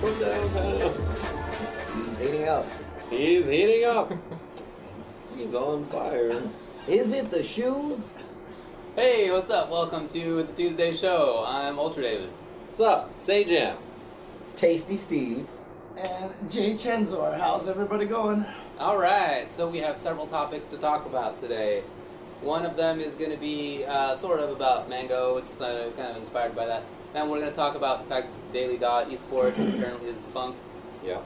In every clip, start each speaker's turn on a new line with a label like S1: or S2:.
S1: Put down the-
S2: He's heating up.
S1: He's heating up. He's on fire.
S2: Is it the shoes?
S3: Hey, what's up? Welcome to the Tuesday show. I'm Ultra David.
S1: What's up? Say Jam.
S2: Tasty Steve.
S4: And Jay Chenzor, how's everybody going?
S3: All right, so we have several topics to talk about today. One of them is going to be uh, sort of about Mango. It's uh, kind of inspired by that. Then we're going to talk about the fact that Daily Dot Esports apparently is defunct.
S1: Yeah.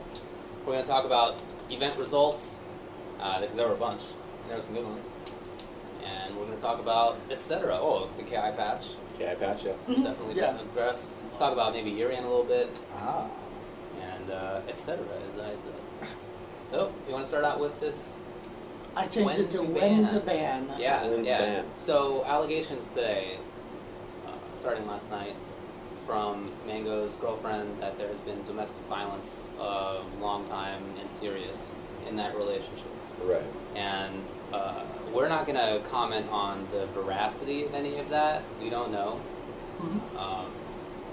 S3: We're going to talk about event results uh, because there were a bunch. and There were some good ones. And we're going to talk about etc. Oh, the KI patch.
S1: Okay, I patch you.
S3: Definitely
S4: Yeah.
S3: definitely addressed. Talk about maybe Urian a little bit.
S2: Ah.
S3: and uh, etc. As I said. So you want to start out with this?
S4: I changed
S3: When
S4: it to
S3: to
S4: when
S3: ban.
S4: to ban.
S3: Yeah,
S1: Lynn's
S3: yeah.
S1: ban.
S3: So allegations today, uh, starting last night, from Mango's girlfriend that there has been domestic violence a long time and serious in that relationship,
S1: Right.
S3: and. Uh, we're not going to comment on the veracity of any of that. We don't know.
S4: Mhm.
S3: Um,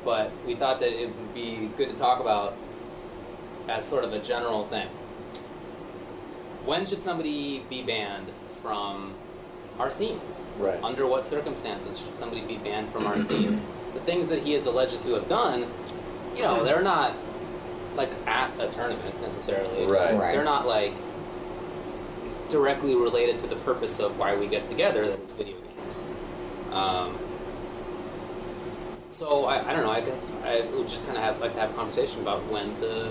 S3: but we thought that it would be good to talk about as sort of a general thing. When should somebody be banned from our scenes?
S1: Right.
S3: Under what circumstances should somebody be banned from our scenes? The things that he is alleged to have done, you know, they're not like at a tournament necessarily.
S1: Right.
S2: Right.
S3: They're not like directly related to the purpose of why we get together, that is video games. Um, so I, I don't know. I guess I would just kind of have like to have a conversation about when to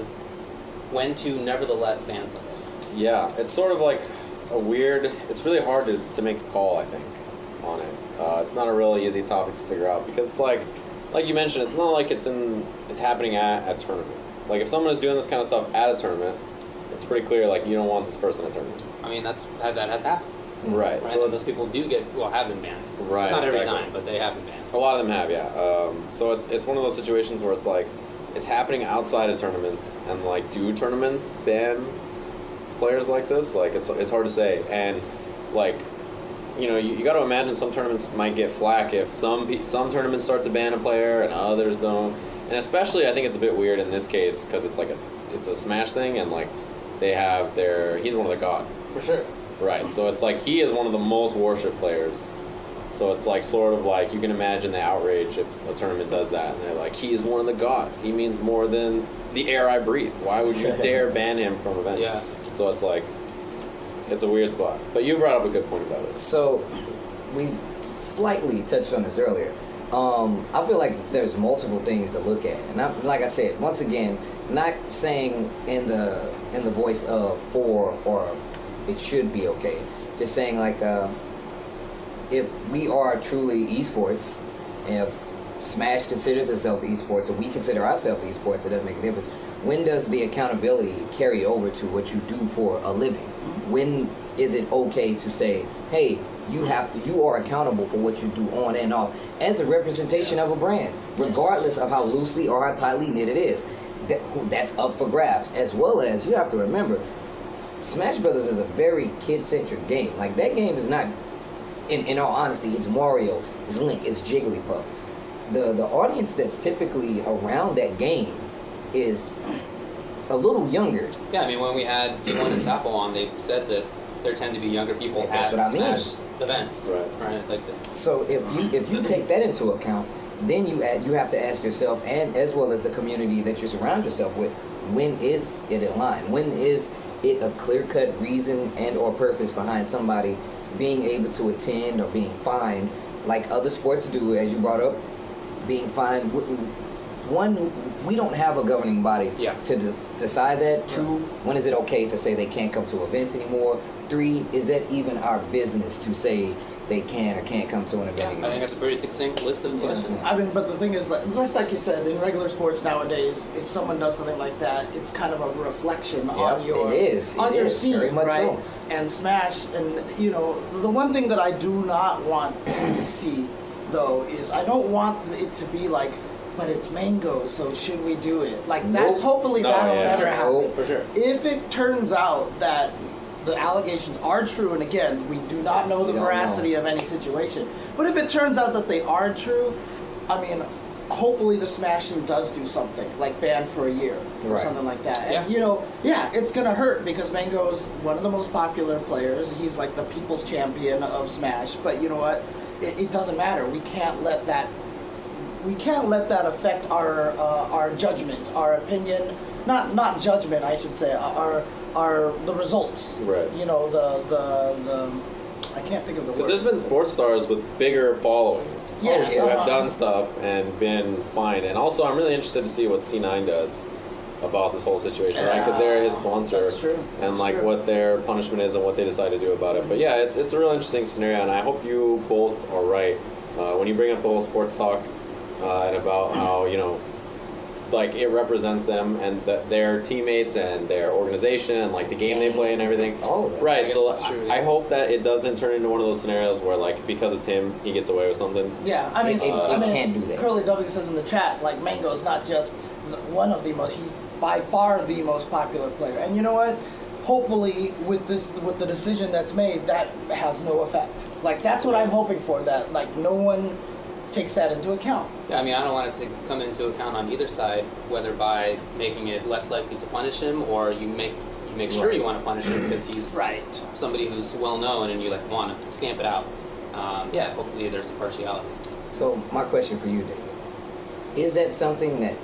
S3: when to nevertheless ban something.
S1: Yeah, it's sort of like a weird. It's really hard to, to make a call, I think, on it. Uh, it's not a really easy topic to figure out because it's like, like you mentioned, it's not like it's in it's happening at a tournament. Like if someone is doing this kind of stuff at a tournament, it's pretty clear like you don't want this person at a tournament.
S3: I mean, that's that that has happened.
S1: Right.
S3: Right?
S1: So
S3: and those people do get well have been banned.
S1: Right,
S3: Not every
S1: exactly.
S3: time, but they have been banned.
S1: A lot of them have, yeah. Um, so it's it's one of those situations where it's like it's happening outside of tournaments, and like do tournaments ban players like this? Like it's it's hard to say, and like you know you, you got to imagine some tournaments might get flack if some pe- some tournaments start to ban a player and others don't, and especially I think it's a bit weird in this case because it's like a s- it's a smash thing and like they have their he's one of the gods.
S3: For sure.
S1: Right. So it's like he is one of the most worshipped players. So it's like sort of like you can imagine the outrage if a tournament does that, and they're like, he is one of the gods. He means more than the air I breathe. Why would you dare ban him from events?
S3: Yeah.
S1: So it's like, it's a weird spot. But you brought up a good point about it.
S2: So, we slightly touched on this earlier. Um, I feel like there's multiple things to look at, and I'm, like I said, once again, not saying in the in the voice of for or it should be okay. Just saying like, uh, if we are truly esports, if Smash considers itself esports, or we consider ourselves esports, it doesn't make a difference. When does the accountability carry over to what you do for a living? When is it okay to say, hey, you have to, you are accountable for what you do on and off as a representation of a brand, regardless of how loosely or how tightly knit it is? That, that's up for grabs, as well as you have to remember, Smash Brothers is a very kid-centric game. Like that game is not in, in all honesty, it's Mario, it's Link, it's Jigglypuff. The the audience that's typically around that game is a little younger.
S3: Yeah, I mean, when we had D1 and Tapo on, they said that there tend to be younger people
S2: That's
S3: at
S2: what I mean.
S3: Smash events.
S1: Right.
S3: Like the,
S2: So if you if you take that into account, then you add, you have to ask yourself and as well as the community that you surround yourself with, when is it in line? When is it a clear cut reason and or purpose behind somebody being able to attend or being fined like other sports do, as you brought up, being fined. W- One, we don't have a governing body
S3: Yeah.
S2: to de- decide that. Two, when is it okay to say they can't come to events anymore? Three, is that even our business to say they can or can't come to an
S3: yeah,
S2: event
S3: I
S2: anymore?
S3: think that's a pretty succinct list of questions.
S4: I mean, but the thing is, like, just like you said, in regular sports nowadays, if someone does something like that, it's kind of a reflection on
S2: Yep,
S4: your
S2: it is.
S4: on
S2: It
S4: your
S2: is,
S4: scene,
S2: very much
S4: right?
S2: so.
S4: And Smash, and you know, the one thing that I do not want to see though is I don't want it to be like, but it's mango, so should we do it? Like that's
S2: Nope.
S4: hopefully
S1: No,
S4: that'll
S1: yeah.
S4: never
S2: Sure.
S4: happen.
S2: Nope.
S3: For sure.
S4: If it turns out that the allegations are true, and again, we do not know the
S2: We don't
S4: veracity of any situation, but if it turns out that they are true, I mean, hopefully the Smash Team does do something like ban for a year or
S2: Right.
S4: something like that. And
S3: Yeah.
S4: you know, yeah, it's gonna hurt because Mango is one of the most popular players. He's like the people's champion of Smash. But you know what? It, it doesn't matter. We can't let that. We can't let that affect our uh, our judgment, our opinion. Not not judgment, I should say. uh, Our our the results.
S1: Right.
S4: You know the the the. I can't think of the word.
S1: Because there's been sports stars with bigger followings
S4: Yeah.
S2: Oh, yeah.
S1: who
S4: uh,
S1: have done stuff and been fine. And also, I'm really interested to see what C9 does about this whole situation, right? Because they're his sponsor,
S4: That's true.
S1: and
S4: That's
S1: like
S4: true.
S1: what their punishment is and what they decide to do about it. But yeah, it's, it's a real interesting scenario, and I hope you both are right uh, when you bring up the whole sports talk uh, and about how you know. Like it represents them and th their teammates and their organization and like the game they play and everything.
S2: All of that.
S3: I
S1: Right,
S3: guess
S1: so
S3: that's true,
S1: I, I
S3: yeah.
S1: hope that it doesn't turn into one of those scenarios where, like, because it's him, he gets away with something.
S4: Yeah, I mean,
S2: It- it-
S4: I
S2: it
S4: mean,
S2: can't do that.
S4: Curly W says in the chat, like Mango is not just one of the most; he's by far the most popular player. And you know what? Hopefully, with this, with the decision that's made, that has no effect. Like that's what I'm hoping for. That like no one takes that into account.
S3: Yeah, I mean, I don't want it to come into account on either side, whether by making it less likely to punish him or you make you make sure you want to punish him because he's
S4: Right.
S3: somebody who's well known and you like want to stamp it out. Um, yeah, hopefully there's some partiality.
S2: So my question for you, David, is that something that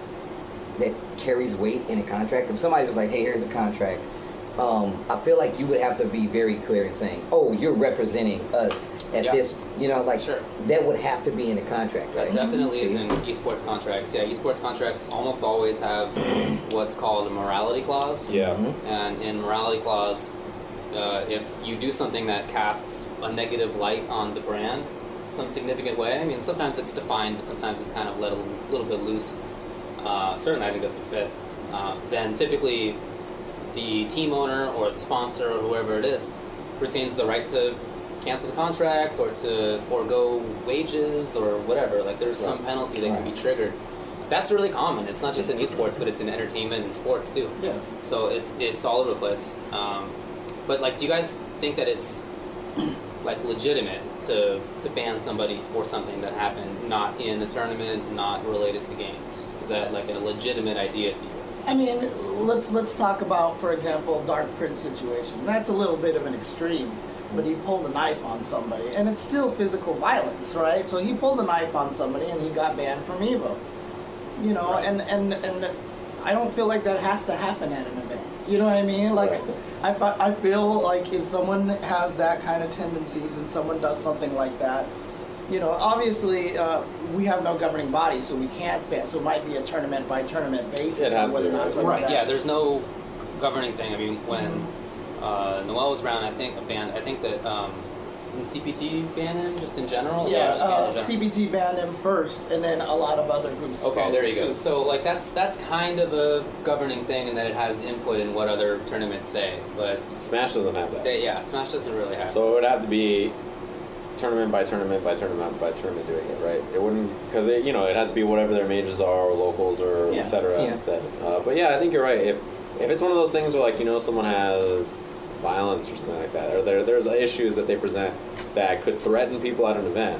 S2: that carries weight in a contract? If somebody was like, "Hey, here's a contract," um, I feel like you would have to be very clear in saying, "Oh, you're representing us at
S3: Yeah.
S2: this," you know, like
S3: Sure.
S2: that would have to be in a contract, right?
S3: That definitely
S2: Mm-hmm. See?
S3: is in esports contracts. Yeah, esports contracts almost always have what's called a morality clause.
S1: Yeah.
S3: And in morality clause, uh, if you do something that casts a negative light on the brand, some significant way. I mean, sometimes it's defined, but sometimes it's kind of let a little bit loose. Uh, certainly, I think this would fit. Uh, then typically, the team owner or the sponsor or whoever it is retains the right to cancel the contract or to forego wages or whatever. Like, there's some penalty that can be triggered. That's really common. It's not just in esports, but it's in entertainment and sports too.
S4: Yeah.
S3: So it's it's all over the place. Um, but like, do you guys think that it's like legitimate to to ban somebody for something that happened not in a tournament, not related to games? Is that like a legitimate idea to you?
S4: I mean, let's let's talk about, for example, Dark Prince situation. That's a little bit of an extreme, but he pulled a knife on somebody, and it's still physical violence, right? So he pulled a knife on somebody, and he got banned from Evo. You know, and and and I don't feel like that has to happen at an event. You know what I mean? Like, I fe- I feel like if someone has that kind of tendencies, and someone does something like that, you know, obviously uh, we have no governing body, so we can't ban. So it might be a tournament by tournament basis,
S1: It'd
S4: on
S1: have
S4: whether or
S1: to,
S4: not
S1: right.
S4: something
S3: Right.
S4: like
S3: Yeah.
S4: that-
S3: There's no governing thing. I mean, when uh, Noel was around, I think a ban. I think that um, didn't CPT banned him just in general.
S4: yeah.
S3: just banned
S4: uh,
S3: in general.
S4: CBT banned him first, and then a lot of other groups.
S3: Okay,
S4: followed
S3: there you go.
S4: suit.
S3: So like that's that's kind of a governing thing in that it has input in what other tournaments say, but
S1: Smash doesn't have that.
S3: they, yeah, Smash doesn't really have.
S1: so it would have to be tournament by tournament by tournament by tournament doing it, right? It wouldn't, because, it, you know, it had to be whatever their majors are or locals or
S4: Yeah.
S1: et cetera
S2: Yeah.
S1: instead. Uh, but yeah, I think you're right. If if it's one of those things where, like, you know, someone has violence or something like that, or there, there's issues that they present that could threaten people at an event,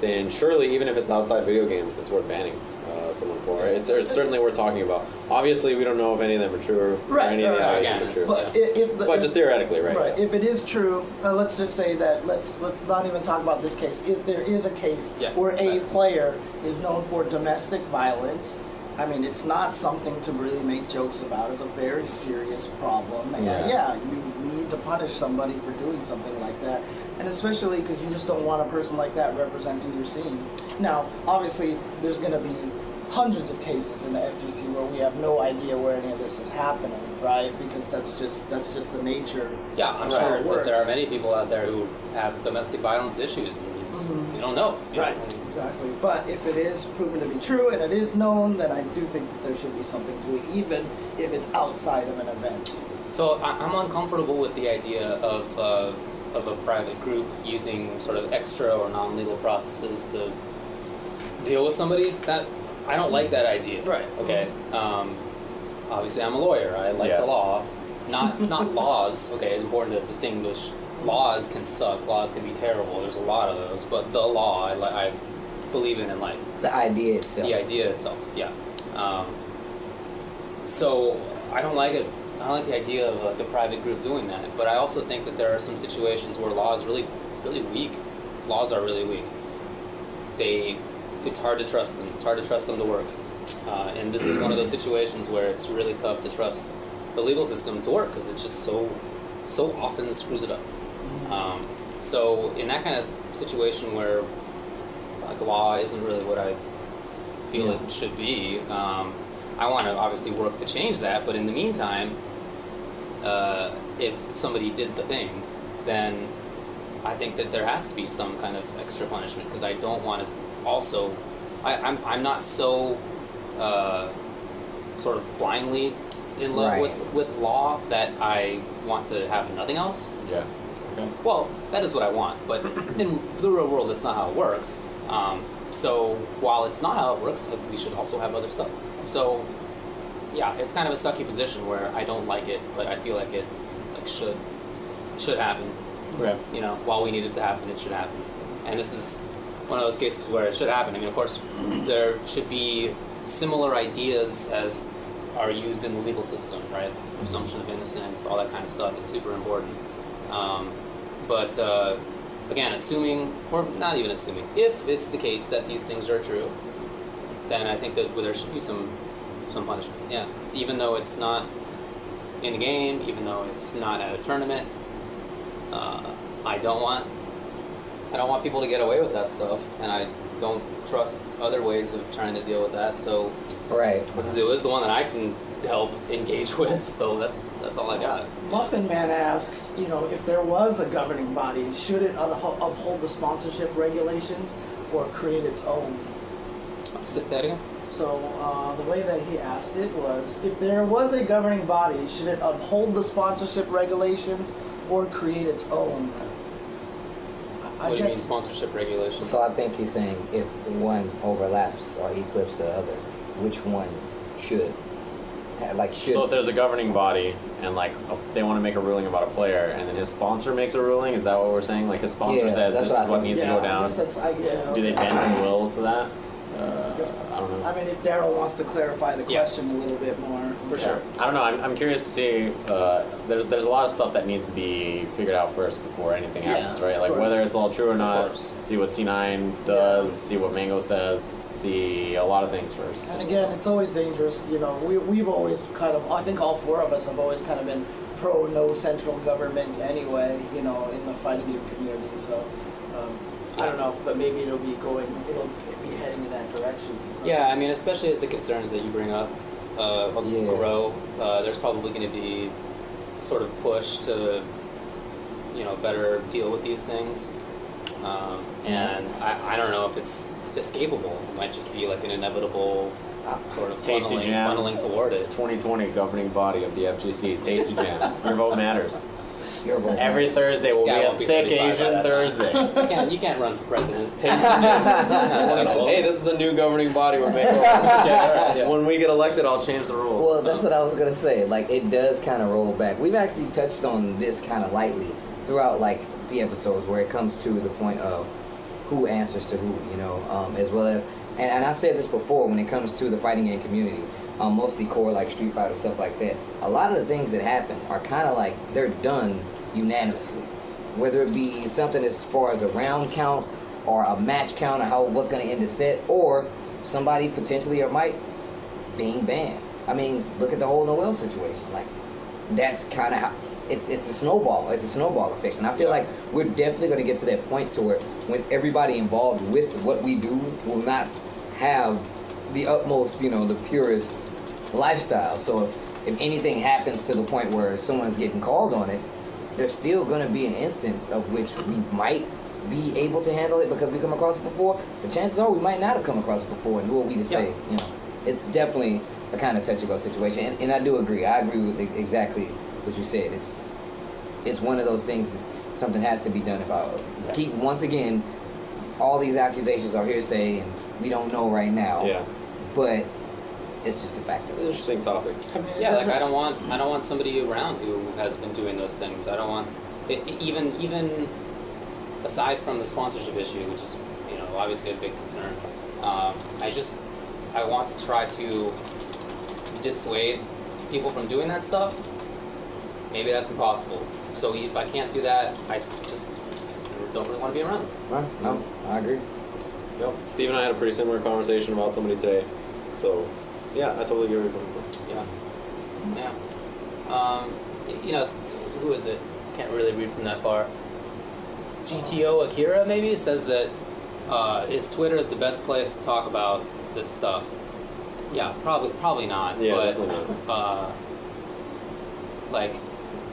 S1: then surely, even if it's outside video games, it's worth banning. Uh, someone for it. It's, it's certainly worth talking about. Obviously, we don't know if any of them are true or
S4: Right,
S1: any of the
S4: right,
S3: yeah,
S1: allegations are true.
S3: it's-
S4: But i- if, the-
S1: But just theoretically, right?
S4: Right.
S1: yeah.
S4: If it is true, uh, let's just say that let's let's not even talk about this case. If there is a case
S3: Yeah.
S4: where a
S3: Right.
S4: player is known for domestic violence, I mean, it's not something to really make jokes about. It's a very serious problem, and yeah,
S2: Yeah.
S4: you need to punish somebody for doing something like that, and especially because you just don't want a person like that representing your scene. Now, obviously, there's going to be hundreds of cases in the FGC where we have no idea where any of this is happening, right? Because that's just that's just the nature
S3: yeah, I'm
S4: Right.
S3: sure that there
S4: Works.
S3: are many people out there who have domestic violence issues. And it's, You don't know. you know?
S4: Right, exactly. But if it is proven to be true and it is known, then I do think that there should be something to it, even if it's outside of an event.
S3: So I, I'm uncomfortable with the idea of uh, of a private group using sort of extra or non-legal processes to deal with somebody. That I don't like that idea.
S4: Right.
S3: Okay. Um, obviously, I'm a lawyer. I like
S1: Yeah.
S3: the law, not not laws. Okay, it's important to distinguish. Laws can suck. Laws can be terrible. There's a lot of those, but the law, I, li- I believe in and like
S2: the idea itself.
S3: the idea itself. Yeah. Um, so I don't like it. I don't like the idea of like a private group doing that. But I also think that there are some situations where law is really, really weak. Laws are really weak. They, it's hard to trust them. It's hard to trust them to work. Uh, and this is one of those situations where it's really tough to trust the legal system to work because it just so, so often screws it up. Um, so in that kind of situation where like law isn't really what I feel it should be. Um, I want to obviously work to change that, but in the meantime, uh, if somebody did the thing, then I think that there has to be some kind of extra punishment because I don't want to also. I, I'm, I'm not so uh, sort of blindly in love
S2: Right.
S3: with, with law that I want to have nothing else.
S1: Yeah. Okay.
S3: Well, that is what I want, but in the real world, that's not how it works. Um, so while it's not how it works, uh, we should also have other stuff. So yeah, it's kind of a sucky position where I don't like it, but I feel like it like should should happen.
S1: Okay.
S3: You know, while we need it to happen, it should happen. And this is one of those cases where it should happen. I mean, of course, there should be similar ideas as are used in the legal system, right? Presumption of innocence, all that kind of stuff is super important. Um, but uh, again, assuming, or not even assuming, if it's the case that these things are true, then I think that there should be some some punishment. Yeah, even though it's not in the game, even though it's not at a tournament, uh, I don't want I don't want people to get away with that stuff, and I don't trust other ways of trying to deal with that. So
S2: Right.
S3: this is, it was the one that I can help engage with. So that's that's all I got.
S4: Muffin Man asks, you know, if there was a governing body, should it upho- uphold the sponsorship regulations or create its own?
S3: Say, say that again.
S4: So uh, the way that he asked it was, if there was a governing body, should it uphold the sponsorship regulations or create its own? I- I
S3: what do you mean
S4: guess
S3: sponsorship regulations?
S2: So I think he's saying if one overlaps or eclipses the other, which one should? ha- Like should
S1: So if there's a governing body and like a- they want to make a ruling about a player, and then his sponsor makes a ruling, is that what we're saying? Like his sponsor
S2: Yeah,
S1: says
S2: that's
S1: this
S2: what
S1: is
S2: I
S1: what
S2: think.
S1: needs
S4: yeah,
S1: to go
S4: I
S1: down.
S4: guess that's I, yeah,
S1: Do they
S4: okay.
S1: bend the will to that? Uh, I don't know.
S4: I mean, if Daryl wants to clarify the
S3: Yeah.
S4: question a little bit more,
S3: For sure.
S1: I don't know. I'm, I'm curious to see. Uh, there's there's a lot of stuff that needs to be figured out first before anything
S4: Yeah,
S1: happens, right?
S4: of
S1: Like
S4: course.
S1: whether it's all true or not.
S3: course.
S1: See what C9 does. See what Mango says. See a lot of things first.
S4: And again, it's always dangerous. You know, we, we've always kind of, I think all four of us have always kind of been pro no central government anyway, you know, in the fighting game community. So um, I don't know, but maybe it'll be going, it'll be heading in that direction. So.
S3: Yeah, I mean, especially as the concerns that you bring up uh, will
S2: Yeah.
S3: grow, uh, there's probably going to be sort of push to, you know, better deal with these things. Um, and I, I don't know if it's escapable. It might just be like an inevitable sort of
S1: Tasty
S3: funneling,
S1: jam.
S3: funneling toward it.
S1: 2020 governing body of the FGC, Tasty Jam. Your vote matters.
S2: your vote
S1: Every
S2: matters?
S1: Thursday will be
S3: This guy
S1: a
S3: won't be
S1: thick
S3: 35 by
S1: Asian
S3: that time.
S1: Thursday.
S3: You can't, you can't run for president.
S1: hey, this is a new governing body we're making. Yeah. When we get elected, I'll change the rules.
S2: Well, that's what I was gonna say. Like it does kind of roll back. We've actually touched on this kind of lightly throughout like the episodes where it comes to the point of who answers to who, you know, um, as well as and, and I said this before when it comes to the fighting game community, um, mostly core like Street Fighter stuff like that. A lot of the things that happen are kind of like they're done unanimously, whether it be something as far as a round count or a match count or how what's gonna end the set or somebody potentially or might being banned. I mean, look at the whole Noel situation. Like, that's kind of how it's it's a snowball. It's a snowball effect, and I feel like we're definitely going to get to that point to where when everybody involved with what we do will not have the utmost, you know, the purest lifestyle. So if if anything happens to the point where someone's getting called on it, there's still going to be an instance of which we might be able to handle it because we come across it before. But chances are we might not have come across it before, and who are we to say? You know, it's definitely a kind of touch and go situation, and, and I do agree. I agree with e- exactly what you said. It's it's one of those things. Something has to be done about. Keep once again, all these accusations are hearsay, and we don't know right now.
S1: yeah,
S2: But it's just a fact of it.
S1: interesting topic.
S4: I mean, it
S3: Yeah, like I
S4: doesn't-
S3: don't want I don't want somebody around who has been doing those things. I e, don't want it, even even aside from the sponsorship issue, which is you know obviously a big concern. Um, I just I want to try to dissuade people from doing that stuff. Maybe that's impossible. So if I can't do that, I s- just don't really want to be around.
S2: Huh? No, I agree.
S1: Yep. Steve and I had a pretty similar conversation about somebody today. So, yeah, I totally get where you're coming from.
S3: Yeah. Yeah. Um, y- you know, s- who is it? Can't really read from that far. GTO Akira maybe says that uh, is Twitter the best place to talk about this stuff? Yeah, probably probably not.
S1: Yeah,
S3: but
S1: definitely not.
S3: uh, like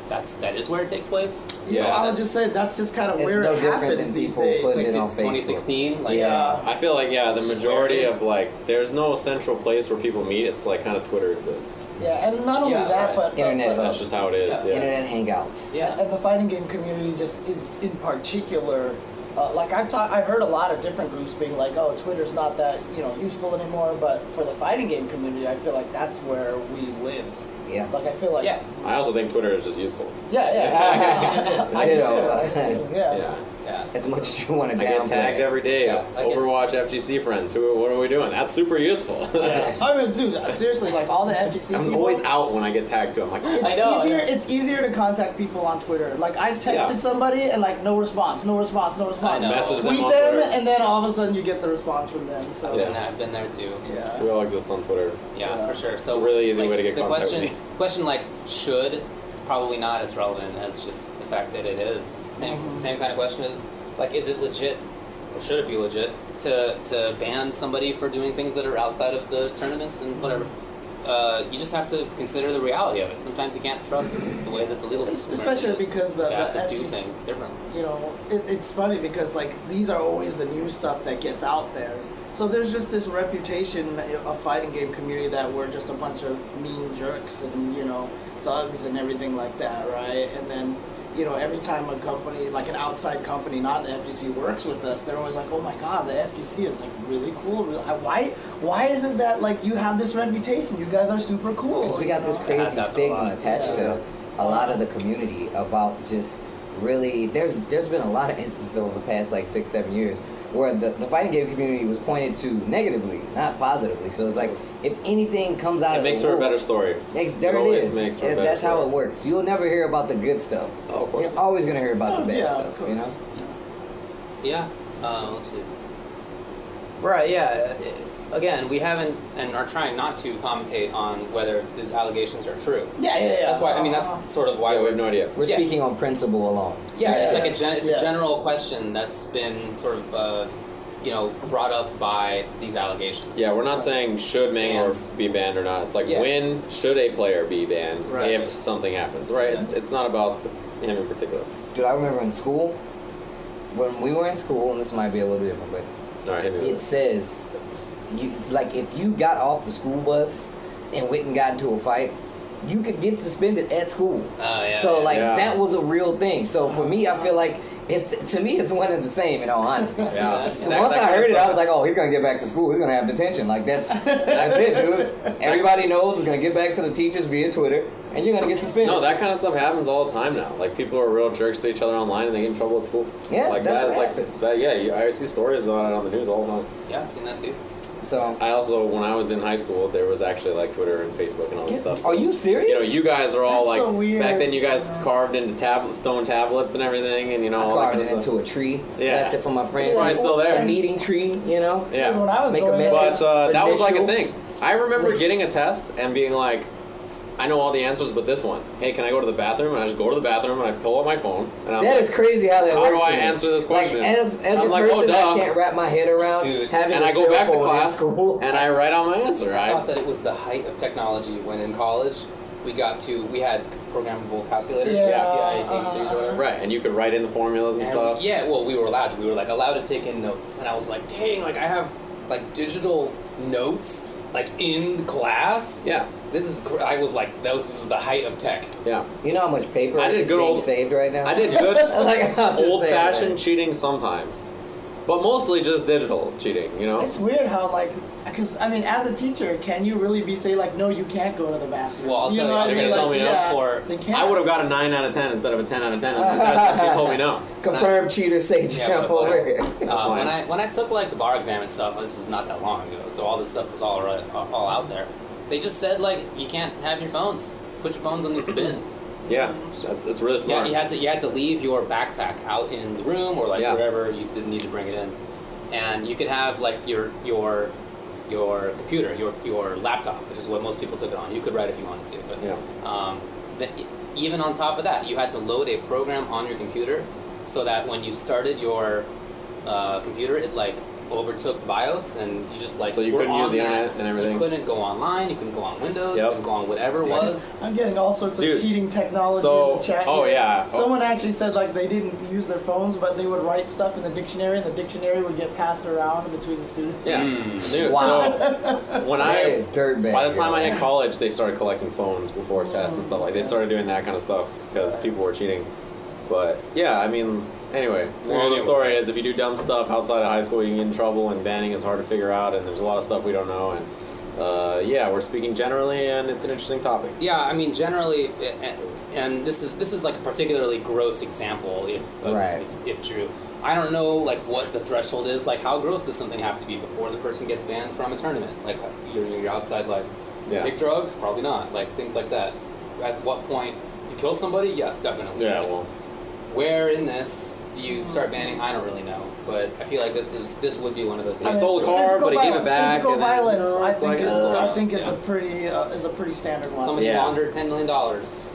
S3: that's that is where it takes place.
S4: Yeah,
S3: Yeah,
S4: I would
S3: that's-
S4: just say that's just kind of
S2: It's
S4: where
S2: no
S4: it
S2: different than
S4: happens these
S2: people
S4: days.
S2: putting it on
S3: It's 2016. Like,
S2: Yeah.
S1: I feel like yeah, the
S3: It's just
S1: majority
S3: where it
S1: of
S3: is.
S1: like there's no central place where people meet. It's like kind of Twitter exists.
S4: Yeah, and not only
S3: Yeah,
S4: that,
S3: right.
S4: but but-
S2: Internet
S4: but-
S2: is
S1: That's just how it is.
S3: Oh. Yeah.
S1: Yeah.
S2: Internet hangouts.
S3: Yeah.
S4: and the fighting game community just is in particular. Uh, like I've ta- I've heard a lot of different groups being like, oh, Twitter's not that you know useful anymore. But for the fighting game community, I feel like that's where we live.
S2: Yeah.
S4: Like I feel like
S3: Yeah.
S1: I also think Twitter is just useful.
S4: yeah yeah. it is. I do
S2: Ditto.
S4: too, I do too, yeah.
S1: Yeah.
S3: Yeah.
S2: As much as you want to
S1: I get tagged
S2: downplay. it.
S1: every day.
S3: Yeah, I get-
S1: Overwatch FGC friends. Who? What are we doing? That's super useful.
S4: Yeah. I mean, dude, uh, seriously, like all the FGC.
S1: I'm
S4: people,
S1: always out when I get tagged to. I'm like, oh,
S4: It's
S3: I know,
S4: easier.
S3: yeah.
S4: It's easier to contact people on Twitter. Like I texted
S1: Yeah.
S4: somebody and like no response, no response, no response.
S3: know.
S1: message them
S4: Tweet
S1: on
S4: them,
S1: Twitter.
S4: and then all of a sudden you get the response from them. So
S3: I've been
S1: Yeah.
S3: there, I've been there too.
S4: yeah.
S1: we all exist on Twitter.
S3: Yeah,
S4: Yeah.
S3: for sure. So
S1: a really easy
S3: like,
S1: way to get
S3: the
S1: contact
S3: question.
S1: with
S3: Question like should is probably not as relevant as just the fact that it is. It's the same. It's the
S1: Mm-hmm.
S3: same kind of question as like is it legit or should it be legit to to ban somebody for doing things that are outside of the tournaments and whatever.
S1: Mm-hmm.
S3: Uh, you just have to consider the reality of it. Sometimes you can't trust the way that the legal system works.
S4: Especially because the-
S3: you have
S4: the
S3: to do
S4: FGC
S3: things differently.
S4: you know, it, it's funny because like these are always the new stuff that gets out there. So there's just this reputation of fighting game community that we're just a bunch of mean jerks and you know thugs and everything like that, right? And then you know every time a company like an outside company, not the FGC, works with us, they're always like, oh my god, the FGC is like really cool. Really, why why isn't that like you have this reputation? You guys are super cool.
S2: 'Cause we got
S4: you
S2: this
S4: know?
S2: crazy
S3: That's a
S2: stigma
S3: lot.
S2: attached
S4: Yeah.
S2: to a lot of the community about just really there's there's been a lot of instances over the past like six seven years where the, the fighting game community was pointed to negatively not positively so it's like if anything comes out
S1: It
S2: of
S1: makes
S2: the
S1: for a
S2: war-
S1: better story.
S2: Ex- there it
S1: always
S2: is
S1: makes for a
S2: It-
S1: better
S2: that's how
S1: story.
S2: it works you'll never hear about the good stuff
S1: Oh, of course.
S2: you're always gonna hear about the
S4: Oh,
S2: bad
S4: yeah, of
S2: stuff you know
S3: Yeah. Uh, let's see. Right. Yeah. uh, Again, we haven't and are trying not to commentate on whether these allegations are true.
S4: Yeah, yeah, yeah.
S3: That's why. I mean, that's
S4: Uh-huh.
S3: sort of why
S1: Yeah, we have
S3: we're.
S1: no idea.
S2: we're
S3: Yeah.
S2: speaking on principle alone
S3: Yeah, it's
S4: Yeah.
S3: like a gen- it's
S4: Yes.
S3: a general question that's been sort of, uh, you know, brought up by these allegations.
S1: Yeah, we're not saying should Mangor
S3: Bans.
S1: be banned or not. It's like
S3: Yeah.
S1: when should a player be banned
S3: Right.
S1: if something happens, right? It's, it's not about him in particular.
S2: dude i remember in school when we were in school and this might be a little bit different but
S1: All right, hit me with
S2: it
S1: it.
S2: says you like if you got off the school bus and went and got into a fight you could get suspended at school
S3: Oh yeah.
S2: so
S3: yeah.
S2: like
S1: Yeah.
S2: that was a real thing so for me i feel like it's to me it's one and the same in all honesty
S4: Yeah.
S2: So
S3: Yeah.
S2: so once I heard it, I was like, "Oh, he's gonna get back to school. He's gonna have detention. Like that's that's it, dude. Everybody knows he's gonna get back to the teachers via Twitter, and you're gonna get suspended."
S1: No, that kind of stuff happens all the time now. Like people are real jerks to each other online, and they get in trouble at school.
S2: Yeah,
S1: like
S2: that's
S1: that is
S2: what
S1: like
S2: happens.
S1: that. Yeah, you, I see stories on it on the news all the time.
S3: yeah, I've seen that too.
S2: so,
S1: I also, when I was in high school, there was actually like Twitter and Facebook and all this stuff. so-
S2: are you serious?
S1: You know, you guys are all like
S4: That's so weird.
S1: back then. You guys carved into tab- stone tablets and everything, and you know
S2: I
S1: all that
S2: carved
S1: kind
S2: it
S1: of stuff.
S2: into a tree.
S1: Yeah.
S2: Left it for my friends.
S1: That's why it's still there.
S2: A meeting tree, you know?
S1: Yeah.
S4: Dude, when I was
S2: Make a
S4: growing up-
S1: But uh, that was like a
S2: Initial-
S1: thing. I remember getting a test and being like, I know all the answers but this one. Hey, can I go to the bathroom? And I just go to the bathroom and I pull out my phone and I'm
S2: That
S1: like,
S2: is crazy how that
S1: How
S2: works.
S1: do I
S2: to me.
S1: answer this question?
S2: Like, as, as
S1: I'm
S2: a
S1: like, oh,
S2: person,
S1: duh.
S2: I can't wrap my head around
S3: Dude.
S2: having
S1: and
S2: a
S1: I go
S2: cell
S1: back to
S2: phone in
S1: class
S2: school.
S1: and I write out my answer.
S3: I thought
S1: Right?
S3: that it was the height of technology when in college we got to we had programmable calculators,
S4: Yeah,
S3: the TI-83s or whatever.
S1: Right, and you could write in the formulas and,
S3: And
S1: stuff.
S3: we- yeah, well, we were allowed to. We were like allowed to take in notes, and I was like, dang, like I have like digital notes like in class.
S1: yeah,
S3: This is. Cr- I was like, that was this is the height of tech.
S1: yeah.
S2: you know how much paper
S1: I did
S2: is
S1: good
S2: being
S1: old-
S2: saved right now?
S1: I did good
S2: like, I'm just saying,
S1: old fashioned
S2: like,
S1: cheating sometimes. but mostly just digital cheating. You know,
S4: It's weird how like, because I mean, as a teacher, can you really be say like, no, you can't go to the bathroom?
S3: Well, I'll
S4: you
S3: tell you,
S4: what
S3: I'll
S1: tell you, tell me
S4: yeah,
S3: no, or-
S4: they
S1: I
S4: can't.
S1: would have got a nine out of ten instead of a ten out of ten. If he told me no.
S2: Confirmed cheater, say
S3: Yeah,
S2: Jim
S3: but-
S2: over here.
S3: Uh,
S1: fine.
S3: when I when I took like the bar exam and stuff, this is not that long ago, so all this stuff was all right, all out there. They just said like you can't have your phones. Put your phones on this bin.
S1: Yeah, it's, it's really
S3: Yeah,
S1: smart.
S3: you had to you had to leave your backpack out in the room or like
S1: Yeah.
S3: wherever you didn't need to bring it in, and you could have like your your your computer, your your laptop, which is what most people took it on. You could write if you wanted to, but
S1: Yeah.
S3: um, that, even on top of that, you had to load a program on your computer so that when you started your uh, computer, it like overtook BIOS and you just like
S1: So you
S3: were
S1: couldn't use
S3: on
S1: the
S3: that.
S1: internet and everything?
S3: You couldn't go online. You couldn't go on
S1: Yep.
S3: Windows. You couldn't go on whatever it was.
S4: I'm getting all sorts
S1: Dude,
S4: of cheating technology
S1: so-
S4: in the chat.
S1: oh,
S4: here.
S1: yeah.
S4: Someone actually said like they didn't use their phones, but they would write stuff in the dictionary, and the dictionary would get passed around between the students.
S1: Yeah.
S3: Hmm.
S1: Dude,
S2: Wow.
S1: So when
S2: That
S1: I
S2: is dirtbag.
S1: by the time I hit college, they started collecting phones before tests and stuff like. They started doing that kind of stuff because people were cheating. But yeah, I mean, anyway, moral of the
S3: Anyway.
S1: story is if you do dumb stuff outside of high school, you can get in trouble, and banning is hard to figure out, and there's a lot of stuff we don't know. And uh, yeah, we're speaking generally, and it's an interesting topic.
S3: Yeah, I mean, generally, and- and this is this is like a particularly gross example, if
S2: Right.
S3: if, if true. I don't know, like what the threshold is. Like, how gross does something have to be before the person gets banned from a tournament? Like, your your outside life.
S1: Yeah.
S3: Take drugs? Probably not. Like things like that. At what point? You kill somebody? Yes, definitely.
S1: Yeah, well,
S3: Where in this do you start banning? I don't really know, but I feel like this is this would be one of those.
S1: I stole a
S3: cases.
S1: car, but
S4: Physical
S1: he gave
S4: violence-
S1: it back.
S4: Physical
S1: and then, you know,
S4: violence, I
S1: it's
S4: think,
S1: like,
S4: is,
S1: uh,
S4: I think is a
S3: yeah.
S4: pretty uh, is a pretty standard one.
S3: Somebody
S1: Yeah.
S3: laundered ten million dollars.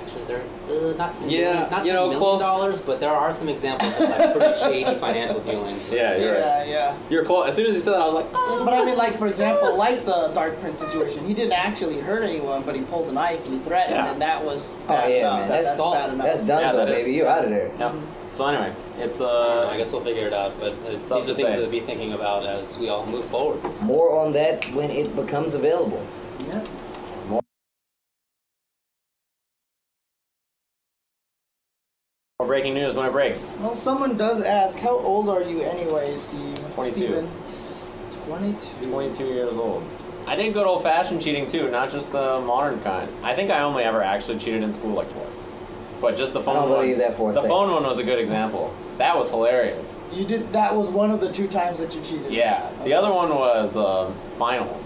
S3: Actually, they're uh, not ten
S1: Yeah,
S3: million- not
S1: you
S3: ten
S1: know,
S3: million
S1: close.
S3: dollars, but there are some examples of like pretty shady financial dealings.
S1: Yeah, you're right.
S4: yeah, yeah.
S1: You're close. As soon as you said that, I was like, "Ah."
S4: But I mean, like for example, like the Dark Prince situation, he didn't actually hurt anyone, but he pulled a knife and he threatened,
S1: Yeah.
S4: and that was
S2: Oh,
S4: bad
S2: yeah,
S4: enough.
S2: man,
S4: That's,
S3: that's salt.
S4: bad enough.
S2: That's Dunzo,
S1: Yeah, that is-
S2: baby. You out of there.
S1: Yep. So anyway, it's
S3: Uh,
S1: uh,
S3: I guess we'll figure it out, but it's,
S1: Stuff
S3: these
S1: to
S3: are things
S1: say.
S3: to be thinking about as we all move forward.
S2: More on that when it becomes available.
S4: Yeah.
S1: more breaking news when it breaks.
S4: Well, someone does ask, how old are you anyway, Steve?
S1: 22.
S4: Steven? 22.
S1: 22 years old. I did good old fashioned cheating too, not just the modern kind. I think I only ever actually cheated in school like twice. But just the phone
S2: don't
S1: one.
S2: believe that for a
S1: the
S2: second.
S1: phone one was a good example. That was hilarious.
S4: You did. That was one of the two times that you cheated.
S1: Yeah. The other one was um final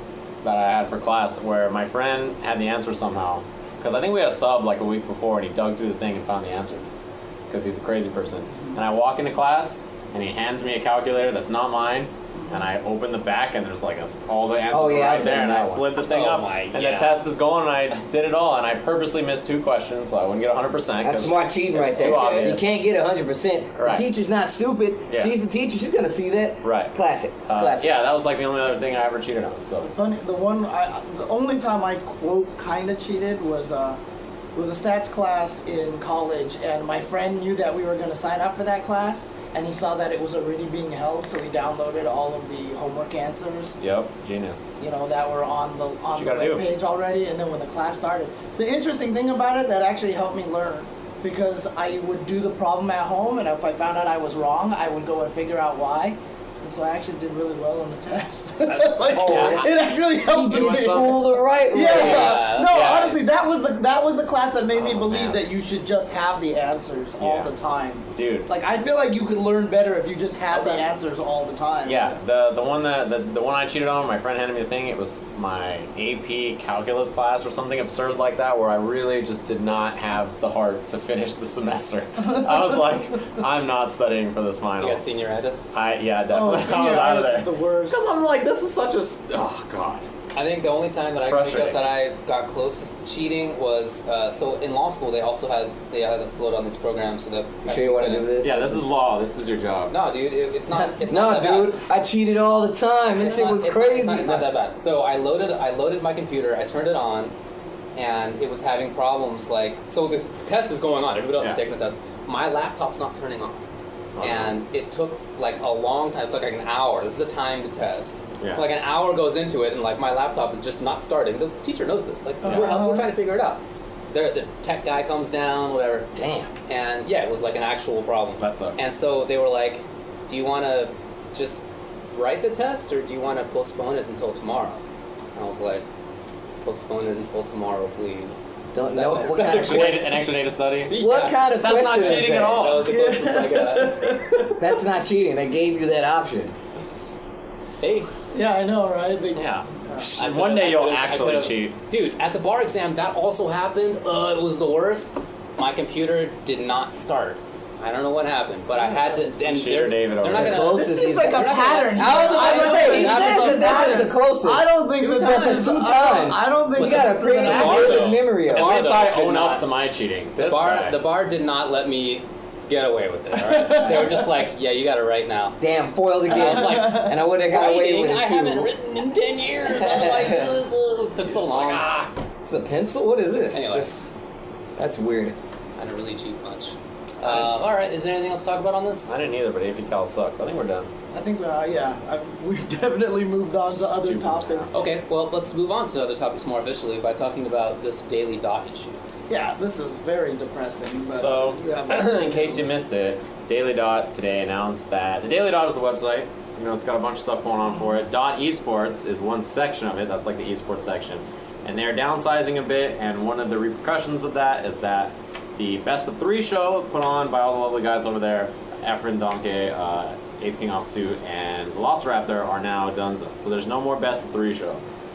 S1: that I had for class where my friend had the answer somehow. Because I think we had a sub like a week before and he dug through the thing and found the answers. Because he's a crazy person. And I walk into class and he hands me a calculator that's not mine. And I open the back and there's like a, all the answers
S2: Oh,
S1: are
S2: yeah,
S1: right
S2: I've
S1: there.
S2: done
S1: And I
S2: that one.
S1: slid the thing
S3: Oh,
S1: up
S3: my-
S1: and the
S3: yeah.
S1: test is going and I did it all. And I purposely missed two questions so I wouldn't get 100%. 'cause
S2: That's smart cheating
S1: it's
S2: right there.
S1: Too obvious.
S2: You can't get 100%.
S1: Right.
S2: The teacher's not stupid.
S1: Yeah.
S2: She's the teacher. She's going to see that.
S1: Right.
S2: Classic.
S1: Uh,
S2: Classic.
S1: yeah, that was like the only other thing I ever cheated on. So
S4: Funny. The one. I, the only time I quote kind of cheated was uh, was a stats class in college, and my friend knew that we were going to sign up for that class, and he saw that it was already being held, so he downloaded all of the homework answers.
S1: Yep, genius.
S4: you know that were on the on
S1: you
S4: the
S1: gotta do.
S4: web page already and then when the class started the interesting thing about it that actually helped me learn because i would do the problem at home and if i found out i was wrong i would go and figure out why and so i actually did really well on the test Like,
S1: yeah.
S4: it actually helped
S2: You
S4: me
S2: school the right way.
S4: yeah.
S3: Yeah,
S4: no
S3: yeah,
S4: honestly
S3: it's-
S4: that was the that was the class that made me
S1: Oh,
S4: believe
S1: man.
S4: that you should just have the answers all
S1: Yeah.
S4: the time
S1: Dude.
S4: like i feel like you could learn better if you just had the answers all the time
S1: Yeah, the the one that the, the one I cheated on, my friend handed me the thing. It was my AP calculus class or something absurd like that, where I really just did not have the heart to finish the semester. I was like, I'm not studying for this
S3: You
S1: final.
S3: got senioritis.
S1: I yeah,
S4: oh
S1: definitely. I
S4: senior
S1: was out of
S4: honors
S1: there.
S4: is the worst
S1: Because I'm like, this is such a st- oh god.
S3: I think the only time that I can think
S1: Frustrating.
S3: of that I got closest to cheating was uh, so in law school they also had they had us load on this program so that
S2: You sure you want to do this?
S1: Yeah, this is law. This is your job.
S3: No, dude, it, it's not. It's
S2: no,
S3: not that bad.
S2: dude. I cheated all the time. This
S3: It's
S2: shit
S3: not-
S2: was
S3: it's not-
S2: crazy.
S3: It's not, it's not that bad. So I loaded, I loaded my computer. I turned it on, and it was having problems. Like, so the test is going on. Everybody else
S1: Yeah.
S3: is taking the test. My laptop's not turning on, and it took like a long time. It took like an hour. This is a timed test.
S1: Yeah.
S3: So like an hour goes into it, and like my laptop is just not starting. The teacher knows this. Like we're help-
S2: Uh-huh.
S3: we're trying to figure it out. There, the tech guy comes down, whatever
S2: Damn.
S3: and yeah, it was like an actual problem.
S1: That sucks.
S3: And so they were like, do you want to just write the test or do you want to postpone it until tomorrow? And I was like, postpone it until tomorrow, please.
S2: Don't know
S3: That-
S2: what kind of
S1: Extra day- an extra day to study.
S2: what
S3: Yeah.
S2: kind of
S4: That's not
S2: question is
S4: cheating
S2: that?
S4: at all.
S3: That was the closest I got.
S2: That's not cheating. They gave you that option.
S3: Hey,
S4: Yeah, I know, right? They-
S1: Yeah.
S3: I
S1: And
S3: could've-
S1: one
S3: I
S1: day you'll
S3: could've- I
S1: actually
S3: could've-
S1: cheat.
S3: Dude, at the bar exam, that also happened. Uh, it was the worst. My computer did not start. I don't know what happened, but I had to. And
S1: Shooter
S3: they're,
S1: David
S3: they're
S1: over
S3: not
S1: here.
S3: gonna.
S2: Close
S4: This seems like a
S3: We're not gonna-
S4: pattern.
S2: I was about
S3: I
S2: to say,
S3: know,
S2: I
S3: it's
S2: said
S3: a
S2: that this
S4: pattern.
S2: is the closest.
S4: I don't think that
S2: That's
S4: this is.
S2: a two times.
S4: I don't think
S2: You gotta
S4: this is
S2: bring
S4: an
S2: it
S3: bar,
S2: here's
S3: though.
S2: the memory of
S1: At
S3: bar,
S1: least
S3: though,
S1: I
S3: did
S1: own up
S3: not-
S1: to my cheating.
S3: The
S1: This guy.
S3: bar, the bar did not let me get away with it. all right? they were just like, "Yeah, you got to write now."
S2: Damn, foiled again.
S3: was like,
S2: and I would have got away
S3: Writing?
S2: with
S3: I
S2: it
S3: haven't
S2: too.
S3: written in ten years. I'm like, this is, uh, took so long.
S2: It's a pencil? What is this?
S3: Anyway.
S2: Just- that's weird.
S3: I didn't really cheat much. Uh, all right, is there anything else to talk about on this?
S1: I didn't either, but AP Cal sucks. I think we're done.
S4: I think, uh, yeah, I, we've definitely moved on to other
S1: Stupid.
S4: topics.
S3: Okay, well, let's move on to other topics more officially by talking about this daily dot issue.
S4: Yeah, this is very depressing. But
S1: So,
S4: yeah.
S1: in case you missed it, Daily Dot today announced that the Daily Dot is a website. You know, it's got a bunch of stuff going on for it. Dot Esports is one section of it. That's like the esports section, and they're downsizing a bit. And one of the repercussions of that is that the best of three show put on by all the lovely guys over there, Efren Donkey, uh, Ace King Offsuit, and Velociraptor are now done. So there's no more best of three show.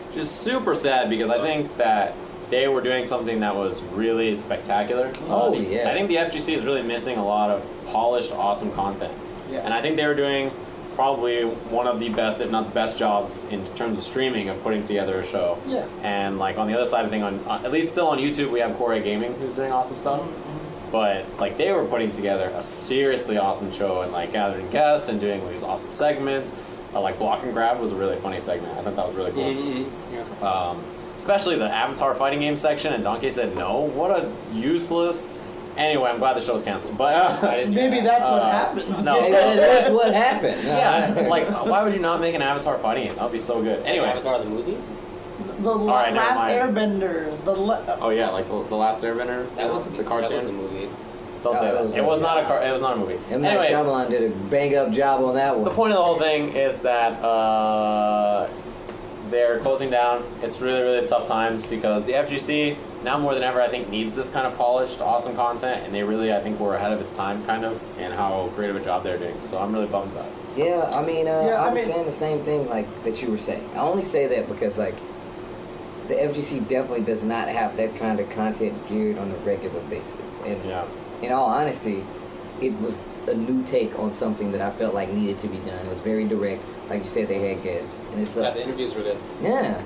S1: Which is super sad because I think that they were doing something that was really spectacular.
S2: Oh,
S1: the-
S2: yeah.
S1: I think the FGC is really missing a lot of polished, awesome content.
S4: Yeah.
S1: And I think they were doing probably one of the best, if not the best, jobs in terms of streaming of putting together a show.
S4: Yeah.
S1: And like on the other side of thing, on, on at least still on YouTube, we have Corey Gaming who's doing awesome stuff.
S4: Mm-hmm.
S1: But like they were putting together a seriously awesome show and like gathering guests and doing these awesome segments. Uh, like block and grab was a really funny segment. I thought that was really cool.
S3: Uh,
S1: Um, especially the Avatar fighting game section, and Donkey said no. What a useless. Anyway, I'm glad the show's canceled. But uh,
S4: Maybe that's what
S1: Uh,
S4: happened.
S1: no.
S2: Hey, that- that's what happened.
S1: yeah, like why would you not make an Avatar fighting game? That'd be so good. Anyway.
S3: Avatar the movie?
S4: The
S1: right, never
S4: last
S1: mind.
S4: Airbender. The le- uh,
S1: Oh yeah, like the, the Last Airbender.
S3: That was
S1: the cartoon.
S3: That was a movie.
S1: Don't say
S2: That
S1: that.
S2: was
S1: It
S2: a-
S1: was not a car. It was not a movie.
S2: M. Night
S1: anyway,
S2: Shyamalan did a bang up job on that one.
S1: the point of the whole thing is that uh, they're closing down. It's really, really tough times because the FGC now more than ever, I think, needs this kind of polished, awesome content, and they really, I think, were ahead of its time, kind of, and how great of a job they're doing. So I'm really bummed about it.
S2: Yeah, I mean, uh,
S4: Yeah,
S2: I,
S4: I
S2: was
S4: mean-
S2: saying the same thing like that you were saying. I only say that because like the FGC definitely does not have that kind of content geared on a regular basis. And
S1: Yeah.
S2: in all honesty, it was a new take on something that I felt like needed to be done. It was very direct, like you said, they had guests, and it
S3: Yeah,
S2: sucks.
S3: the interviews were good.
S2: Yeah.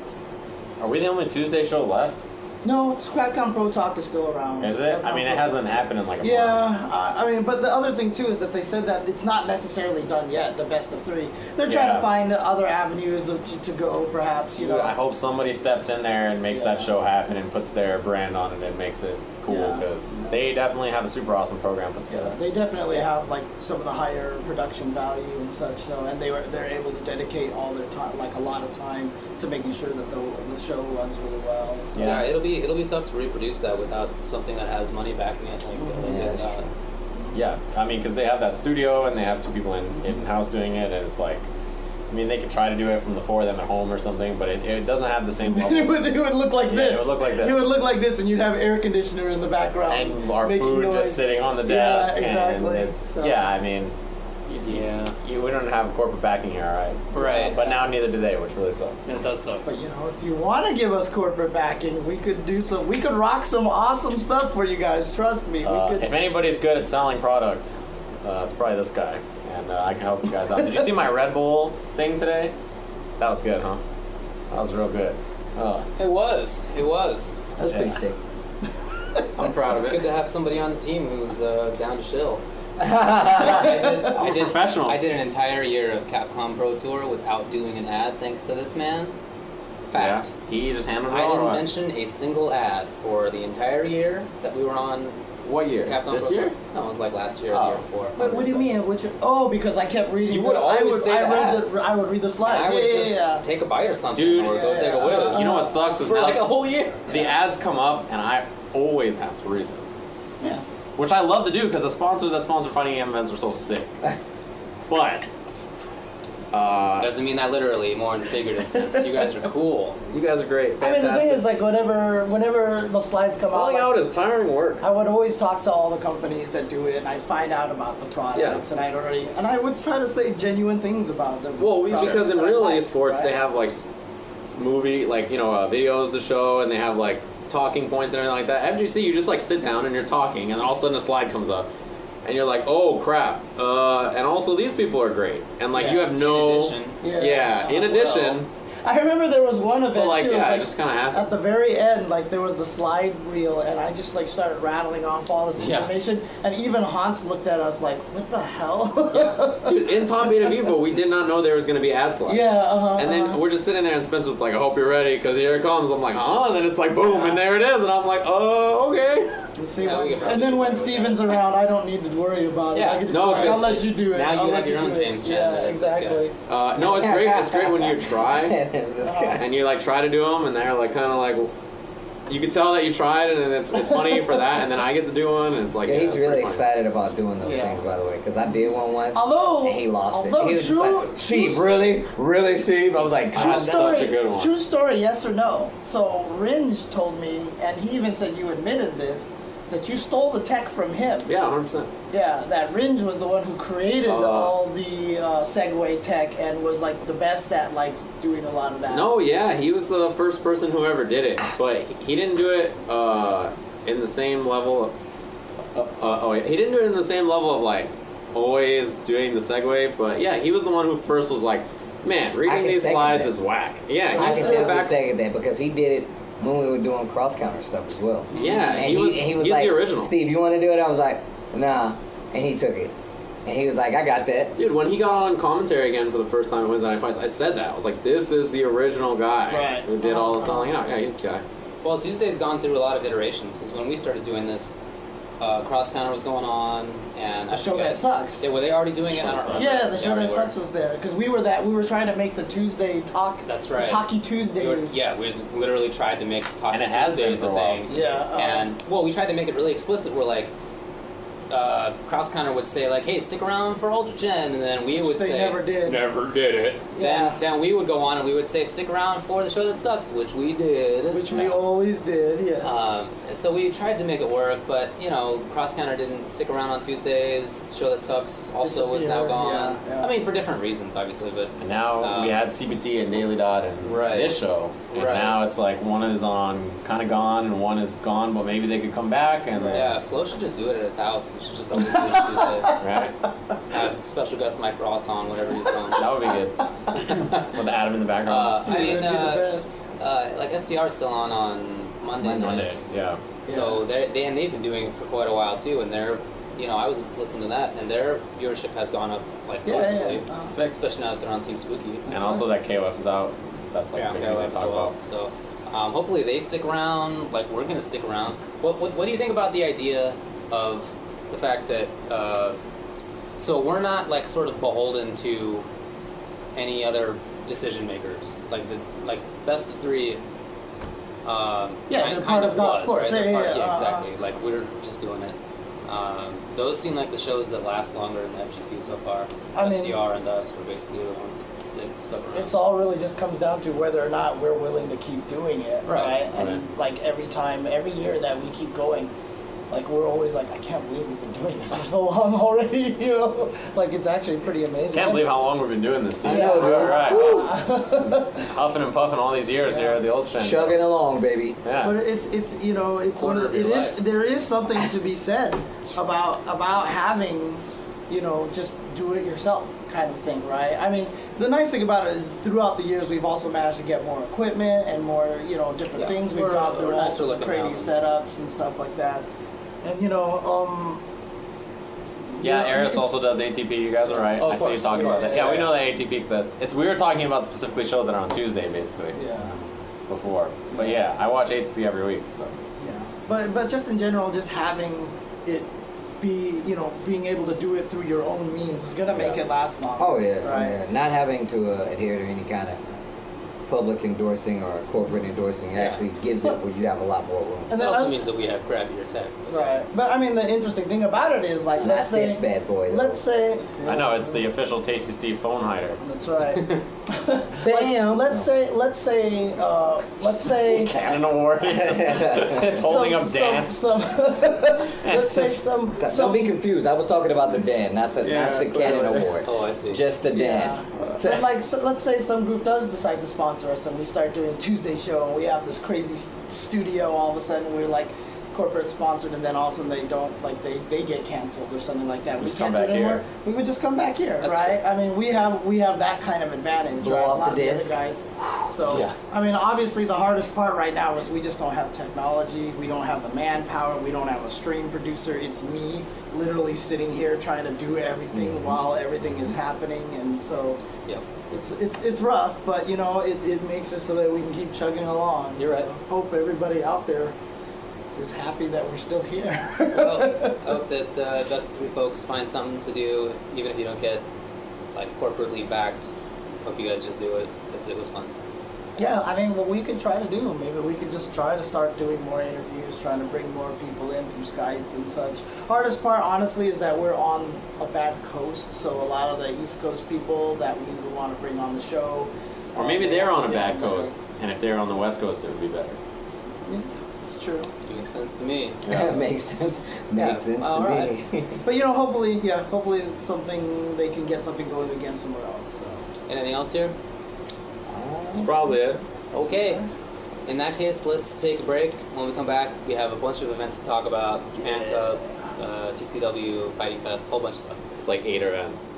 S1: Are we the only Tuesday show left?
S4: no, Scrapcon Pro Talk is still around.
S1: Is it? I
S4: Scrapcon
S1: mean,
S4: Pro
S1: it
S4: Talk
S1: hasn't
S4: is-
S1: happened in like a
S4: Yeah,
S1: month.
S4: I, I mean, but the other thing too is that they said that it's not necessarily done yet. The best of three. They're trying
S1: Yeah.
S4: to find other avenues of, to, to go, perhaps. You know.
S1: Dude, I hope somebody steps in there and makes that
S4: Yeah.
S1: show happen and puts their brand on it and makes it cool
S4: Yeah.
S1: because they definitely have a super awesome program put together.
S4: Yeah, they definitely have like some of the higher production value and such. So, and they were they're able to dedicate all their time, like a lot of time, to making sure that the, the show runs really well. So,
S1: Yeah.
S3: Yeah. it'll be it'll be tough to reproduce that without something that has money backing it. Like, uh,
S2: Yeah, that's
S3: uh,
S2: true.
S1: Yeah, I mean, because they have that studio and they have two people in in house doing it, and it's like, I mean, they could try to do it from the four of them at home or something, but it, it doesn't have the same
S4: it,
S1: level.
S4: would, it would look like
S1: Yeah, it
S4: this.
S1: would look like this.
S4: It would look like this, and you'd have air conditioner in the background.
S1: and our
S4: making
S1: food
S4: noise.
S1: just sitting on the
S4: Yeah,
S1: desk.
S4: exactly.
S1: And it's,
S4: So-
S1: Yeah, I mean,
S3: yeah.
S1: you, we don't have corporate backing here, all right?
S3: Right.
S1: But now neither do they, which really sucks.
S3: it does suck.
S4: But you know, if you want to give us corporate backing, we could do some. We could rock some awesome stuff for you guys. Trust me.
S1: Uh,
S4: we could.
S1: if anybody's good at selling product, uh, it's probably this guy, and uh, I can help you guys out. Did you see my Red Bull thing today? That was good, huh? That was real good. Uh,
S3: It was. It was.
S2: That was pretty
S1: Yeah.
S2: sick.
S1: I'm proud of
S3: It's
S1: it.
S3: good to have somebody on the team who's uh, down to chill. I did,
S1: I'm
S3: I
S1: a
S3: did-
S1: professional.
S3: I did an entire year of Capcom Pro Tour without doing an ad, thanks to this man. Fact.
S1: Yeah, he just hammered it
S3: I
S1: all
S3: didn't
S1: right.
S3: mention a single ad for the entire year that we were on
S1: What year?
S3: Capcom
S1: this
S3: Pro
S1: year?
S3: Tour. No, it was like last year, or
S1: Oh.
S3: the year before.
S4: But what do you mean? Which oh, because I kept reading.
S3: You
S4: the-
S3: would
S4: I
S3: always
S4: would,
S3: say
S4: I
S3: the
S4: read
S3: ads.
S4: the, I would read the
S3: And
S4: slides.
S3: I would
S4: yeah,
S3: just
S4: yeah, yeah.
S3: take a bite or something,
S1: Dude,
S3: or go
S4: yeah,
S3: take a
S4: yeah.
S3: whiz
S1: You know what sucks is
S3: for
S1: now
S3: like a whole year.
S1: the ads come up and I always have to read them,
S4: yeah.
S1: which I love to do because the sponsors that sponsor fighting game events are so sick. But uh,
S3: Doesn't mean that literally, more in a figurative sense. You guys are cool.
S1: you guys are great.
S4: I mean,
S1: Fantastic.
S4: the thing is, like, whenever whenever the slides come out,
S5: Selling
S4: like,
S5: out is tiring work.
S4: I would always talk to all the companies that do it, and I find out about the products,
S5: Yeah.
S4: and I'd already, and I would try to say genuine things about them.
S5: Well, we,
S4: products
S5: because in
S4: that I
S5: real
S4: like,
S5: esports,
S4: right?
S5: they have like s- s- movie, like you know, uh, videos to show, and they have like s- talking points and everything like that. FGC, you just like sit down and you're talking, and then all of a sudden a slide comes up, and you're like, oh crap! Uh, and also these people are great, and like you
S3: Yeah,
S5: have
S3: in
S5: no,
S3: addition.
S5: yeah.
S4: Yeah.
S5: in
S4: Oh,
S5: addition,
S4: I remember there was one event
S5: so like
S4: too. it was,
S5: yeah, it
S4: like,
S5: just kind of
S4: at
S5: happens.
S4: the very end, like there was the slide reel, and I just like started rattling off all this
S3: Yeah.
S4: information, and even Hans looked at us like, "What the hell?"
S5: Dude, in top eight of Evo, we did not know there was going to be ad slides.
S4: yeah. Uh-huh,
S5: And then
S4: uh-huh.
S5: we're just sitting there, and Spencer's like, "I hope you're ready, because here it comes." I'm like, "Huh?" And then it's like, "Boom!" And there it is, and I'm like, "Oh, okay."
S4: Let's see
S3: Yeah,
S4: what-
S3: we can
S4: and
S3: probably
S4: then
S3: do
S4: when
S3: that with
S4: Steven's around, I don't need to worry about it.
S3: Yeah.
S4: I can just,
S5: No,
S4: I'll
S5: because
S4: let you do it.
S3: now you
S4: I'll
S3: have
S4: let
S3: your own
S4: do it.
S3: James Chan
S4: Yeah,
S3: edits, that's good.
S4: exactly.
S5: Uh, no, it's great. It's great when you try and you like try to do them, and they're like kind of like you can tell that you tried, and it's it's funny for that, and then I get to do one, and it's like
S2: Yeah, he's
S5: it's
S2: really
S5: pretty funny.
S2: excited about doing those
S4: Yeah.
S2: things, by the way, because I did one once.
S4: Although,
S2: and he lost
S4: although
S2: it. He was just
S4: true,
S2: like, Steve,
S4: true-
S2: really? Really, Steve? I was like,
S5: True
S2: God,
S5: story.
S2: no.
S5: such a good one.
S4: True story, yes or no? So Ringe told me, and he even said you admitted this, that you stole the tech from him.
S5: Yeah, hundred percent.
S4: Yeah, that Ringe was the one who created
S5: Uh,
S4: all the uh, Segway tech and was like the best at like doing a lot of that.
S5: No, yeah, he was the first person who ever did it, but he didn't do it uh, in the same level. Of, uh, uh, oh, yeah, he didn't do it in the same level of like always doing the segue, but yeah, he was the one who first was like, "Man, reading
S2: can
S5: these
S2: second
S5: slides
S2: that.
S5: is whack." Yeah, he
S2: I
S5: was
S2: can
S5: the
S2: definitely
S5: back-
S2: second that because he did it when we were doing cross counter stuff as well.
S5: Yeah,
S2: and
S5: he was-
S2: and he was
S5: he's the
S2: like,
S5: original.
S2: Steve, you want to do it? I was like, nah. And he took it. And he was like, I got that.
S5: Dude, when he got on commentary again for the first time at Wednesday Night Fights, I said that. I was like, this is the original guy
S4: Right.
S5: who did all the selling out. Yeah, he's the guy.
S3: Well, Tuesday's gone through a lot of iterations because when we started doing this, uh, Cross Counter was going on, and I
S4: the show
S3: forget-
S4: that sucks.
S3: Yeah, were they already doing it? I don't remember.
S4: yeah, the show
S3: they
S4: that
S3: were.
S4: sucks was there because we were that we were trying to make the Tuesday talk.
S3: That's right.
S4: the Talkie
S3: We were-
S4: Tuesdays.
S3: yeah, we literally tried to make
S1: And
S3: Talking
S1: it has been
S3: Tuesdays
S1: for a
S3: a
S1: while.
S3: thing.
S4: Yeah, uh,
S3: and well, we tried to make it really explicit. We're like, uh, Cross Counter would say like, "Hey, stick around for Ultra Gen," and then we
S4: Which
S3: would
S4: they
S3: say,
S4: never did.
S3: never did it."
S4: Yeah.
S3: Then, then we would go on and we would say, "Stick around for the show that sucks," which we did.
S4: which we always did. Yes.
S3: Um, so we tried to make it work, but you know, Cross Counter didn't stick around on Tuesdays. Show that sucks also is now
S4: Disappeared,
S3: gone.
S4: yeah, yeah.
S3: I mean, for different reasons, obviously, but
S1: And now we
S3: Um,
S1: had CBT and Daily Dot and
S3: Right.
S1: this show, and
S3: Right.
S1: now it's like one is on kind of gone and one is gone, but maybe they could come back and
S3: yeah, Flo should just do it at his house. He should just always do it on Tuesdays.
S1: right.
S3: Have special guest Mike Ross on whenever he's on.
S1: That would be good with Adam in the
S3: Uh,
S1: background.
S3: I mean,
S4: It'd be the
S3: uh,
S4: best.
S3: uh, like SDR is still on on Monday,
S1: Monday,
S3: nights.
S1: yeah.
S3: So they they and they've been doing it for quite a while too, and they're you know I was just listening to that, and their viewership has gone up like
S4: Yeah, yeah,
S3: constantly,
S4: yeah. Uh,
S1: Sick.
S3: especially now that they're on Team Spooky.
S1: And also that KOF is out. That's like the
S3: Yeah, okay,
S1: thing
S3: well,
S1: they
S3: that's
S1: talk
S3: cool.
S1: about.
S3: So, um, hopefully they stick around. Like we're gonna stick around. What, what, what do you think about the idea of the fact that uh, so we're not like sort of beholden to any other decision makers? Like the like best of three. Um,
S4: Yeah,
S3: kind-
S4: they're
S3: kind
S4: part of Dot
S3: was,
S4: Sports.
S3: Right?
S4: Yeah,
S3: They're part-
S4: yeah, Uh-huh. yeah.
S3: exactly. Like we're just doing it. Um, those seem like the shows that last longer in the FGC so far.
S4: I mean-
S3: SDR and us are basically the ones that stick stuck around.
S4: it's all really just comes down to whether or not we're willing to keep doing it,
S3: Right.
S4: right? And like every time, every year that we keep going, like we're always like, I can't believe we've been doing this for so long already. You know, like it's actually pretty amazing.
S1: Can't believe how long we've been doing this. Dude.
S2: I
S1: It's
S2: know, dude.
S1: all right.
S4: Woo!
S1: Huffing and puffing all these years here at the old channel.
S2: Chugging along, baby.
S1: Yeah.
S4: But it's it's you know it's one of the,
S3: Quarter
S4: it
S3: of your
S4: is
S3: life.
S4: there is something to be said about about having you know just do it yourself kind of thing, right? I mean, the nice thing about it is throughout the years we've also managed to get more equipment and more you know different
S3: Yeah,
S4: things. We've
S3: we're-
S4: gone through
S3: we're
S4: all
S3: nicer
S4: sorts of
S3: looking
S4: crazy
S3: now.
S4: setups and stuff like that, and you know um
S1: Yeah,
S4: you know,
S1: Eris
S4: it's-
S1: also does ATP. You guys are right.
S3: Oh, of
S1: I see you
S3: course.
S1: talking about
S4: Yeah,
S1: this. Yeah,
S4: yeah,
S1: we know that ATP exists. It's we were talking about specifically shows that are on Tuesday, basically
S4: yeah.
S1: before. But yeah, I watch ATP every week. So
S4: Yeah. But but just in general, just having it be you know being able to do it through your own means is gonna make
S1: Yeah.
S4: it last longer.
S2: Oh yeah,
S4: right.
S2: yeah. Not having to uh, adhere to any kind of public endorsing or corporate endorsing actually gives it where you have a lot more room.
S4: And
S3: That
S4: then
S3: also
S4: oth-
S3: means that we have crappier tech.
S4: right. But I mean, the interesting thing about it is like,
S2: Not
S4: let's say,
S2: this bad boy. Though.
S4: let's say,
S6: I know it's the official Tasty Steve phone hider.
S4: That's right.
S2: Bam.
S4: let's say, let's say, uh, let's say.
S6: Cannon Award. It's just- it's holding
S4: some-
S6: up Dan.
S4: Some, some let's say some.
S2: Don't
S4: some
S2: be confused. I was talking about the Dan, not the
S6: Yeah,
S2: not the Cannon
S6: clearly.
S2: Award.
S3: Oh, I see.
S2: Just the Dan.
S4: But
S2: uh,
S4: like, so, let's say some group does decide to sponsor us, and we start doing a Tuesday show, and we have this crazy s- studio. All of a sudden, we're like corporate sponsored, and then all of a sudden they don't like they, they get canceled or something like that. We
S6: Just
S4: can't
S6: come
S4: do it
S6: back
S4: anymore.
S6: here.
S4: We would just come back here, right? I mean, we have we have that kind of advantage.
S2: Blow
S4: right?
S2: off
S4: a lot
S2: the
S4: of
S2: disc.
S4: the other guys. So
S2: Yeah.
S4: I mean, obviously the hardest part right now is we just don't have technology. We don't have the manpower. We don't have a stream producer. It's me literally sitting here trying to do everything
S2: Mm-hmm.
S4: while everything is happening, and so.
S3: Yep.
S4: It's, it's, it's rough, but you know, it, it makes it so that we can keep chugging along.
S3: You're
S4: So
S3: right.
S4: Hope everybody out there is happy that we're still here.
S3: Well, I hope that uh, best three folks find something to do, even if you don't get like corporately backed. Hope you guys just do it because it was fun.
S4: yeah, I mean, what we could try to do, maybe we could just try to start doing more interviews, trying to bring more people in through Skype and such. Hardest part, honestly, is that we're on a bad coast, so a lot of the East Coast people that we would want to bring on the show.
S6: Or
S4: uh,
S6: maybe
S4: they
S6: they're
S4: have
S6: on
S4: to
S6: a
S4: get
S6: bad
S4: there.
S6: coast, and if they're on the west coast, it would be better.
S4: Yeah, it's true.
S3: makes sense to me.
S2: That makes sense. Makes sense to
S3: all
S2: me.
S4: But you know, hopefully, yeah, hopefully it's something they can get something going again somewhere else. So.
S3: Anything else here?
S6: That's probably it.
S3: Okay. In that case, let's take a break. When we come back, we have a bunch of events to talk about: Japan Cup, uh, TCW, Fighting Fest, whole bunch of stuff.
S6: It's like eight events.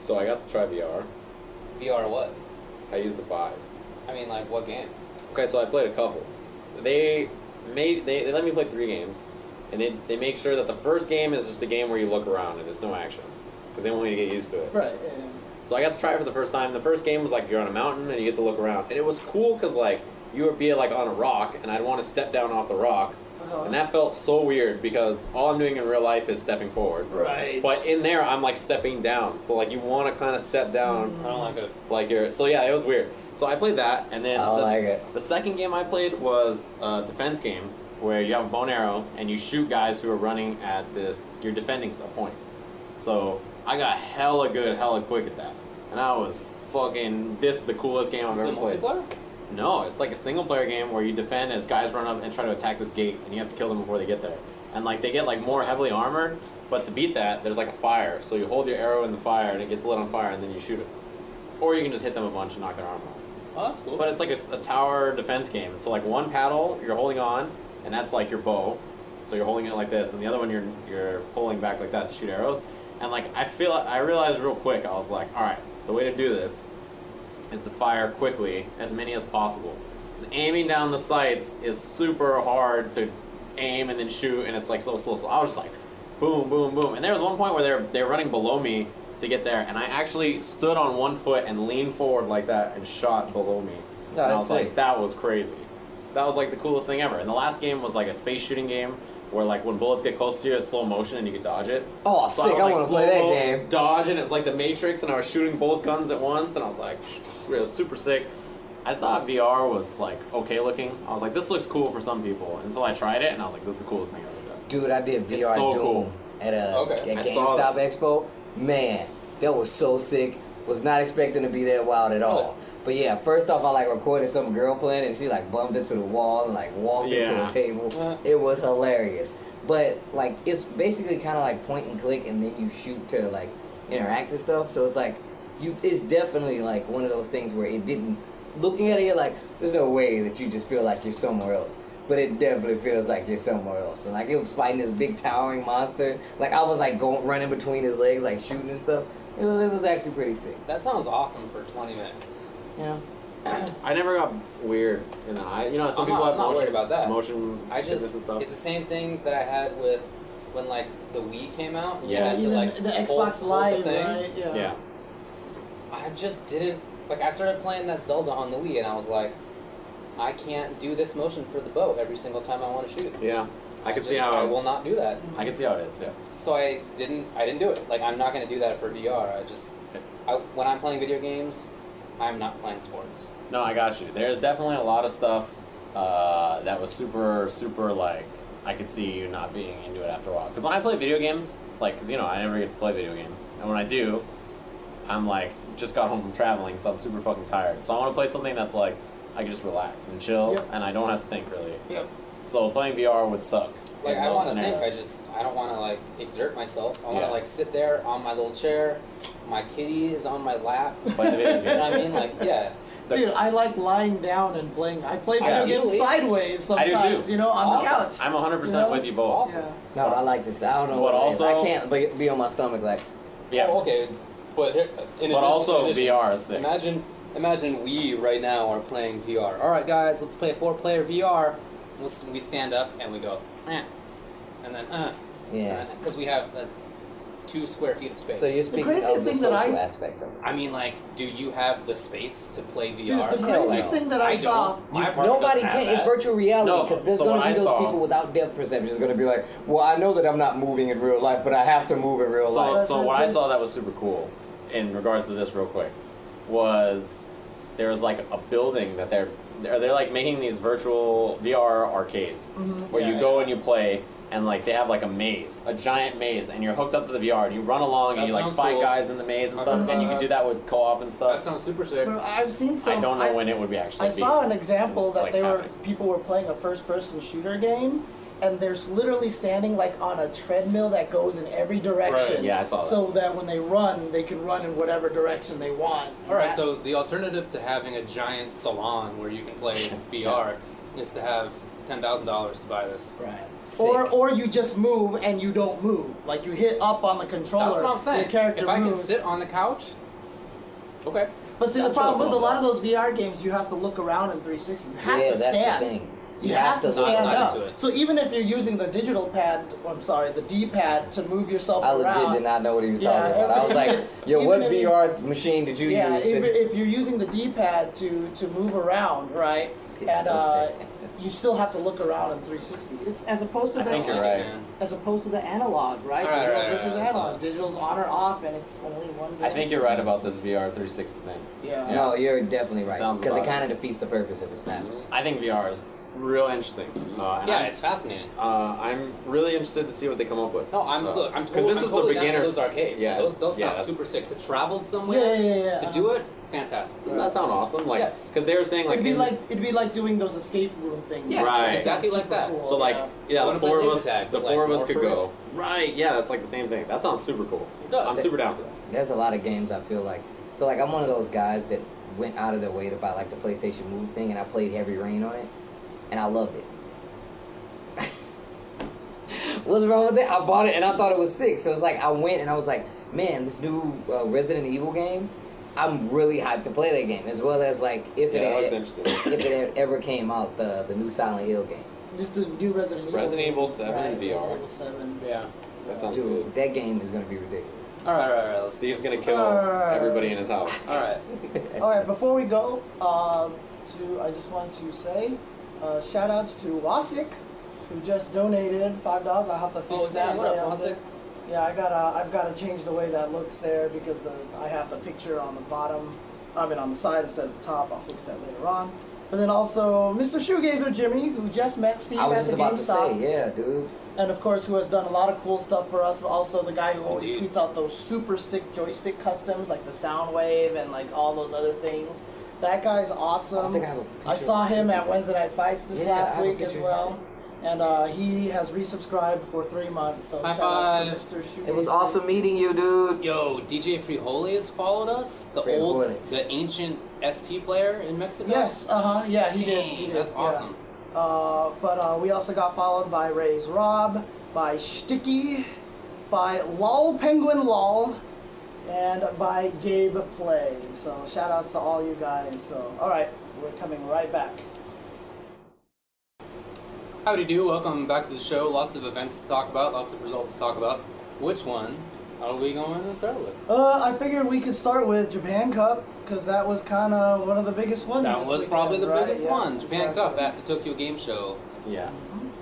S1: So I got to try VR.
S3: VR what?
S1: I used the Vive.
S3: I mean, like what game?
S1: Okay, so I played a couple. They made they, they let me play three games, and they, they make sure that the first game is just a game where you look around and it's no action, because they want me to get used to it.
S4: Right. Yeah.
S1: So I got to try it for the first time. The first game was like you're on a mountain and you get to look around, and it was cool because like you would be like on a rock, and I'd want to step down off the rock,
S4: Uh-huh.
S1: and that felt so weird because all I'm doing in real life is stepping forward.
S4: Right.
S1: But in there, I'm like stepping down, so like you want to kind of step down.
S3: I don't like it.
S1: Like you're so yeah, it was weird. So I played that, and then
S2: I
S1: the,
S2: like it.
S1: the second game I played was a defense game where you have a bow and arrow and you shoot guys who are running at this. You're defending a point. So I got hella good, hella quick at that, and I was fucking. This is the coolest game I've
S3: Is
S1: ever
S3: it
S1: played.
S3: multiplayer?
S1: No, it's like a single player game where you defend as guys run up and try to attack this gate, and you have to kill them before they get there. And like they get like more heavily armored, but to beat that, there's like a fire. So you hold your arrow in the fire, and it gets lit on fire, and then you shoot it. Or you can just hit them a bunch and knock their armor off.
S3: Oh, that's cool.
S1: But it's like a, s- a tower defense game. So like one paddle you're holding on, and that's like your bow. So you're holding it like this, and the other one you're you're pulling back like that to shoot arrows. And like I feel, I realized real quick, I was like, all right, the way to do this is to fire quickly as many as possible. 'Cause aiming down the sights is super hard to aim and then shoot, and it's like so slow. So I was just like, boom, boom, boom. And there was one point where they're they're running below me to get there, and I actually stood on one foot and leaned forward like that and shot below me. and
S2: No,
S1: I
S2: that's
S1: was
S2: sick.
S1: like, that was crazy. That was like the coolest thing ever. And the last game was like a space shooting game where like when bullets get close to you, it's slow motion and you can dodge it.
S2: Oh,
S1: So
S2: sick!
S1: would,
S2: I
S1: like,
S2: want to play that
S1: slow-mo
S2: game.
S1: Dodge, and it was like the Matrix, and I was shooting both guns at once, and I was like, it was super sick. I thought VR was like okay looking. I was like, this looks cool for some people until I tried it, and I was like, this is the coolest thing I've ever done.
S2: Dude, I did VR
S1: so
S2: Doom
S1: cool.
S2: at a
S3: Okay.
S2: at
S1: I saw
S2: GameStop Expo. Man, that was so sick. Was not expecting to be that wild at all. But yeah, first off, I like recorded some girl playing, and she like bumped into the wall and like walked into
S1: Yeah.
S2: a table.
S4: Uh-huh.
S3: Uh.
S2: It was hilarious. But like, it's basically kind of like point and click, and then you shoot to like interact and stuff. So it's like you. It's definitely like one of those things where it didn't. Looking at it, you're like, there's no way that you just feel like you're somewhere else. But it definitely feels like you're somewhere else. And like it was fighting this big towering monster. Like I was like going running between his legs, like shooting and stuff. It was, it was actually pretty sick.
S3: That sounds awesome for 20 minutes.
S2: Yeah.
S1: I never got weird in the eye. You know, some
S3: I'm
S1: people
S3: not-
S1: have
S3: I'm not
S1: motion
S3: worried about that.
S1: Motion
S3: I
S1: sickness
S3: just
S1: and stuff.
S3: it's the same thing that I had with when like the Wii came out. and you
S1: Yeah.
S3: had to,
S4: Even
S3: like,
S4: the
S3: hold-
S4: Xbox
S3: hold the
S4: Live,
S3: thing.
S4: right? Yeah.
S1: yeah.
S3: I just didn't like. I started playing that Zelda on the Wii, and I was like, I can't do this motion for the bow every single time I want to shoot.
S1: Yeah. I can
S3: just,
S1: see how
S3: I will not do that.
S1: I can see how it is. Yeah.
S3: So I didn't. I didn't do it. Like I'm not gonna do that for VR. I just I, when I'm playing video games, I'm not playing sports.
S1: No, I got you. There's definitely a lot of stuff uh, that was super, super like I could see you not being into it after a while. Because when I play video games, like, because you know I never get to play video games, and when I do, I'm like just got home from traveling, so I'm super fucking tired. So I want to play something that's like I can just relax and chill,
S4: Yep.
S1: and I don't have to think really.
S4: Yep.
S1: So playing VR would suck.
S3: Like
S1: in
S3: I
S1: those
S3: want to think. I
S1: scenarios.
S3: just I don't want to like exert myself. I want to
S1: Yeah.
S3: like sit there on my little chair. My kitty is on my lap.
S1: Play the video
S3: You know what I
S1: game.
S3: mean? Like yeah.
S4: Dude, I like lying down and playing. I play
S1: I
S4: video
S3: do.
S4: games sideways
S1: I do
S4: sometimes,
S1: too.
S4: you know, on
S3: Awesome.
S4: the couch.
S1: I'm 100 percent
S4: You know?
S1: with you both.
S3: Awesome.
S4: Yeah.
S2: No, I like this. I don't know.
S1: But
S2: what it is.
S1: also-
S2: I can't be, be on my stomach like.
S1: Yeah.
S3: Oh, okay. But here, in
S1: But
S3: addition- in
S1: also
S3: addition-
S1: VR is sick.
S3: Imagine, imagine we right now are playing VR. All right, guys, let's play four-player VR. We'll st- we stand up and we go, eh. and then, uh,
S2: Yeah.
S3: because we have the two square feet of space.
S2: So you're speaking
S4: craziest
S2: of the
S4: thing
S2: social
S4: that I-
S2: aspect of it.
S3: I mean, like, do you have the space to play VR?
S4: Dude, the
S2: Hell
S4: craziest
S2: no.
S4: thing that I,
S3: I
S4: saw.
S3: don't. My apartment
S2: Nobody
S3: doesn't have
S2: can. It's
S3: that.
S2: virtual reality
S1: No,
S2: because there's
S1: so
S2: going
S1: what
S2: to be
S1: I
S2: those
S1: saw-
S2: people without depth perception. It's going to be like, well, I know that I'm not moving in real life, but I have to move in real
S1: So,
S2: life.
S1: so what I saw that was super cool in regards to this real quick was there was like a building that they're they're, they're like making these virtual VR arcades where
S3: Yeah,
S1: you go and you play and like they have like a maze, a giant maze, and you're hooked up to the VR and you run along
S3: That
S1: and you like
S3: sounds
S1: fight
S3: cool.
S1: guys in the maze and
S3: I've
S1: stuff,
S3: heard
S1: and you
S3: about
S1: can
S3: that.
S1: do that with co-op and
S3: That
S1: stuff.
S3: sounds super sick.
S4: But I've seen some.
S1: I don't know
S4: I-
S1: when it would be actually.
S4: I saw an example that
S1: like,
S4: they were
S1: happening.
S4: people were playing a first-person shooter game, and they're s- literally standing like on a treadmill that goes in every direction.
S1: Yeah, I saw that.
S4: So that when they run, they can run in whatever direction they want.
S3: All right,
S4: That-
S3: so the alternative to having a giant salon where you can play VR is to have ten thousand dollars to buy this.
S4: Right.
S2: Sick.
S4: Or or you just move and you don't move. Like you hit up on the controller.
S3: That's what I'm saying.
S4: Your character
S3: if I can
S4: moves.
S3: sit on the couch, okay.
S4: But see, the
S1: That's what
S4: problem
S1: I'm
S4: with a lot of
S1: talking
S4: those VR games, you have to look around in 360. You have
S2: yeah,
S4: to
S2: that's
S4: stand.
S2: the thing.
S4: You, have, to
S2: look.
S4: stand
S3: not
S4: up.
S3: into it.
S4: So even if you're using the digital pad, or I'm sorry, the D-pad to move yourself
S2: I
S4: around.
S2: legit did not know what he was
S4: Yeah,
S2: talking about. I was like, yo,
S4: even
S2: what
S4: if-
S2: VR machine did you
S4: Yeah,
S2: use?
S4: if,
S2: to-
S4: if you're using the D-pad to to move around, right,
S2: Kids
S4: and
S2: do
S4: uh,
S2: that.
S4: you still have to look around in 360. It's as opposed to
S1: I
S4: the
S1: think you're
S3: Like,
S1: right.
S3: man.
S4: as opposed to the analog, right?
S3: All right,
S4: Digital
S3: right, right,
S4: versus
S3: right,
S4: analog.
S3: so-
S4: Digital's on or off, and it's only one.
S1: I think you're right about this VR 360 thing.
S4: Yeah.
S2: no, you're definitely right.
S1: Sounds
S2: Because it
S1: about-
S2: kind of defeats the purpose if it's not.
S1: I think VR is real interesting. Uh, and
S3: Yeah,
S1: I'm-
S3: it's fascinating.
S1: Uh, I'm really interested to see what they come up with.
S3: No, I'm
S1: Uh,
S3: look. I'm
S1: 'cause
S3: totally.
S1: this
S3: I'm
S1: is
S3: totally
S1: the
S3: down for
S1: beginners.
S3: those arcades.
S1: Yeah,
S3: those those
S1: yeah.
S3: sound super sick. To travel somewhere,
S4: Yeah, yeah, yeah.
S3: to
S4: yeah.
S3: do it, fantastic.
S1: Doesn't that sound awesome? Like,
S3: Yes.
S1: because they were saying like,
S4: it'd be
S1: in-
S4: like it'd be like doing those escape room things.
S3: Yeah,
S1: Right.
S3: it's exactly like
S4: Super
S3: that.
S4: cool,
S1: so like
S4: yeah.
S1: yeah,
S3: I
S1: the
S3: wanna play
S1: four of
S3: laser
S1: us,
S3: tag,
S1: the
S3: but, like,
S1: four of us
S3: more
S1: could
S3: free.
S1: go. Right. Yeah, that's like the same thing. That sounds super cool.
S3: It does.
S1: I'm super down for that.
S2: There's a lot of games I feel like. So, like, I'm one of those guys that went out of their way to buy, like, the PlayStation Move thing, and I played Heavy Rain on it, and I loved it. What's wrong with it? I bought it and I thought it was sick. So it's like I went and I was like, man, this new uh, Resident Evil game, I'm really hyped to play that game. As well as like if
S1: Yeah, that
S2: it
S1: looks
S2: had,
S1: interesting.
S2: if it had ever came out, the the new Silent Hill game.
S4: Just the new Resident Evil.
S1: Resident Evil 7
S4: right,
S1: VR.
S4: Resident Evil 7.
S3: Yeah.
S1: That sounds
S2: Dude,
S1: good.
S2: that game is gonna be ridiculous.
S3: All right, all right, all right. Let's,
S1: Steve's gonna
S3: let's-
S1: kill
S4: Uh,
S1: everybody in his house.
S3: All right.
S4: All right, before we go, um, to I just want to say, uh, shout outs to Wasik, who just donated five dollars. I'll have to fix
S3: Oh,
S4: that.
S3: damn! What up,
S4: layout
S3: Plastic?
S4: bit. Yeah, I gotta I've gotta change the way that looks there because the I have the picture on the bottom. I mean on the side instead of the top. I'll fix that later on. But then also Mr. Shoegazer Jimmy, who just met Steve
S2: I was
S4: at
S2: just
S4: the
S2: about to
S4: GameStop,
S2: say, yeah, dude.
S4: and of course who has done a lot of cool stuff for us. Also the guy who always
S3: Indeed.
S4: tweets out those super sick joystick customs like the Soundwave and like all those other things. That guy's
S2: I don't
S4: awesome.
S2: think I have a
S4: I
S2: picture
S4: saw
S2: of
S4: him
S2: Steve.
S4: at Wednesday Night Fights this
S2: Yeah, I
S4: last
S2: have a
S4: week as
S2: picture of
S4: well. And uh, he has resubscribed for three months. So
S3: High
S4: shout out to
S3: five.
S4: Mr. Shoegazer.
S2: It was awesome meeting you, dude.
S3: Yo, DJ Frijoles followed us. The old,
S2: Frijoles.
S3: the ancient ST player in Mexico.
S4: Yes, uh huh, yeah, he did. He
S3: Dang,
S4: did.
S3: that's
S4: yeah.
S3: awesome.
S4: Uh, but uh, we also got followed by Ray's Rob, by Sticky, by Lol Penguin Lol, and by Gabe Play. So shout outs to all you guys. So all right, we're coming right back.
S7: Howdy do, welcome back to the show. Lots of events to talk about, lots of results to talk about. Which one are we going to start with?
S4: Uh, I figured we could start with Japan Cup because that was kind of one of the biggest ones.
S7: That
S4: this
S7: was
S4: weekend,
S7: probably the
S4: right?
S7: biggest
S4: Yeah,
S7: one. Japan Cup
S4: exactly.
S7: at the Tokyo Game Show,
S1: Yeah.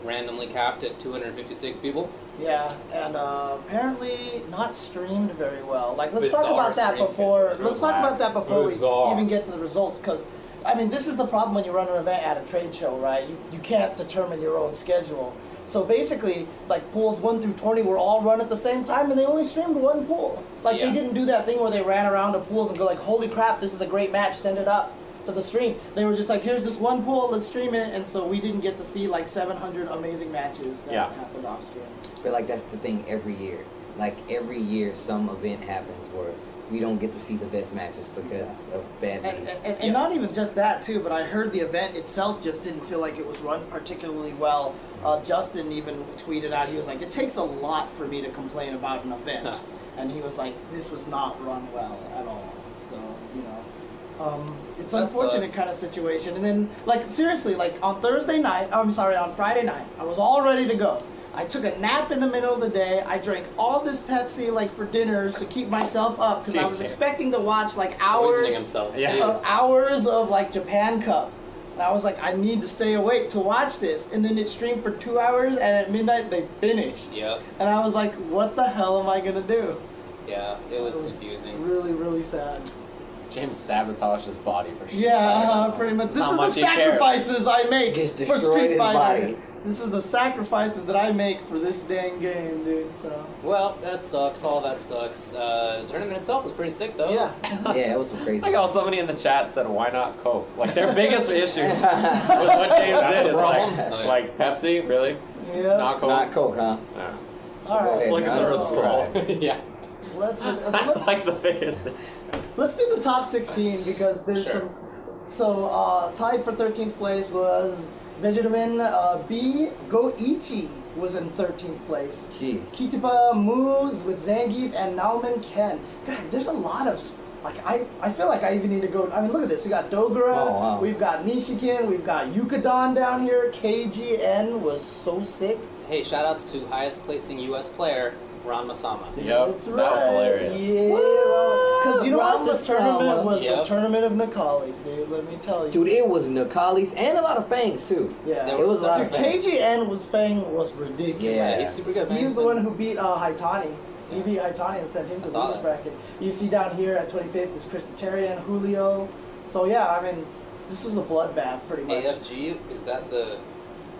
S7: randomly capped at 256 people.
S4: Yeah, and uh, apparently not streamed very well. Like, let's talk
S7: Bizarre
S4: about that
S7: stream
S4: before.
S7: schedule.
S4: Let's talk about that before
S7: Bizarre.
S4: we even get to the results, because I mean, this is the problem when you run an event at a trade show, right? You you can't determine your own schedule. So basically, like pools one through twenty were all run at the same time, and they only streamed one pool. Like
S7: Yeah.
S4: they didn't do that thing where they ran around the pools and go like, "Holy crap, this is a great match! Send it up." To the stream, they were just like, "Here's this one pool, let's stream it," and so we didn't get to see like 700 amazing matches that
S1: Yeah.
S4: happened off stream.
S2: I feel like that's the thing every year. Like every year, some event happens where we don't get to see the best matches because of bad.
S4: And,
S2: Day.
S4: and, and not even just that too, but I heard the event itself just didn't feel like it was run particularly well. Uh, Justin even tweeted out he was like, "It takes a lot for me to complain about an event," and he was like, "This was not run well at all." So you know, um, it's
S7: That
S4: unfortunate
S7: sucks.
S4: kind of situation. And then like seriously, like on Thursday night, I'm sorry, on Friday night, I was all ready to go. I took a nap in the middle of the day. I drank all this Pepsi like for dinner to keep myself up because I was
S1: Jesus.
S4: expecting to watch like hours
S3: himself.
S1: Yeah.
S4: of hours of like Japan Cup. And I was like, I need to stay awake to watch this. And then it streamed for two hours, and at midnight they finished.
S7: Yep.
S4: And I was like, what the hell am I gonna do?
S7: Yeah, it was
S4: It was
S7: confusing.
S4: Really, really sad.
S1: James sabotaged his body for sure.
S4: Yeah, uh, pretty much. This
S1: How
S4: is the
S1: much he cares.
S4: sacrifices I make
S2: Just
S4: for
S2: destroyed
S4: Street
S2: his
S4: Fighter.
S2: body.
S4: This is the sacrifices that I make for this dang game, dude. So
S7: Well, that sucks. All that sucks. Uh, tournament itself was pretty sick,
S3: Oh.
S7: though.
S4: yeah,
S2: yeah, it was some crazy.
S1: Like how somebody in the chat said, "Why not Coke?" Like their biggest issue with what James did is like,
S7: problem.
S1: like Pepsi, really?
S4: yeah.
S1: Not Coke.
S2: Not Coke, huh?
S1: Yeah.
S4: all right,
S1: Look at the
S4: so-
S2: That's
S1: result.
S2: right.
S1: yeah,
S4: Let's, let's,
S1: that's like the biggest. issue.
S4: Let's do the top 16 because there's
S1: Sure.
S4: some. So uh, tied for 13th place was Benjamin uh, B. Goichi was in 13th place.
S2: Jeez.
S4: Kitipa Moose with Zangief and Nauman Ken. God, there's a lot of. s- Like I, I feel like I even need to go. I mean, look at this. We got Dogura.
S2: Oh, wow.
S4: We've got Nishikin. We've got Yukadon down here. KGN was so sick.
S7: Hey, shout outs to highest placing U.S. player, Ron Masama.
S1: Yep,
S4: That's
S1: that
S4: right.
S1: was hilarious.
S4: Yeah, because you know what?
S2: Round
S4: This
S2: the
S4: tournament
S2: summer.
S4: was the
S7: Yep.
S4: tournament of Nikali, dude. Let me tell you.
S2: Dude, it was Nakali's and a lot of fangs too.
S4: Yeah.
S2: It was a lot
S4: Dude,
S2: of fangs.
S4: KGN was Fang was ridiculous.
S2: Yeah.
S7: He's super good, man.
S4: He was the
S7: been-
S4: one who beat uh, Haitani. He beat Haitani and sent him to the
S7: saw that.
S4: losers bracket. You see down here at 25th is Christatarian, Julio. So yeah, I mean, this was a bloodbath pretty much.
S7: AFG is that the?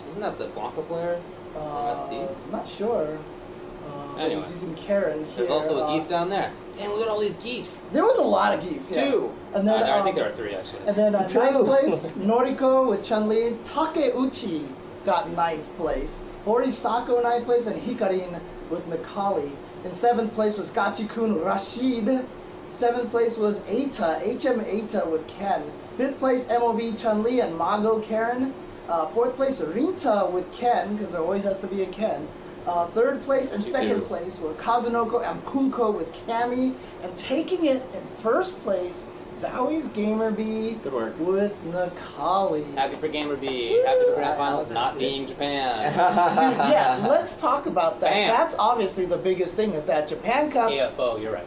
S7: Isn't that the Blanca player?
S4: Uh,
S7: MST?
S4: I'm not sure. Uh, but
S7: Anyway.
S4: he's using Karen here.
S7: There's also a
S4: uh,
S7: geef down there. Dang, look at all these geefs.
S4: There was a lot of geeks. yeah.
S7: Two.
S4: And then,
S7: Uh, there- I think
S4: um,
S7: there are three actually.
S4: And then uh,
S2: Two.
S4: ninth place, Noriko with Chun Li. Takeuchi got ninth place. Horisako ninth place, and Hikarin with Mikali. In seventh place was Gachikun Rashid. Seventh place was Eita, HM Eita with Ken. Fifth place, MOV Chun Li and Mago Karen. Uh, fourth place, Rinta with Ken, because there always has to be a Ken. Uh, third place and second
S1: serious.
S4: place were Kazunoko and Punko with Kami. And taking it in first place, Zoe's Gamer Bee
S1: Good work.
S4: with Nakali.
S7: Happy for Gamer B. Happy for Grand
S4: I- I
S7: Finals
S4: was
S7: not
S4: happy.
S7: being Japan.
S4: yeah, let's talk about that.
S7: Bam.
S4: That's obviously the biggest thing is that Japan Cup.
S7: AFO, you're right.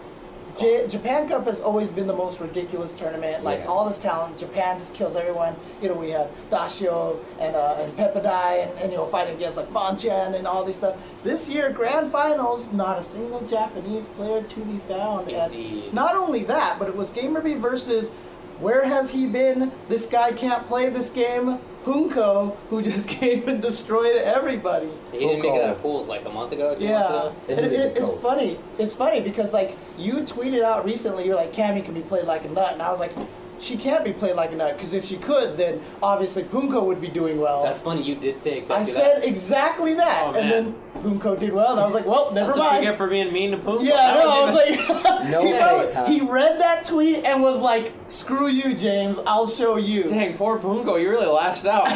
S4: J- Japan Cup has always been the most ridiculous tournament. Like
S2: Yeah.
S4: all this talent, Japan just kills everyone. You know, we have Dashio and uh, and Pepadai, and, and you know, fighting against like Bonchan and all this stuff. This year, grand finals, not a single Japanese player to be found.
S7: Indeed.
S4: And not only that, but it was Gamerby versus. Where has he been? This guy can't play this game. Punko, who just came and destroyed everybody.
S7: He didn't make it out of
S2: Full
S7: pools like a month ago, two months
S4: Yeah,
S7: ago.
S2: They
S4: And
S2: do
S4: it,
S2: this
S4: it-
S2: at
S4: it's
S2: Coast.
S4: funny. It's funny because like you tweeted out recently, you're like Cammy can be played like a nut, and I was like, she can't be played like a nut because if she could, then obviously Punko would be doing well.
S7: That's funny. You did say
S4: I
S7: exactly
S4: said
S7: that.
S4: exactly that,
S1: Oh,
S4: and then Punko did well, and I was like, well, never
S1: That's what you
S4: mind.
S1: get for being mean to Pooh.
S4: yeah, I know. I was like,
S2: No
S4: he,
S2: way,
S4: felt-
S2: huh?
S4: he read that tweet and was like, "Screw you, James. I'll show you."
S1: Dang, poor Punko, you really lashed out.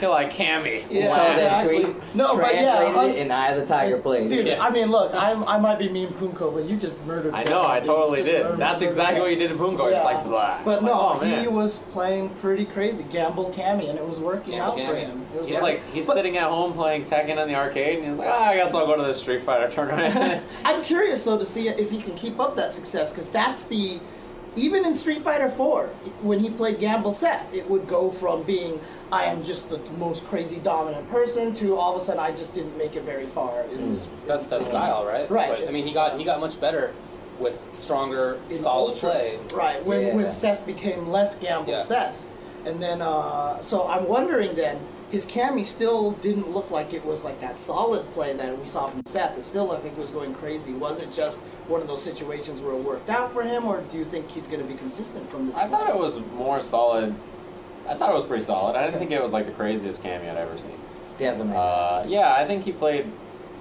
S1: You're like Cammy.
S4: Yeah,
S2: saw that
S4: exactly.
S2: tweet.
S4: No, but yeah,
S2: translated
S4: I'm-
S2: it, and I the tiger played.
S4: Dude,
S2: it.
S1: Yeah.
S4: I mean, look, I, I might be mean Punko, but you just murdered.
S1: I
S4: that
S1: know, I
S4: guy, dude. You
S1: totally
S4: just
S1: did.
S4: murdered-
S1: That's
S4: murdered
S1: exactly
S4: that
S1: what you did to Boomgo. It's
S4: Yeah.
S1: like blah. Like,
S4: But no,
S1: oh, man.
S4: he was playing pretty crazy, gamble cammy, and it was working
S7: Gamble
S4: out for
S7: Cammy.
S4: him. It was
S1: He's like he's sitting at home playing Tekken in the arcade, and he's like, ah, I guess I'll go to the Street Fighter tournament.
S4: I'm curious though to see if he can keep up that success because that's the even in Street Fighter 4 when he played Gamble Seth it would go from being I am just the most crazy dominant person to all of a sudden I just didn't make it very far
S1: Hmm.
S4: in this
S3: That's that style, right?
S4: Right,
S3: But, I
S4: it's
S3: mean,
S4: the
S3: he got
S4: style.
S3: he got much better with stronger,
S4: In
S3: solid
S4: Ultra.
S3: play.
S4: Right, when, when
S2: Yeah.
S4: Seth became less gamble
S3: Yes.
S4: Seth. And then, uh, so I'm wondering then, his cami still didn't look like it was like that solid play that we saw from Seth. It still looked like it was going crazy. Was it just one of those situations where it worked out for him, or do you think he's going to be consistent from this?
S1: I
S4: point?
S1: thought it was more solid. I thought it was pretty solid. I didn't think it was like the craziest cameo I'd ever seen.
S2: Definitely.
S1: Uh, yeah, I think he played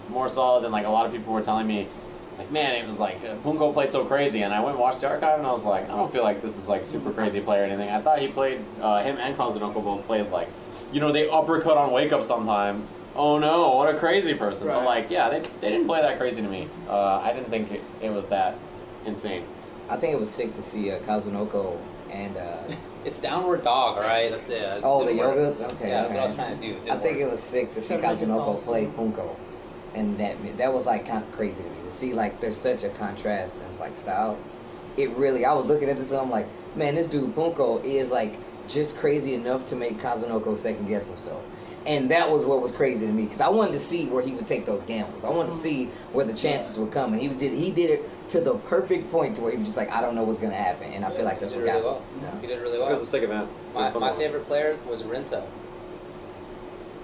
S1: more solid than like a lot of people were telling me. Like, man, it was like uh, Punko played so crazy, and I went and watched the archive, and I was like, I don't feel like this is like super crazy play or anything. I thought he played uh, him and Cons and Uncle both played like, you know, they uppercut on wake up sometimes. Oh no, what a crazy person! But
S4: Right.
S1: like, yeah, they, they didn't play that crazy to me. Uh, I didn't think it, it was that insane.
S2: I think it was sick to see uh, Kazunoko and uh,
S3: It's downward dog, all right? That's it. It
S2: oh the
S3: didn't work.
S2: yoga. Okay,
S3: Yeah, that's what I was
S2: okay.
S3: trying to do. It didn't
S2: I think
S3: work.
S2: it was sick to see
S4: Sounds like a
S2: Kazunoko
S4: dog
S2: play
S4: song.
S2: Punko, and that that was like kind of crazy to me to see like there's such a contrast and it's like styles. It really, I was looking at this and I'm like, man, this dude Punko is like just crazy enough to make Kazunoko second guess himself. And that was what was crazy to me because I wanted to see where he would take those gambles. I wanted to see where the chances would come, and he did. He did it to the perfect point to where he was just like, I don't know what's gonna happen, and I feel like
S3: He
S2: that's
S3: did
S2: what
S3: really
S2: got
S3: well.
S2: me. Yeah.
S3: He did really
S1: It was a
S3: well.
S1: sick event. It was
S3: My,
S1: fun
S3: my
S1: to watch.
S3: favorite player was Rinta,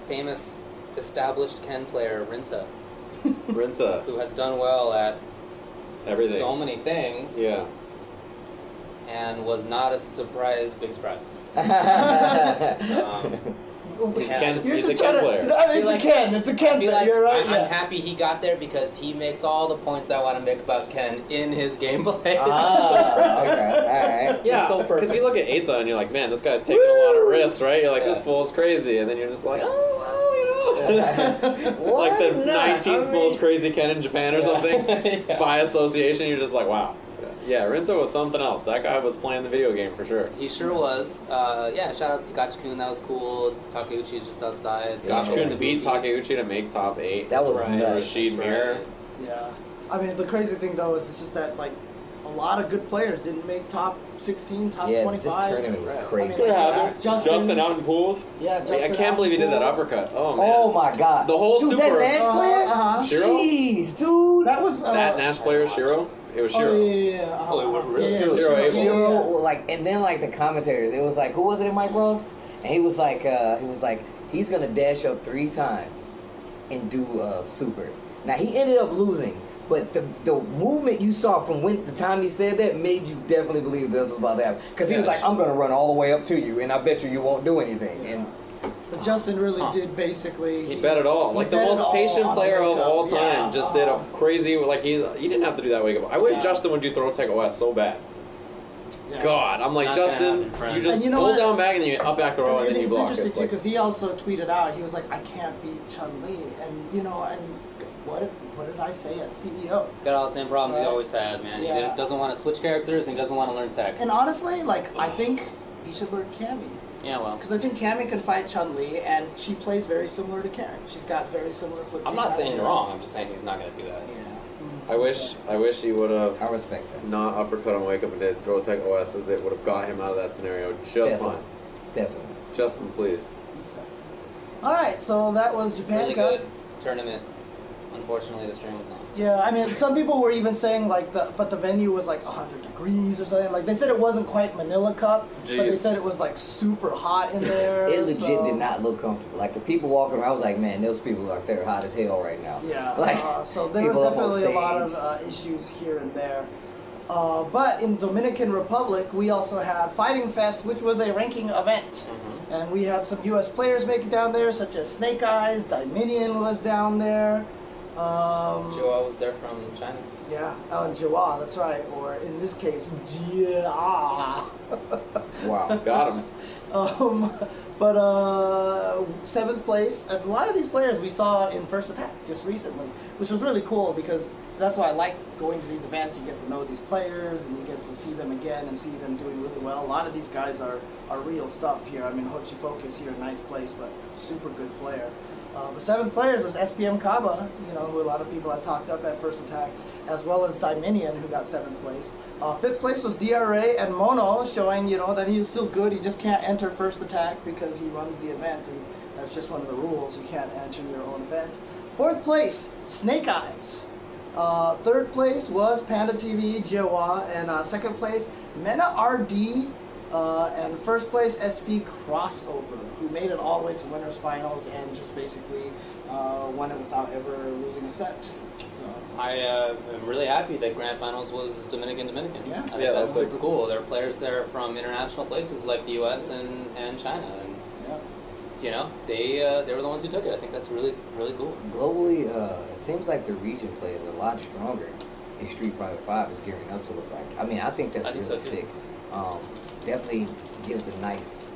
S3: famous established Ken player Rinta,
S5: Rinta,
S3: who has done well at
S5: everything.
S3: so many things,
S5: yeah.
S3: and was not a surprise, big surprise. Um,
S4: You're
S3: Ken-
S5: He's
S4: just
S5: a
S4: trying
S5: Ken
S4: to-
S5: player.
S4: No, I mean,
S3: I feel
S4: it's a
S3: like-
S4: Ken. It's a Ken
S3: I
S4: thing.
S3: feel like
S4: You're right.
S3: I- I'm happy he got there because he makes all the points I want to make about Ken in his gameplay.
S2: Ah, okay, all right.
S5: Yeah,
S3: It's so perfect.
S5: because you look at Aita and you're like, man, this guy's taking a lot of risks, right? You're like, this fool's crazy, and then you're just like, oh, well, you know, It's like the
S2: Why not? I
S5: 19th most crazy Ken in Japan or something.
S3: Yeah.
S5: By association, you're just like, wow. Yeah, Rinto was something else. That guy was playing the video game for sure.
S3: He sure was. Uh, yeah, shout out to Gachikun, that was cool. Takeuchi is just outside. Sasha
S5: Sakun
S3: with
S5: beat
S3: Ibuki.
S5: Takeuchi to make top eight.
S2: That was
S3: right.
S2: nuts.
S5: Rashid Mir.
S4: Yeah. I mean, the crazy thing though is it's just that like a lot of good players didn't make top 16, top
S2: yeah,
S4: 25.
S2: this tournament was
S3: Right.
S2: crazy.
S4: I mean,
S5: happened.
S4: Justin-
S5: Justin out in pools.
S4: Yeah,
S5: Like, I
S4: Justin
S5: can't believe he did that
S4: Alvarez.
S5: uppercut. Oh man.
S2: oh my god.
S5: The whole
S2: dude,
S5: super-
S2: that Nash
S4: Uh-huh,
S2: player?
S4: uh-huh.
S5: Shiro?
S2: Jeez, dude.
S4: That was uh,
S5: that Nash player Shiro. It was Shiro.
S4: Oh, yeah, yeah, yeah. Uh,
S3: Oh, it was really-
S4: yeah,
S5: Shiro
S4: yeah,
S5: Abel.
S2: Zero,
S4: yeah.
S2: like, and then like the commentators, it was like, who was it in Mike Ross? And he was like, uh, he was like, he's gonna dash up three times and do uh, super. Now he ended up losing, but the the movement you saw from when the time he said that made you definitely believe this was about to happen. Because he was like, I'm gonna run all the way up to you, and I bet you you won't do anything. And
S4: But Justin really did basically.
S5: He bet it all.
S4: he
S5: Like the
S4: bet it
S5: most
S4: all
S5: patient
S4: on
S5: player of
S4: wake-up.
S5: all time
S4: Yeah. Oh,
S5: just did a crazy like he he didn't have to do that wake up. I wish
S4: Yeah.
S5: Justin would do throw tech OS so bad.
S4: Yeah.
S5: God, I'm like
S3: Not gonna
S5: Justin,
S3: happen, friend.
S5: you just
S4: And you know
S5: pull
S4: what?
S5: down back and then you up back the row and,
S4: And,
S5: then you
S4: it's
S5: block.
S4: interesting
S5: It's
S4: too
S5: like,
S4: because he also tweeted out. He was like, "I can't beat Chun Li," and you know, and what did, what did I say at E CEO?
S3: He's got all the same problems he
S4: Right.
S3: always had, man. He
S4: Yeah.
S3: didn't- doesn't want to switch characters and he doesn't want to learn tech.
S4: And honestly, like I think he should learn Cammy
S3: yeah, well.
S4: because I think Cammy can fight Chun Li, and she plays very similar to Karen. She's got very similar foot.
S3: I'm not saying you're wrong. I'm just saying he's not going to do that.
S4: Yeah. Mm-hmm.
S5: I wish I wish he would
S2: I
S5: have
S2: respect that.
S5: not uppercut on wake up and did throw tech OS as it would have got him out of that scenario just
S2: Definitely.
S5: fine.
S2: Definitely.
S5: Justin, please.
S4: All right, so that was Japan
S3: Really
S4: Cup.
S3: good tournament. Unfortunately, the stream was not.
S4: Yeah, I mean, some people were even saying like the but the venue was like 100 degrees or something. Like they said it wasn't quite Manila Cup, but they
S5: Jeez.
S4: said it was like super hot in there.
S2: It legit
S4: so-
S2: did not look comfortable. Like the people walking around, I was like, man, those people out there hot as hell right now.
S4: Yeah.
S2: Like
S4: uh, so there was
S2: people up on
S4: definitely a lot of
S2: stage.
S4: uh, issues here and there. Uh, but in Dominican Republic, we also had Fighting Fest, which was a ranking event,
S3: Mm-hmm.
S4: and we had some U.S. players make it down there, such as Snake Eyes, Dominion was down there. Um,
S3: Joao was there from China.
S4: Yeah, Alan Jawa, that's right. Or in this case, Jia.
S2: wow.
S4: uh,
S5: Got him.
S4: um, but uh, seventh place. A lot of these players we saw in First Attack just recently, which was really cool because that's why I like going to these events. You get to know these players and you get to see them again and see them doing really well. A lot of these guys are, are real stuff here. I mean, Hochi Focus here in ninth place, but super good player. Uh, the seventh players was SPM Kaba, you know, who a lot of people had talked up at First Attack, as well as Dominion, who got seventh place. Uh, fifth place was DRA and Mono, showing, you know, that he was still good. He just can't enter First Attack because he runs the event, and that's just one of the rules. You can't enter your own event. Fourth place, Snake Eyes. Uh, third place was Panda TV, Jiwa, and uh, second place, Mena RD, uh, and first place, SP Crossover, who made it all the way to winners finals and just basically uh, won it without ever losing a set. So,
S3: I uh, am really happy that Grand Finals was Dominican Dominican.
S4: Yeah.
S3: I think
S5: Yeah,
S3: that's
S5: that's like-
S3: super cool. There are players there from international places like the U.S. and, and China, and
S4: yeah.
S3: you know they uh, they were the ones who took it. I think that's really really cool.
S2: Globally, uh, it seems like the region play is a lot stronger. And Street Fighter Five is gearing up to look like. I mean, I think that's
S3: I think
S2: really
S3: so, too.
S2: sick. Um, definitely gives a nice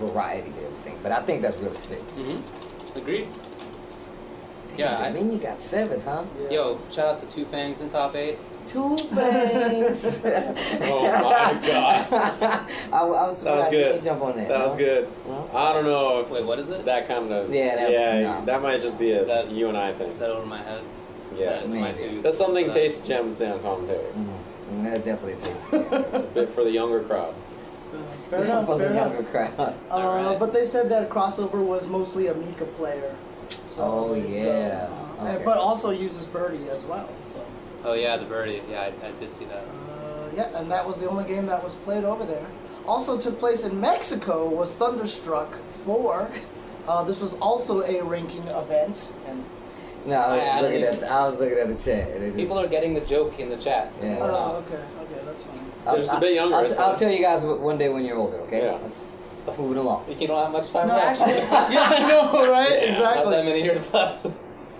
S2: variety to everything. But I think that's really sick.
S3: Mm-hmm. Agreed.
S2: Damn,
S3: Yeah, I-
S2: Dominion got seventh, huh?
S4: Yeah.
S3: Yo, shout out to Two Fangs in top eight.
S2: Two things.
S5: Oh my God.
S2: I, wa- I was
S5: That was
S2: surprised you
S5: good.
S2: didn't jump on that.
S5: That was
S2: huh?
S5: good.
S2: Well.
S5: I don't know if
S3: Wait, what is it?
S5: that kind of
S2: Yeah, that-
S5: yeah
S2: nah.
S5: that might just be a
S3: Is that-
S5: you and I thing.
S3: Is that over my head? Is
S5: Yeah.
S3: that my
S2: Maybe.
S3: two-
S5: That's something
S3: uh,
S5: Taste Gem would say on commentary.
S2: Mm, That's definitely tasty.
S5: It's a bit for the younger crowd.
S4: Fair enough,
S2: For
S4: fair
S2: the
S4: enough.
S2: younger crowd.
S4: Uh,
S3: Alright.
S4: But they said that crossover was mostly a Mika player. So
S2: Oh,
S4: there you
S2: yeah.
S4: go. Uh,
S2: Okay.
S4: But also uses Birdie as well. So
S3: Oh yeah, the birdie. Yeah, I, I did see that.
S4: uh, yeah, and that was the only game that was played over there. Also took place in Mexico was Thunderstruck Four. Uh, this was also a ranking event, and
S2: No, I was
S3: I- I
S2: looking
S3: don't
S2: at the, I was looking at the chat. and it
S3: People
S2: is-
S3: are getting the joke in the chat.
S2: Yeah.
S3: We're not.
S4: oh, okay, okay, that's fine.
S2: I'll-
S5: They're just a
S2: I'll-
S5: bit younger,
S2: I'll, t-
S5: so-
S2: I'll tell you guys wh- one day when you're older, okay?
S5: Yeah.
S2: Let's, let's move it along.
S3: You don't have much time
S4: No,
S3: left.
S4: actually, yeah, I know, right?
S5: Yeah,
S3: Not that
S4: exactly.
S3: many years left.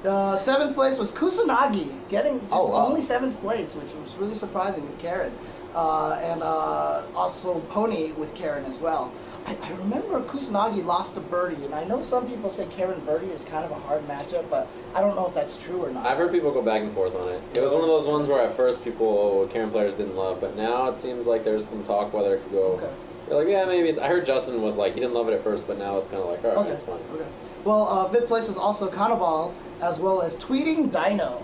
S4: Uh, seventh place was Kusanagi, getting just
S2: Oh, wow.
S4: only seventh place, which was really surprising with Karen, uh, and uh, also Pony with Karen as well. I, I remember Kusanagi lost to Birdie, and I know some people say Karen Birdie is kind of a hard matchup, but I don't know if that's true or not.
S5: I've heard people go back and forth on it. It was one of those ones where at first people Karen players didn't love, but now it seems like there's some talk whether it could go.
S4: Okay.
S5: They're like, yeah, maybe. It's, I heard Justin was like, he didn't love it at first, but now it's kind of like, all right,
S4: Okay.
S5: it's fine.
S4: Okay. Well, uh, fifth place was also Cannibal, as well as Tweeting Dino.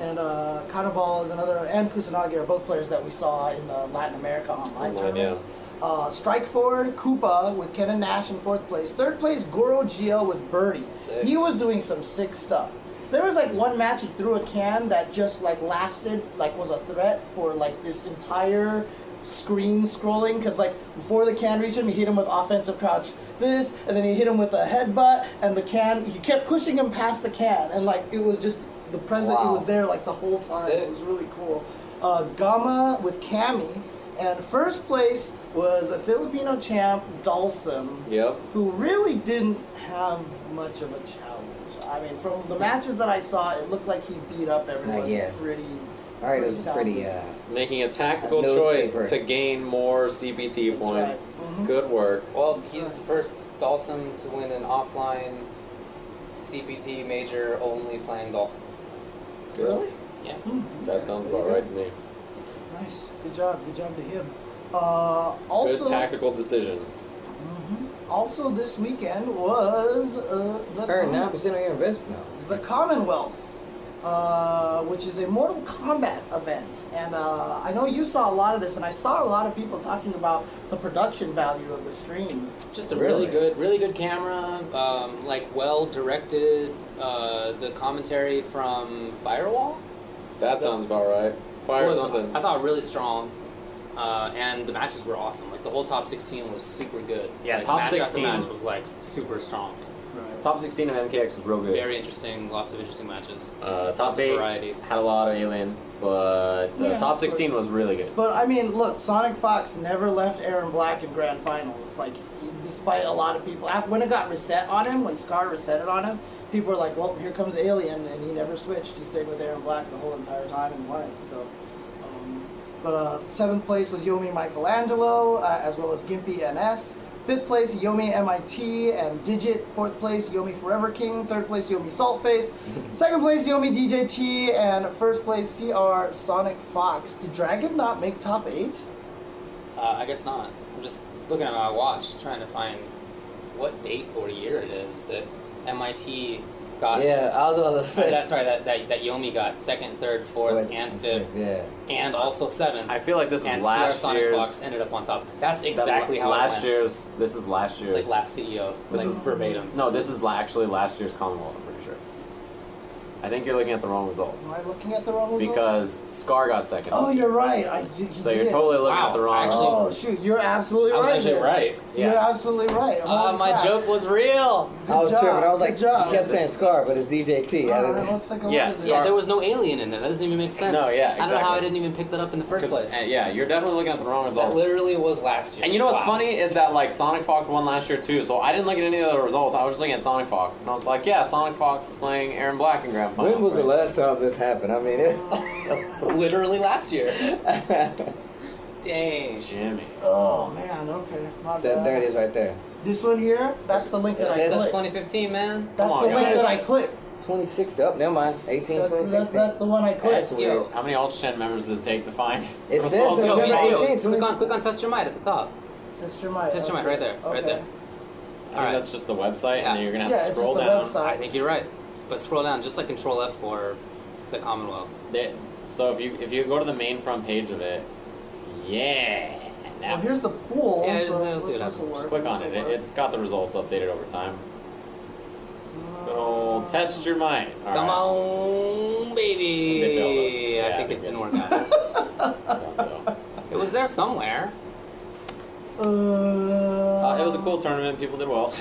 S4: And uh, Cannibal is another, and Kusanagi are both players that we saw in uh, Latin America online
S5: Online,
S4: tournaments.
S5: yeah.
S4: Uh, Strike forward, Koopa with Ken and Nash in fourth place. Third place, Goro Gio with Birdie.
S3: Sick.
S4: He was doing some sick stuff. There was like one match he threw a can that just like lasted, like was a threat for like this entire screen scrolling because like before the can reached him he hit him with offensive crouch this and then he hit him with a headbutt and the can he kept pushing him past the can and like it was just the present it
S2: Wow.
S4: was there like the whole time
S3: Sick.
S4: it was really cool uh, Gama with Cami and first place was a Filipino champ Dalsum
S5: Yep.
S4: who really didn't have much of a challenge. I mean, from the matches that I saw, it looked like he beat up everyone
S2: yeah.
S4: pretty.
S2: All right, it
S4: pretty
S2: was pretty.
S4: soundly.
S2: Uh,
S5: Making a tactical
S2: A newspaper.
S5: choice to gain more CPT
S4: That's
S5: points.
S4: right. Mhm.
S5: Good work.
S3: Well, he's the first Dawson to win an offline CPT major only playing Dawson.
S4: Really?
S3: Yeah.
S4: Hmm,
S5: That
S4: okay.
S5: sounds
S4: There you
S5: about
S4: go.
S5: right to me.
S4: Nice. Good job. Good job to him. Uh, also, mm-hmm.
S5: Good tactical decision.
S4: also this weekend was uh, the
S2: earn
S4: Com-
S2: nine percent on your investment. No.
S4: the Commonwealth, uh, which is a Mortal Kombat event. And uh, I know you saw a lot of this, and I saw a lot of people talking about the production value of the stream.
S3: Just a
S2: Really?
S3: really, good, really good camera. Um, like well directed. Uh, the commentary from Firewall
S5: That sounds about right. Fire
S3: was,
S5: something.
S3: I thought, really strong. Uh, and the matches were awesome. Like the whole top 16 was super good.
S1: Yeah,
S3: Like,
S1: top
S3: match after
S1: 16.
S3: match was like super strong.
S4: Right.
S1: Top 16 of MKX was real good.
S3: Very interesting. Lots of interesting matches.
S1: uh,
S3: Lots
S1: top
S3: of
S1: eight
S3: variety.
S1: had a lot of alien, but the
S4: Yeah.
S1: top 16 was really good.
S4: But I mean, look, Sonic Fox never left Aaron Black in Grand Finals. Like, despite a lot of people, af- when it got reset on him, when Scar reset it on him, people were like, "Well, here comes Alien," and he never switched. He stayed with Aaron Black the whole entire time and won. it. So, um, but uh, seventh place was Yomi Michelangelo, uh, as well as Gimpy NS. Fifth place, Yomi MIT and Digit. Fourth place, Yomi Forever King. Third place, Yomi Saltface. Second place, Yomi DJT. And first place, CR Sonic Fox. Did Dragon not make top eight?
S3: Uh, I guess not. I'm just looking at my watch, trying to find what date or year it is that MIT got.
S2: Yeah, I was about to
S3: Uh,
S2: say.
S3: That's sorry, that, that that Yomi got second, third, fourth,
S2: But-
S3: and fifth,
S2: Yeah.
S3: and also seventh.
S1: I feel like this is
S3: and CR
S1: last
S3: Sonic
S1: year's.
S3: Fox ended up on top. That's
S1: that la-
S3: exactly how
S1: last
S3: it went.
S1: year's. This is last year's.
S3: It's like last CEO,
S1: This
S3: like
S1: is-
S3: verbatim.
S1: No, this is la- actually last year's Commonwealth. I'm pretty sure. I think you're looking at the wrong results
S4: Am I looking at the wrong results?
S1: because Scar got second.
S4: Oh,
S1: this year.
S4: you're right. I did. he
S1: So you're
S4: did.
S1: totally looking
S3: Wow,
S1: at the wrong.
S3: actually-
S4: Oh shoot! You're absolutely
S3: I was
S4: right.
S3: actually
S4: there.
S3: right.
S4: You're
S1: yeah.
S4: absolutely right.
S3: Uh,
S4: Holy
S3: my
S4: crap.
S3: joke was real.
S4: Good
S2: I was
S4: job.
S2: tripping. I was
S4: Good
S2: like,
S4: job.
S2: you kept saying Scar, but it's DJT. I
S4: All
S2: don't
S4: right,
S2: know.
S4: let's take a
S1: Yeah,
S4: look at this.
S3: Yeah, there was no alien in there. That doesn't even make sense.
S1: No, yeah,
S3: I don't know how
S1: exactly.
S3: I didn't even pick that up in the first place.
S1: Uh, yeah, you're definitely looking at the wrong
S3: That
S1: results.
S3: literally was last year.
S1: And you know what's
S3: Wow.
S1: funny is that like Sonic Fox won last year too, so I didn't look at any of the results. I was just looking at Sonic Fox, and I was like, yeah, Sonic Fox is playing Aaron Black in Grand
S2: When
S1: Finals.
S2: was the
S1: right?
S2: last time this happened? I mean, it.
S3: Literally last year. Dang.
S1: Jimmy?
S4: Oh man. Okay. My
S2: so
S4: bad.
S2: there it is right there.
S4: This one here. That's the link that I
S2: That's
S3: That's
S4: clicked.
S3: 2015, man.
S4: That's
S1: Come
S4: the
S1: on,
S4: link
S2: guys.
S4: that I clicked.
S2: 26. Up. oh, Never mind. 18,
S4: That's,
S2: 26.
S4: that's, that's the one I
S2: That's
S4: clicked.
S2: weird.
S1: How many Ultra 10 members did it take to find?
S2: It says
S1: results?
S2: September
S3: Yo, yo,
S2: 18th,
S3: click
S2: 2015.
S3: on click on test your mic at the top.
S4: Test your mic.
S3: Test your mic
S4: okay.
S3: right there, right
S4: Okay.
S3: there.
S1: I think
S3: Alright.
S1: that's just the website,
S3: Yeah.
S1: and then you're gonna have
S4: Yeah,
S1: to
S4: it's just
S1: scroll
S4: the
S1: down.
S4: website.
S3: I think you're right. But scroll down, just like Control F for the Commonwealth.
S1: They- so if you if you go to the main front page of it, yeah, now
S4: Well, here's the pool.
S3: Yeah,
S4: so
S3: let's- let's see what
S4: this'll
S3: happens.
S4: work,
S1: just click on it.
S4: this'll
S1: it.
S4: work.
S1: It's got the results updated over time. Good old test your mind. All
S3: Come
S1: right.
S3: on, baby.
S1: They failed us. Yeah,
S3: I
S1: I
S3: think
S1: think
S3: it didn't work
S1: it's-
S3: out.
S1: Uh,
S3: It was there somewhere.
S4: Uh,
S1: it was a cool Uh, tournament. People did well.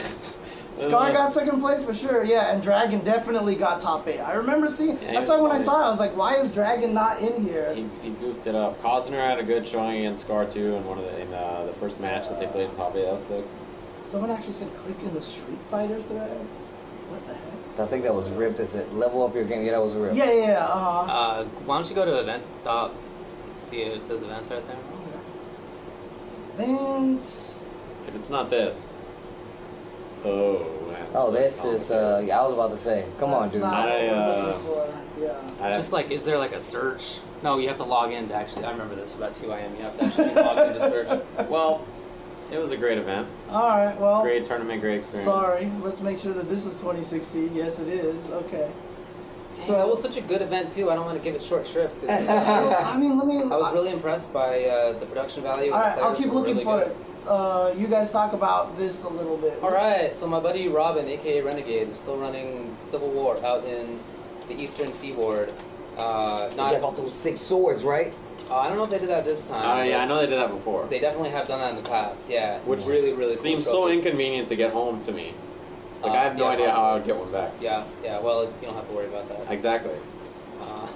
S4: Scar got second place for sure, yeah, and Dragon definitely got top eight. I remember seeing.
S1: Yeah,
S4: that's
S1: he was
S4: why when I
S1: fine.
S4: saw it, I was like, "Why is Dragon not in here?"
S1: He, he goofed it up. Cosner had a good showing against Scar too in one of the in uh, the first match that they played in top eight. That was sick.
S4: Someone actually said, "Click in the Street Fighter thread." What the heck?
S2: I think that was ripped. That's it. Level up your game. Yeah, that was ripped.
S4: Yeah, yeah, yeah.
S3: Uh,
S4: Uh,
S3: why don't you go to events at the top? See if it says events right there.
S1: Uh,
S4: Vince.
S1: If it's not this, oh. Man,
S2: Oh,
S1: this
S2: this is. Uh, yeah, I was about to say. Come on,
S4: That's
S2: dude.
S4: not what
S1: I,
S4: we're
S1: uh,
S4: looking for. Yeah.
S1: I,
S3: Just like, is there like a search? No, you have to log in to actually. I remember this about 2IM. You have to actually log in to search.
S1: well, it was a great event,
S4: All right.
S3: Oh.
S4: Well.
S1: great tournament, great experience.
S4: Sorry. Let's make sure that this is 2016. Yes, it is. Okay.
S3: So that was such a good event too. I don't want to give it short shrift. 'cause
S4: I mean, let me.
S3: I was really impressed by uh, the production value.
S4: All
S3: and the
S4: right. I'll
S3: players
S4: keep
S3: were
S4: looking
S3: really
S4: for
S3: good.
S4: it. Uh, you guys talk about this a little bit.
S3: All right, so my buddy Robin, aka Renegade, is still running Civil War out in the Eastern Seaboard. Uh,
S2: You
S3: not,
S2: have all those six swords, right?
S3: uh, I don't know if they did that this time.
S1: Oh yeah,
S3: but
S1: I know they did that before.
S3: They definitely have done that in the past. Yeah,
S1: which
S3: really, really cool
S1: seems so
S3: trophies.
S1: inconvenient to get home to me. Like
S3: Uh,
S1: I have no
S3: yeah,
S1: idea how I
S3: probably.
S1: would get one back.
S3: Yeah, yeah. Well, you don't have to worry about that.
S1: Exactly.
S3: Uh,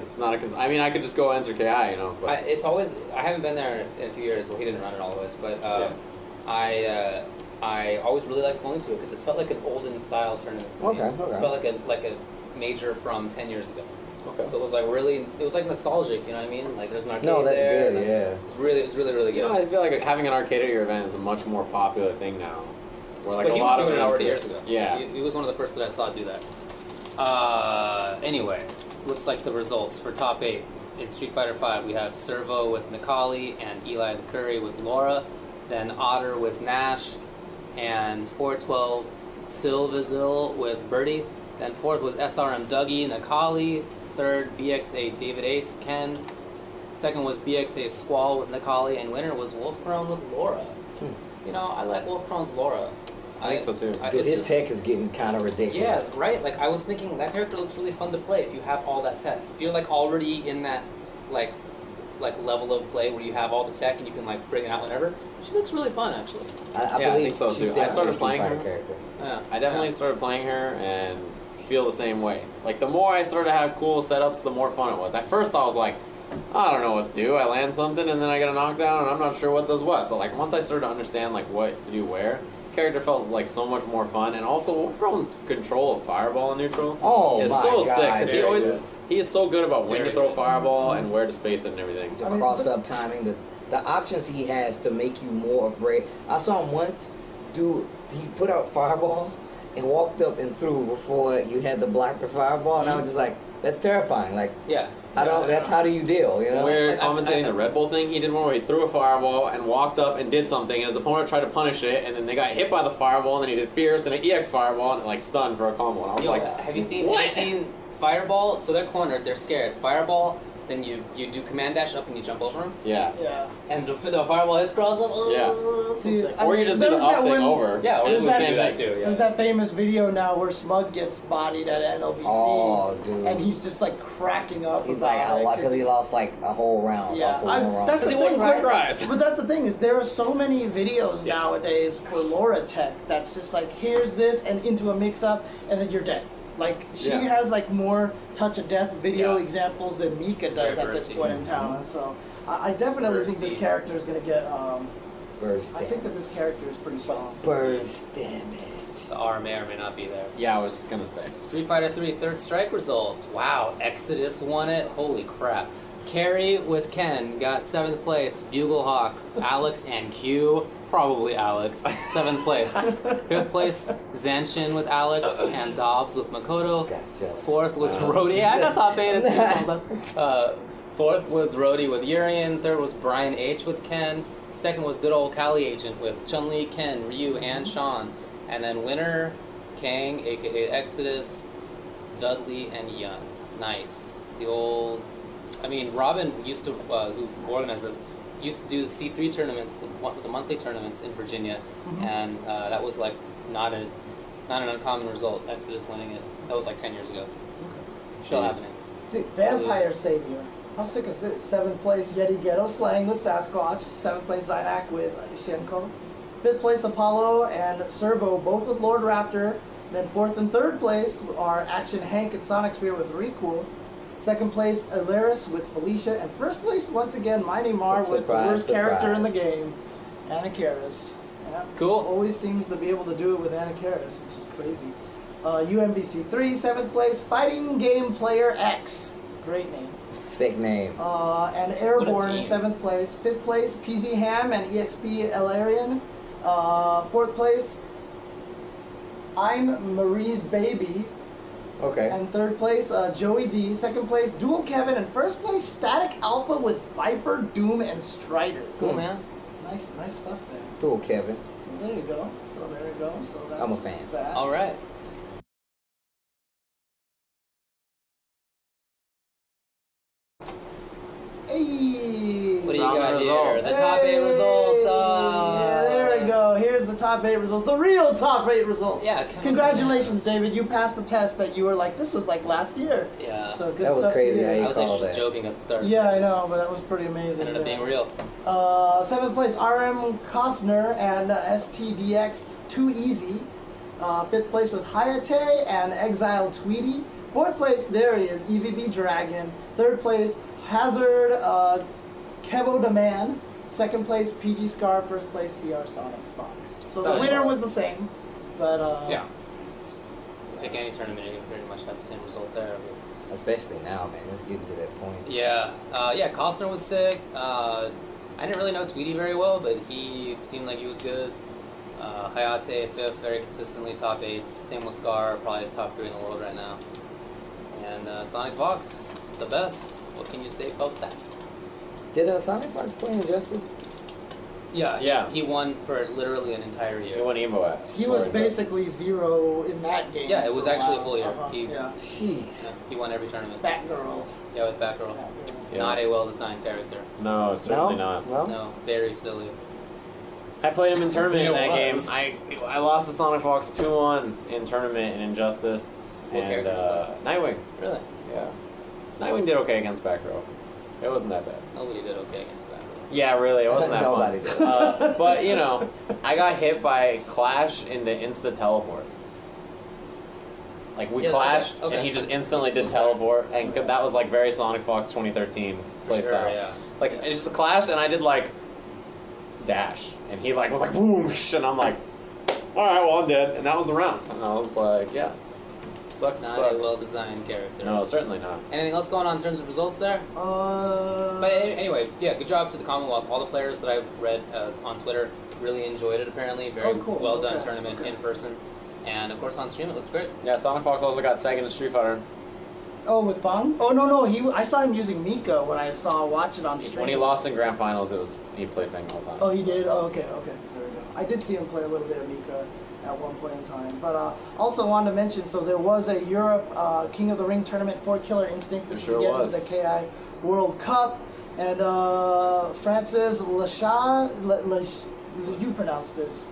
S1: It's not a. Cons- I mean, I could just go answer Ki, you know. But
S3: I, it's always I haven't been there in a few years. Well, he didn't run it always, but uh, I uh, I always really liked going to it because it felt like an olden style tournament. To me.
S2: Okay, okay.
S3: Felt like a like a major from ten years ago.
S1: Okay.
S3: So it was like really, it was like nostalgic. You know what I mean? Like there's an arcade
S2: No, that's
S3: there.
S2: good.
S3: and
S2: Yeah.
S3: It was really, it was really, really
S1: You
S3: good.
S1: know, I feel like having an arcade at your event is a much more popular thing now. Where like
S3: but
S1: a
S3: he
S1: lot
S3: was
S1: of
S3: doing it already
S1: events
S3: years
S1: are-
S3: ago.
S1: Yeah.
S3: He, he was one of the first that I saw do that. Uh, anyway, looks like the results for top eight in Street Fighter Five. We have Servo with Nikali and Eli the Curry with Laura, then Otter with Nash, and 412 Silvazil with Birdie. Then fourth was SRM Dougie Nikali. Third BXA David Ace Ken. Second was BXA Squall with Nikali, and winner was Wolf Crown with Laura. You know, I like Wolf Crown's Laura.
S1: Hmm. I think so too.
S3: I-
S2: Dude,
S3: it's
S2: his
S3: just-
S2: tech is getting kind of ridiculous.
S3: yeah, right. Like I was thinking, that character looks really fun to play if you have all that tech. If you're like already in that, like, like level of play where you have all the tech and you can like bring it out whenever. She looks really fun actually.
S2: I, I
S1: Yeah, I think
S2: believe
S1: so,
S2: she's
S1: too. I
S2: definitely
S1: started
S2: a Street
S1: playing
S2: Fighter
S1: her.
S2: character.
S3: Yeah.
S1: I definitely started playing her and feel the same way. Like the more I started to have cool setups, the more fun it was. At first, I was like, I don't know what to do. I land something and then I get a knockdown and I'm not sure what does what. But like once I started to understand like what to do where, character felt like so much more fun. And also Wolf Crown's control of Fireball in neutral
S2: Oh
S1: is
S2: my
S1: so
S2: god!
S1: sick because he
S3: Very
S1: always
S3: good.
S1: he is so good about when
S3: Very
S1: to throw
S3: good.
S1: Fireball and where to space it and everything.
S2: the
S4: I mean,
S2: cross
S4: look-
S2: up timing, the the options he has to make you more afraid. I saw him once do he put out fireball and walked up and threw before you had to block the fireball, and I was just like, that's terrifying. Like
S3: Yeah.
S2: I don't. That's how do you deal? You know.
S1: We're
S3: I've-
S1: commentating
S3: I've-
S1: the Red Bull thing. He did one where he threw a fireball and walked up and did something, and his opponent tried to punish it, and then they got hit by the fireball, and then he did fierce and an EX fireball, and it, like stunned for a combo. And I was
S3: Yo,
S1: like,
S3: have you seen have you seen Fireball? So they're cornered, they're scared. Fireball, then you you do command dash up and you jump over him,
S1: yeah.
S4: Yeah.
S3: and the, the fireball hits cross up. oh,
S1: Yeah.
S4: Dude, I
S1: Or
S4: mean,
S1: you just
S4: there
S1: do the
S4: was
S1: up
S4: that
S1: thing
S4: one-
S1: over.
S3: Yeah, or
S1: it
S3: you
S1: was the
S3: can
S1: same
S3: do that
S1: thing.
S3: too.
S4: There's
S3: Yeah.
S4: that famous video now where Smug gets bodied at NLBC,
S2: Oh, dude.
S4: and he's just like cracking up.
S2: He's
S4: about
S2: like, I
S4: it,
S2: lost because
S4: 'cause-
S2: he lost like a whole round.
S4: Yeah,
S2: off of
S4: I-
S2: one round.
S4: that's the
S1: 'Cause he
S4: thing,
S1: wouldn't
S4: right?
S1: quick rise.
S4: But that's the thing is there are so many videos nowadays for Laura Tech that's just like here's this and into a mix up and then you're dead. Like she
S1: Yeah.
S4: has like more touch of death video
S3: Yeah.
S4: examples than Mika
S3: very
S4: does at this
S3: bursty. Mm-hmm.
S4: point in talent. So I, I definitely think this
S3: Bursty.
S4: character is gonna get. Um,
S2: burst
S4: I think that this character is pretty strong.
S2: burst damage.
S3: The R may or may not be there.
S1: Yeah, I was just gonna say.
S3: Street Fighter 3 Third Strike results. Wow, Exodus won it. Holy crap. Carrie with Ken got seventh place. Bugle Hawk, Alex and Q, probably Alex, seventh place. Fifth place, Zanshin with Alex and Dobbs with Makoto.
S2: That's jealous.
S3: Fourth was Rhodey. I got top eight. It's uh, fourth was Rhodey with Urian. Third was Brian H with Ken. Second was good old Kali Agent with Chun Li, Ken, Ryu, and Sean. And then winner, Kang, aka Exodus, Dudley, and Young. Nice. The old. I mean, Robin used to, uh, who organized this, used to do the C3 tournaments, the, one- the monthly tournaments in Virginia,
S4: Mm-hmm.
S3: and uh, that was like not a not an uncommon result. Exodus winning it. That was like ten years ago. Still happening.
S4: Dude, Vampire Savior. How sick is this? Seventh place Yeti Ghetto Slang with Sasquatch. Seventh place Zynak with Shenko. Fifth place Apollo and Servo, both with Lord Raptor. Then fourth and third place are Action Hank and Sonic Spear with Recool. Second place Alaris with Felicia. And first place, once again, Mighty Mar with the
S2: Surprise,
S4: worst character in the
S2: surprise.
S4: game, Anacaris. Yeah.
S3: Cool.
S4: Always seems to be able to do it with Anacaris, which is crazy. Uh, UMBC 3, seventh place, Fighting Game Player X. Great name.
S2: Sick name.
S4: Uh, and
S3: What a
S4: Airborne
S3: team.
S4: in seventh place. Fifth place, PZ Ham and EXP Elarian. Uh, fourth place, I'm Marie's Baby.
S2: Okay.
S4: And third place, uh, Joey D. Second place, Dual Kevin. And first place, Static Alpha with Viper, Doom, and Strider.
S3: Cool, man.
S4: Nice, nice stuff there.
S2: Cool, Kevin.
S4: So there you go. So there you go. So that's
S2: I'm a fan.
S4: That.
S3: All right.
S4: Hey.
S3: What do you
S1: Round
S3: got here?
S1: results.
S3: The top eight results. Uh,
S4: yeah, there we go. Here's the top eight results. The real top eight results.
S3: Yeah, Kevin
S4: Congratulations, David. You passed the test that you were like, this was like last year.
S3: Yeah.
S4: So good
S2: That was
S4: stuff to
S2: crazy
S4: hear.
S2: how you
S3: I was actually
S2: call
S3: just
S2: that.
S3: joking at the start.
S4: Yeah, I know, but that was pretty amazing.
S3: Ended up
S4: there.
S3: being real.
S4: Uh, seventh place, RM Costner and uh, STDX Too Easy. Uh, fifth place was Hayate and Exile Tweety. Fourth place, there he is, EVB Dragon. Third place, Hazard uh, Kevo the Man. Second place, PG Scar. First place, CR Sonic Fox. So the
S3: Nice.
S4: winner was the same, but uh,
S3: Yeah. Like any tournament, you can pretty much have the same result there. but-
S2: Especially now, man. It's getting to that point.
S3: yeah. Uh, yeah. Costner was sick. Uh, I didn't really know Tweety very well, but he seemed like he was good. Uh, Hayate fifth, very consistently top eight. Same with Scar, probably the top three in the world right now. And uh, Sonic Vox, the best. What can you say about that?
S2: Did uh, Sonic Fox play Injustice?
S3: Yeah,
S1: Yeah.
S3: He won for literally an entire
S1: He
S3: year.
S1: won Evo at.
S4: he was
S1: Sorry, but-
S4: basically zero in that game.
S3: Yeah, it was
S4: for
S3: actually
S4: while.
S3: a full year.
S4: Uh-huh,
S3: He-
S4: yeah,
S2: Jeez.
S3: He won every tournament.
S4: Batgirl.
S3: Yeah, with Batgirl.
S4: Batgirl.
S1: Yeah.
S3: Not a well-designed character.
S1: No,
S2: No?
S1: certainly not.
S2: No?
S3: No, very silly.
S1: I played him in tournament in
S3: It
S1: that
S3: was.
S1: game. I I lost to Sonic Fox 2 1 in tournament in Injustice.
S3: What
S1: and
S3: character?
S1: uh, Nightwing.
S3: Really,
S1: Yeah. Nightwing did okay against back row. It wasn't that bad.
S3: nobody did okay against Batgirl.
S1: Yeah, really, it wasn't that
S2: Nobody
S1: fun.
S2: did.
S1: Uh, but you know, I got hit by Clash into insta teleport. Like we
S3: Yeah,
S1: clashed,
S3: okay, okay.
S1: and he just instantly did
S3: This was better.
S1: teleport, and c- that was like very Sonic Fox 2013 playstyle.
S3: sure, yeah.
S1: Like it's just a clash, and I did like dash, and he like was like whoosh, and I'm like, all right, well I'm dead, and that was the round, and I was like, yeah. Sucks to
S3: Not
S1: suck.
S3: a well-designed character.
S1: No, certainly not.
S3: Anything else going on in terms of results there?
S4: Uh,
S3: But a- anyway, yeah, good job to the Commonwealth. All the players that I read uh, on Twitter really enjoyed it. Apparently, very
S4: Oh, cool.
S3: well done
S4: Okay,
S3: tournament
S4: okay.
S3: in person, and of course on stream it looked great.
S1: Yeah, Sonic Fox also got second in Street Fighter.
S4: oh, with Fong? Oh no no he I saw him using Miko when I saw watch it on stream.
S1: When he lost in grand finals, it was he played Fang the whole time.
S4: Oh, he did. Oh, okay, okay. There we go. I did see him play a little bit of Mika at one point in time, but uh, also wanted to mention. So there was a Europe uh, King of the Ring tournament for Killer Instinct. This
S5: There
S4: is
S5: sure
S4: again
S5: was.
S4: the KI World Cup, and uh, Francis Lachat. Le, Le, you pronounce this?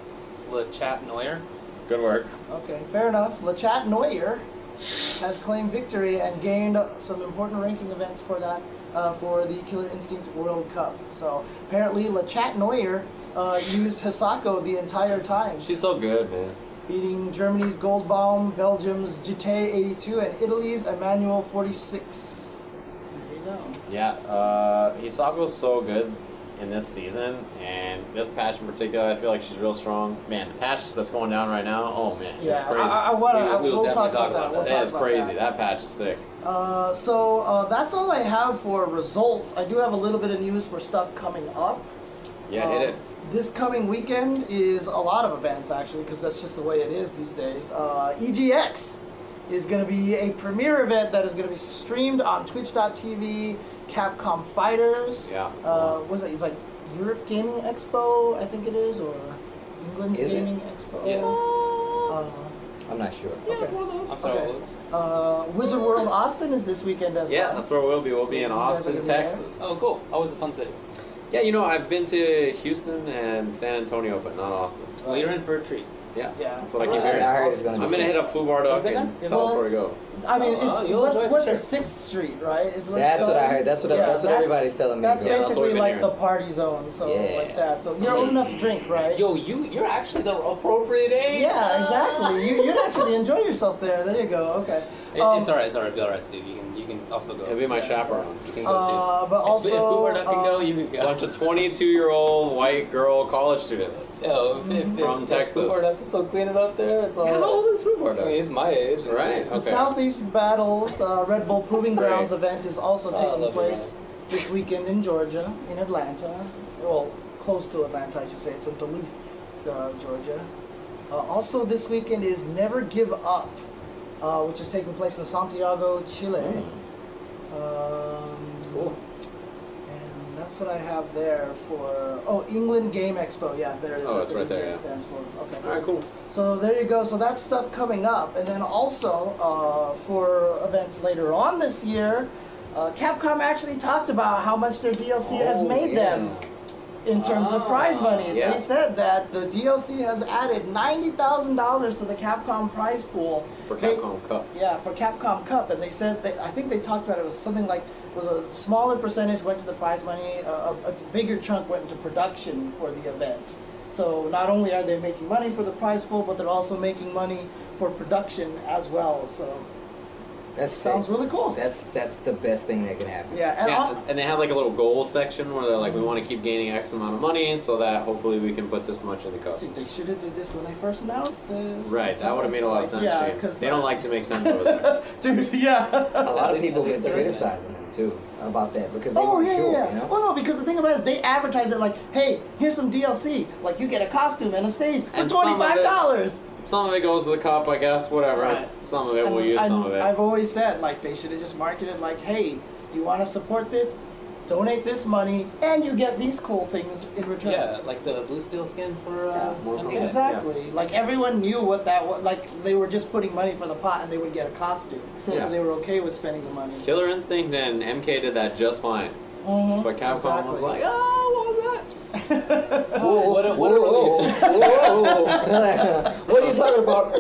S3: Le Chat Neuer.
S1: Good work.
S4: Okay, fair enough. Lachat Neuer has claimed victory and gained some important ranking events for that uh, for the Killer Instinct World Cup. So apparently, Lachat Neuer uh, used Hisako the entire time,
S1: She's so good, man.
S4: beating Germany's Goldbaum, Belgium's Jite 82, and Italy's Emmanuel 46. There you go.
S1: Yeah, uh, Hisako's so good in this season, and this patch in particular, I feel like she's real strong. Man, the patch that's going down right now, oh man,
S4: Yeah,
S1: it's crazy.
S4: I, I, I wanna,
S3: We-
S4: I-
S3: we'll
S4: we'll
S3: definitely
S4: talk about that.
S3: talk about
S4: We'll
S3: that.
S4: talk
S1: that is
S4: about
S1: crazy. That.
S4: that.
S1: patch is sick.
S4: Uh, so uh, that's all I have for results. I do have a little bit of news for stuff coming up.
S1: Yeah,
S4: Um,
S1: hit it.
S4: This coming weekend is a lot of events actually, because that's just the way it is these days. Uh, EGX is going to be a premiere event that is going to be streamed on Twitch.tv. Capcom Fighters.
S1: Yeah, it's
S4: Uh, was it it's like Europe Gaming Expo? I think it is, or England's
S2: Is it?
S4: Gaming Expo.
S3: Yeah.
S4: Uh,
S2: I'm not sure.
S4: okay.
S3: I'm sorry.
S4: Okay.
S3: what-
S4: Uh, Wizard World Austin is this weekend as
S1: Yeah,
S4: well.
S1: that's where we'll be. We'll be in
S4: You guys are
S1: Austin,
S4: gonna be there?
S1: Texas.
S3: Oh, cool. Always a fun city.
S1: Yeah, you know, I've been to Houston and San Antonio, but not Austin.
S3: Well, you're in for a treat.
S1: Yeah,
S4: Yeah.
S1: that's what I
S2: I
S1: keep
S2: heard, I
S1: hearing.
S2: heard it's gonna
S1: I'm
S2: be.
S1: gonna hit up Foo Bar Duck
S3: Have you been
S1: and tell us where to go.
S4: I mean,
S3: Oh,
S4: it's
S3: you'll
S4: what's
S3: enjoy it
S4: what
S3: for
S4: the
S3: sure.
S4: Sixth Street, right? Is what's
S2: That's what I
S4: called?
S2: heard. That's what I- that's what everybody's telling me
S4: That's
S2: to go.
S1: That's what
S4: basically
S1: we've been
S4: like
S1: hearing.
S4: the party zone, so
S2: Yeah.
S4: like that. So you're old enough to drink, right?
S3: Yo, you you're actually the appropriate age.
S4: yeah, exactly. Um, You, you'd actually enjoy yourself there. There you go. Okay.
S3: It, it's alright. It's alright. Be alright, Steve. You can you can also go.
S1: It'll be my chaperone.
S3: you can go
S4: Uh, but
S3: too.
S4: also,
S3: if, if Uber Duck can
S4: uh,
S3: go, you can
S1: A
S3: go.
S1: bunch of 22 year old white girl college students.
S3: Yo, if, if,
S1: From
S3: if,
S1: Texas.
S3: If Uber Duck is still cleaning up there, it's all.
S1: How old is Foo Bar
S3: I mean,
S1: Duck?
S3: he's my age.
S1: Right.
S4: The
S1: Okay.
S4: Southeast Battles uh, Red Bull Proving
S1: Great.
S4: Grounds event is also
S3: Oh, I
S4: taking
S3: love
S4: place this weekend in Georgia, in Atlanta. Well, close to Atlanta, I should say. It's in Duluth, uh, Georgia. Uh, also, this weekend is Never Give Up, uh, which is taking place in Santiago, Chile.
S1: Hmm.
S4: Um,
S3: Cool.
S4: And that's what I have there for. Oh, England Game Expo. Yeah, there it is.
S1: Oh,
S4: that's
S1: it's
S4: what
S1: right there,
S4: EGX
S1: yeah.
S4: stands for. Okay.
S1: All right, cool.
S4: So there you go. So that's stuff coming up, and then also uh, for events later on this year, uh, Capcom actually talked about how much their DLC has
S2: Oh,
S4: made them in terms of prize money.
S1: yeah.
S4: They said that the DLC has added ninety thousand dollars to the Capcom prize pool.
S1: For
S4: They-
S1: Capcom Cup.
S4: yeah, for Capcom Cup, and they said they, I think they talked about it was something like was a smaller percentage went to the prize money, a, a, a bigger chunk went into production for the event. So not only are they making money for the prize pool, but they're also making money for production as well. So
S2: That's
S4: sounds really cool.
S2: That's that's the best thing that can happen.
S4: yeah, and
S1: Yeah,
S4: al-
S1: it's- and they have like a little goal section where they're like, we want to keep gaining X amount of money so that hopefully we can put this much in the cup.
S4: Dude, they should have did this when they first announced this.
S1: Right, that would have made a lot of sense,
S4: Yeah,
S1: James.
S4: 'cause
S1: They don't like to make sense over there.
S4: Dude, yeah.
S2: A lot
S3: At
S2: of
S3: least-
S2: people
S3: at least
S2: been
S3: they're in it.
S2: criticizing them too about that because they
S4: Oh
S2: weren't
S4: yeah,
S2: sure.
S4: yeah, yeah.
S2: You know?
S4: Well, no, because the thing about it is they advertise it like, "Hey, here's some DLC. Like, you get a costume and a stage for
S1: And some of
S4: twenty
S1: it-
S4: five dollars."
S1: Some of it goes to the cup, I guess, whatever.
S4: Right.
S1: Some of it we'll
S4: And-
S1: use,
S4: and
S1: some of it.
S4: I've always said like they should have just marketed like, hey, you want to support this? Donate this money, and you get these cool things in return.
S3: Yeah, like the blue steel skin for. Uh,
S4: Yeah.
S1: More
S3: MK.
S1: cool.
S4: Exactly. Like everyone knew what that was. Like they were just putting money for the pot, and they would get a costume,
S1: Yeah.
S4: so they were okay with spending the money.
S1: Killer Instinct and MK did that just fine.
S4: Mhm.
S1: But Capcom was
S4: Exactly.
S1: like, oh, what was that?
S3: Oh, what a, what a
S2: Whoa,
S3: release.
S2: whoa, whoa, whoa. what are you talking about?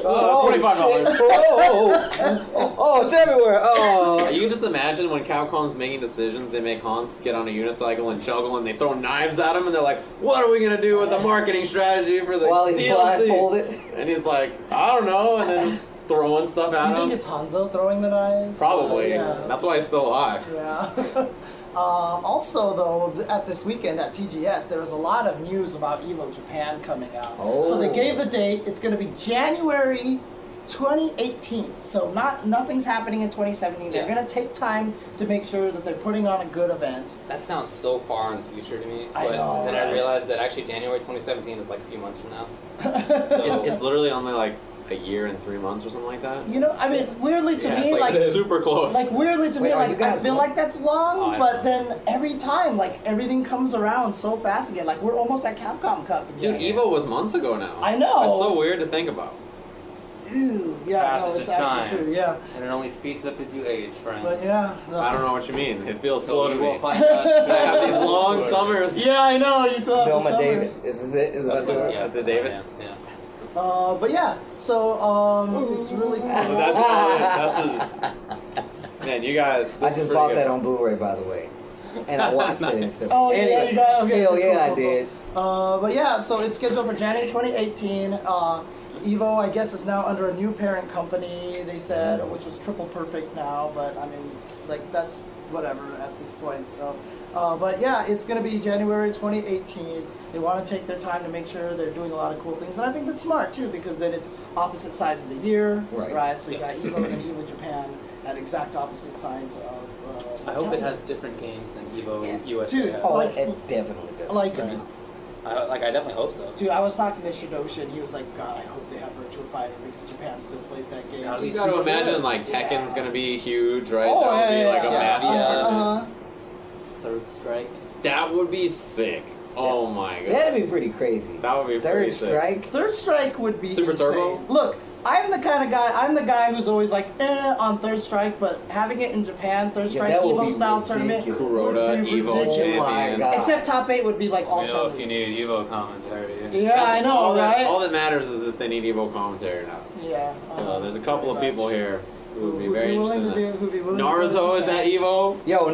S1: $25.
S2: Oh, shit. Oh, oh, oh. oh, it's everywhere.
S1: Uh,
S2: Oh,
S1: you can just imagine when Capcom's making decisions, they make Hans get on a unicycle and juggle, and they throw knives at him, and they're like, "What are we gonna do with the marketing strategy for the
S2: while he's
S1: DLC?"
S2: blindfolded.
S1: And he's like, "I don't know," and then just throwing stuff
S4: Do you
S1: at
S4: think
S1: him.
S4: it's Hanzo throwing the knives?
S1: Um, Probably.
S4: Yeah.
S1: That's why he's still alive.
S4: Yeah. Uh, also, though, th- at this weekend at TGS, there was a lot of news about Evo Japan coming out. So they
S2: Oh.
S4: gave the date. It's going to be January 2018. So not nothing's happening in 2017.
S3: Yeah.
S4: They're gonna take time to make sure that they're putting on a good event.
S3: That sounds so far in the future to me.
S4: I
S3: But
S4: know,
S3: then
S4: right?
S3: I realized that actually January 2017 is like a few months from now.
S1: It's,
S3: So
S1: it's literally only like a year and three months or something like that.
S4: You know, I mean, weirdly to
S3: Yeah,
S4: me,
S1: It's like,
S4: like
S1: super close.
S4: Like weirdly to
S2: Wait,
S4: me,
S2: are you
S4: like I
S2: guys
S4: feel
S2: going-
S4: like that's
S3: Oh,
S4: long,
S3: I
S4: but
S3: know.
S4: then every time, like everything comes around so fast again. Like we're almost at Capcom Cup. Again.
S1: Dude, Evo was months ago now.
S4: I know.
S1: It's so weird to think about.
S4: Ew, yeah, no,
S3: Passage
S4: it's
S3: of
S4: actually
S3: time.
S4: true. Yeah,
S3: and it only speeds up as you age, friends.
S4: but yeah, no.
S1: I don't know what you mean. It feels
S3: So
S1: slow to
S3: you
S1: me.
S3: will find out.
S1: I have these long summers. Yeah, I know. You still
S4: have-
S8: Delma
S4: summer.
S8: Davis.
S2: Is this it? Is
S3: That's
S2: that
S3: what,
S2: the
S3: yeah,
S1: That's
S3: that's
S1: it, David.
S3: my answer, yeah.
S4: Uh, but yeah, so um, it's really cool.
S1: So that's that's his, man. You guys. This
S2: I
S1: is
S2: just
S1: pretty
S2: bought
S1: good.
S2: that on Blu-ray, by the way, and I watched it and stuff.
S4: Oh, yeah,
S2: Anyway,
S4: you got- okay,
S2: Hell
S4: cool,
S2: yeah, I
S4: cool, cool.
S2: did.
S4: Uh, but yeah, so it's scheduled for January 2018. Uh, Evo, I guess, is now under a new parent company. They said,
S2: Mm.
S4: which was triple perfect now, but I mean, like that's whatever at this point. So, uh, but yeah, it's gonna be January 2018. They want to take their time to make sure they're doing a lot of cool things, and I think that's smart too because then it's opposite sides of the year,
S2: Right.
S4: So you
S3: Yes.
S4: got Evo and Evo Japan at exact opposite sides of. Uh,
S3: I hope it
S4: Capcom.
S3: has different games than Evo USA.
S4: Dude,
S3: has.
S2: Oh,
S4: Like-
S2: it definitely does.
S4: like.
S3: I, like I definitely hope so.
S4: Dude, I was talking to Shidoshi and he was like, God, I hope they have Virtual Fighter because Japan still plays that game.
S3: That'd
S1: You
S3: be
S1: gotta
S3: super
S1: imagine
S3: good.
S1: like Tekken's gonna be huge, right?
S4: Oh,
S1: that would
S4: yeah,
S1: be
S4: yeah,
S1: like a
S4: yeah.
S1: massive
S3: Yeah.
S1: tournament.
S4: Uh-huh.
S3: Third Strike.
S1: That would be sick. Oh my god.
S2: That'd be pretty crazy.
S1: That would be pretty
S2: Third
S1: sick.
S2: strike.
S4: Third Strike would be
S1: Super
S4: insane.
S1: Turbo?
S4: Look, I'm the kind of guy. I'm the guy who's always like, eh, on Third Strike, but having it in Japan, Third
S2: Yeah,
S4: Strike
S2: that would
S4: Evo
S2: be
S4: style
S2: ridiculous.
S4: tournament.
S1: Kuroda,
S4: would be
S1: Evo
S4: ridiculous.
S2: Oh my
S1: champion.
S2: God.
S4: Except top eight would be like all
S3: You know, if you
S4: Chinese.
S3: need Evo commentary.
S4: Yeah, I know,
S1: all
S4: right?
S1: That, all that matters is if they need Evo commentary now.
S4: yeah.
S1: Uh, there's a couple of
S4: pretty
S1: people
S4: much.
S1: here who would be
S4: Who'd
S1: very interested.
S4: willing
S1: In
S4: to do,
S1: that.
S4: who'd be willing to go
S1: Naruto
S4: to
S1: is
S4: Japan.
S1: at Evo.
S2: Yo,
S1: I'll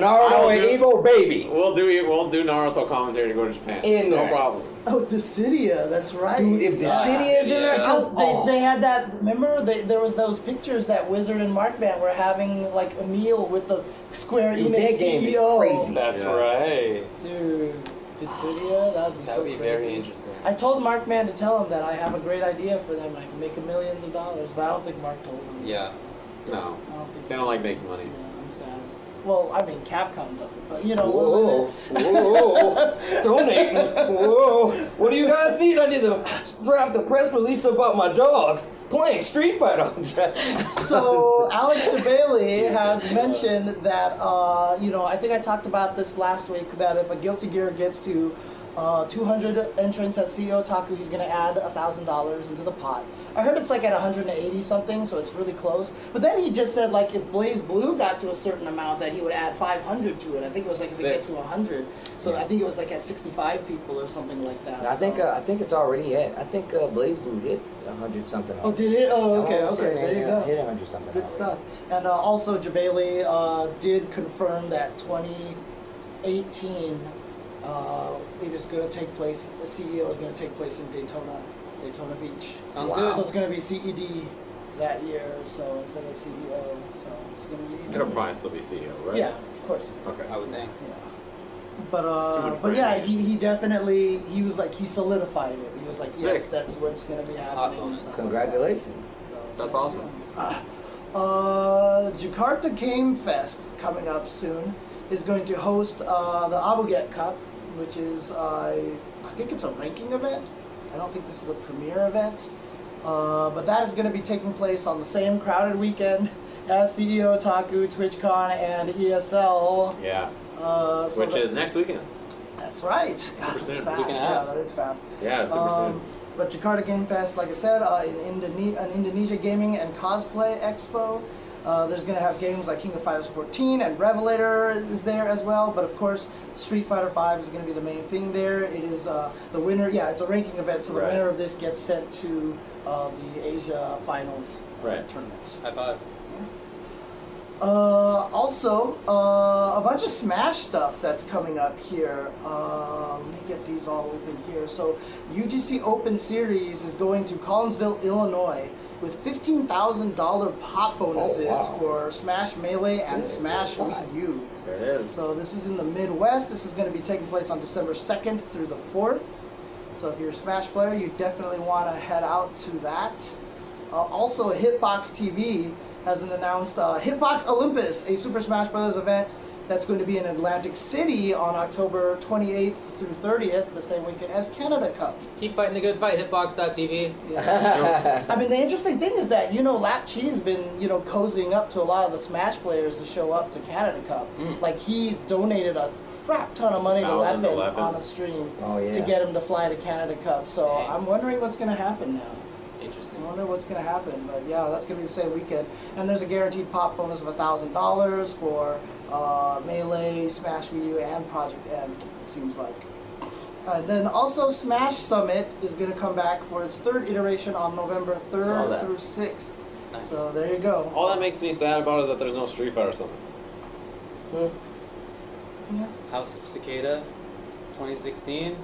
S2: Naruto and
S1: do-
S2: Evo, baby.
S1: We'll do we'll do Naruto commentary to go to Japan.
S2: In
S1: no
S2: there.
S1: problem.
S4: Oh, Dissidia, that's right. Ah,
S2: Dude, if the
S3: Yeah.
S2: city is in there,
S3: Yeah.
S2: I'm
S4: Because
S2: on.
S4: they, they had that. Remember, they, there was those pictures that Wizard and Markman were having like a meal with the Square
S2: Dude, that
S4: Enix
S2: game is
S4: CEO.
S2: crazy.
S3: That's
S1: Yeah.
S3: right.
S4: Dude, Dissidia, that'd be
S3: That
S4: so
S3: would be
S4: crazy.
S3: very interesting.
S4: I told Markman to tell him that I have a great idea for them. I can make a millions of dollars, but I don't think Mark told him.
S3: Yeah.
S1: No,
S4: I don't think.
S1: they don't like making money.
S4: yeah, I'm sad. Well, I mean, Capcom does it, but you know.
S2: Whoa, whoa, donate. Whoa, what do you guys need? I need to draft a press release about my dog playing Street Fighter.
S4: So Alex DeBailey has mentioned that uh, you know I think I talked about this last week that if a Guilty Gear gets to uh, 200 entrants at CEO Taku, he's gonna add thousand dollars into the pot. I heard it's like at 180 something, so it's really close. But then he just said like if Blaze Blue got to a certain amount, that he would add 500 to it. I think it was like if it
S1: Sick.
S4: gets to 100, so I think it was like at 65 people or something like that.
S2: I think
S4: so-
S2: uh, I think it's already at. I think uh, Blaze Blue hit hundred something.
S4: oh, did it? Oh, okay, okay, there you go.
S2: Hit hundred something.
S4: Good
S2: already.
S4: stuff. And uh, also, Jabali uh, did confirm that 2018, uh, it is going to take place, the CEO is going to take place in Daytona, Daytona Beach.
S3: Sounds
S2: Wow.
S3: good.
S4: So it's going to be CED that year, so instead of CEO, so it's going to be.
S1: It'll probably still be CEO, right?
S4: Yeah, of course.
S1: Okay.
S3: I would think.
S4: Yeah. But
S1: too
S4: uh,
S1: much
S4: but yeah,
S1: brand.
S4: he, he definitely he was like he solidified it. He was like, yes,
S1: Sick.
S4: that's where it's gonna be happening. and
S3: bonus.
S4: stuff like that.
S2: Congratulations.
S4: So,
S1: That's awesome.
S4: Uh, Jakarta Game Fest coming up soon is going to host uh, the Abuget Cup, which is uh, I think it's a ranking event. I don't think this is a premier event, uh, but that is going to be taking place on the same crowded weekend as CEO Taku, TwitchCon, and ESL.
S1: Yeah.
S4: Uh, so
S1: Which
S4: that-
S1: is next weekend.
S4: that's right. God, that's
S1: soon.
S4: fast.
S3: Week and a
S4: Yeah,
S3: half.
S4: that is fast.
S1: Yeah, it's super
S4: Um,
S1: soon.
S4: but Jakarta Game Fest, like I said, uh, in Indone- an Indonesia Gaming and Cosplay Expo. Uh, there's going to have games like King of Fighters 14 and Revelator is there as well. But of course, Street Fighter 5 is going to be the main thing there. It is uh, the winner. Yeah, it's a ranking event, so the
S1: Right.
S4: winner of this gets sent to uh, the Asia Finals uh,
S1: Right.
S4: tournament.
S3: High five.
S4: Uh, also, uh, a bunch of Smash stuff that's coming up here. Um, let me get these all open here. So, UGC Open Series is going to Collinsville, Illinois, with fifteen thousand dollar pop bonuses
S2: wow.
S4: for Smash Melee and Smash
S2: wow.
S4: Wii U.
S1: There it is.
S4: So this is in the Midwest. This is going to be taking place on December 2nd through the 4th. So if you're a Smash player, you definitely want to head out to that. Uh, also, Hitbox TV hasn't announced uh, Hitbox Olympus, a Super Smash Bros. event that's going to be in Atlantic City on October 28th through 30th, the same weekend as Canada Cup.
S3: Keep fighting a good fight. Hitbox.tv.
S4: I mean, the interesting thing is that you know, Lap Chi's been you know cozying up to a lot of the Smash players to show up to Canada Cup. Like he donated a crap ton of money to
S9: Thousand to
S4: Leffen
S9: Leffen.
S4: on a stream
S2: Oh, yeah.
S4: to get him to fly to Canada Cup. So
S3: Dang.
S4: I'm wondering what's gonna happen now. I
S3: Interesting.
S4: wonder what's gonna happen, but yeah, that's gonna be the same weekend. And there's a guaranteed pop bonus of thousand dollars for uh, Melee, Smash Wii U, and Project M. It seems like. And then also Smash Summit is gonna come back for its third iteration on November
S10: Saw
S4: third
S10: that.
S4: through sixth.
S10: Nice.
S4: So there you go.
S1: All that makes me sad about is that there's no Street Fighter Summit.
S4: Yeah.
S3: House of Cicada 2016.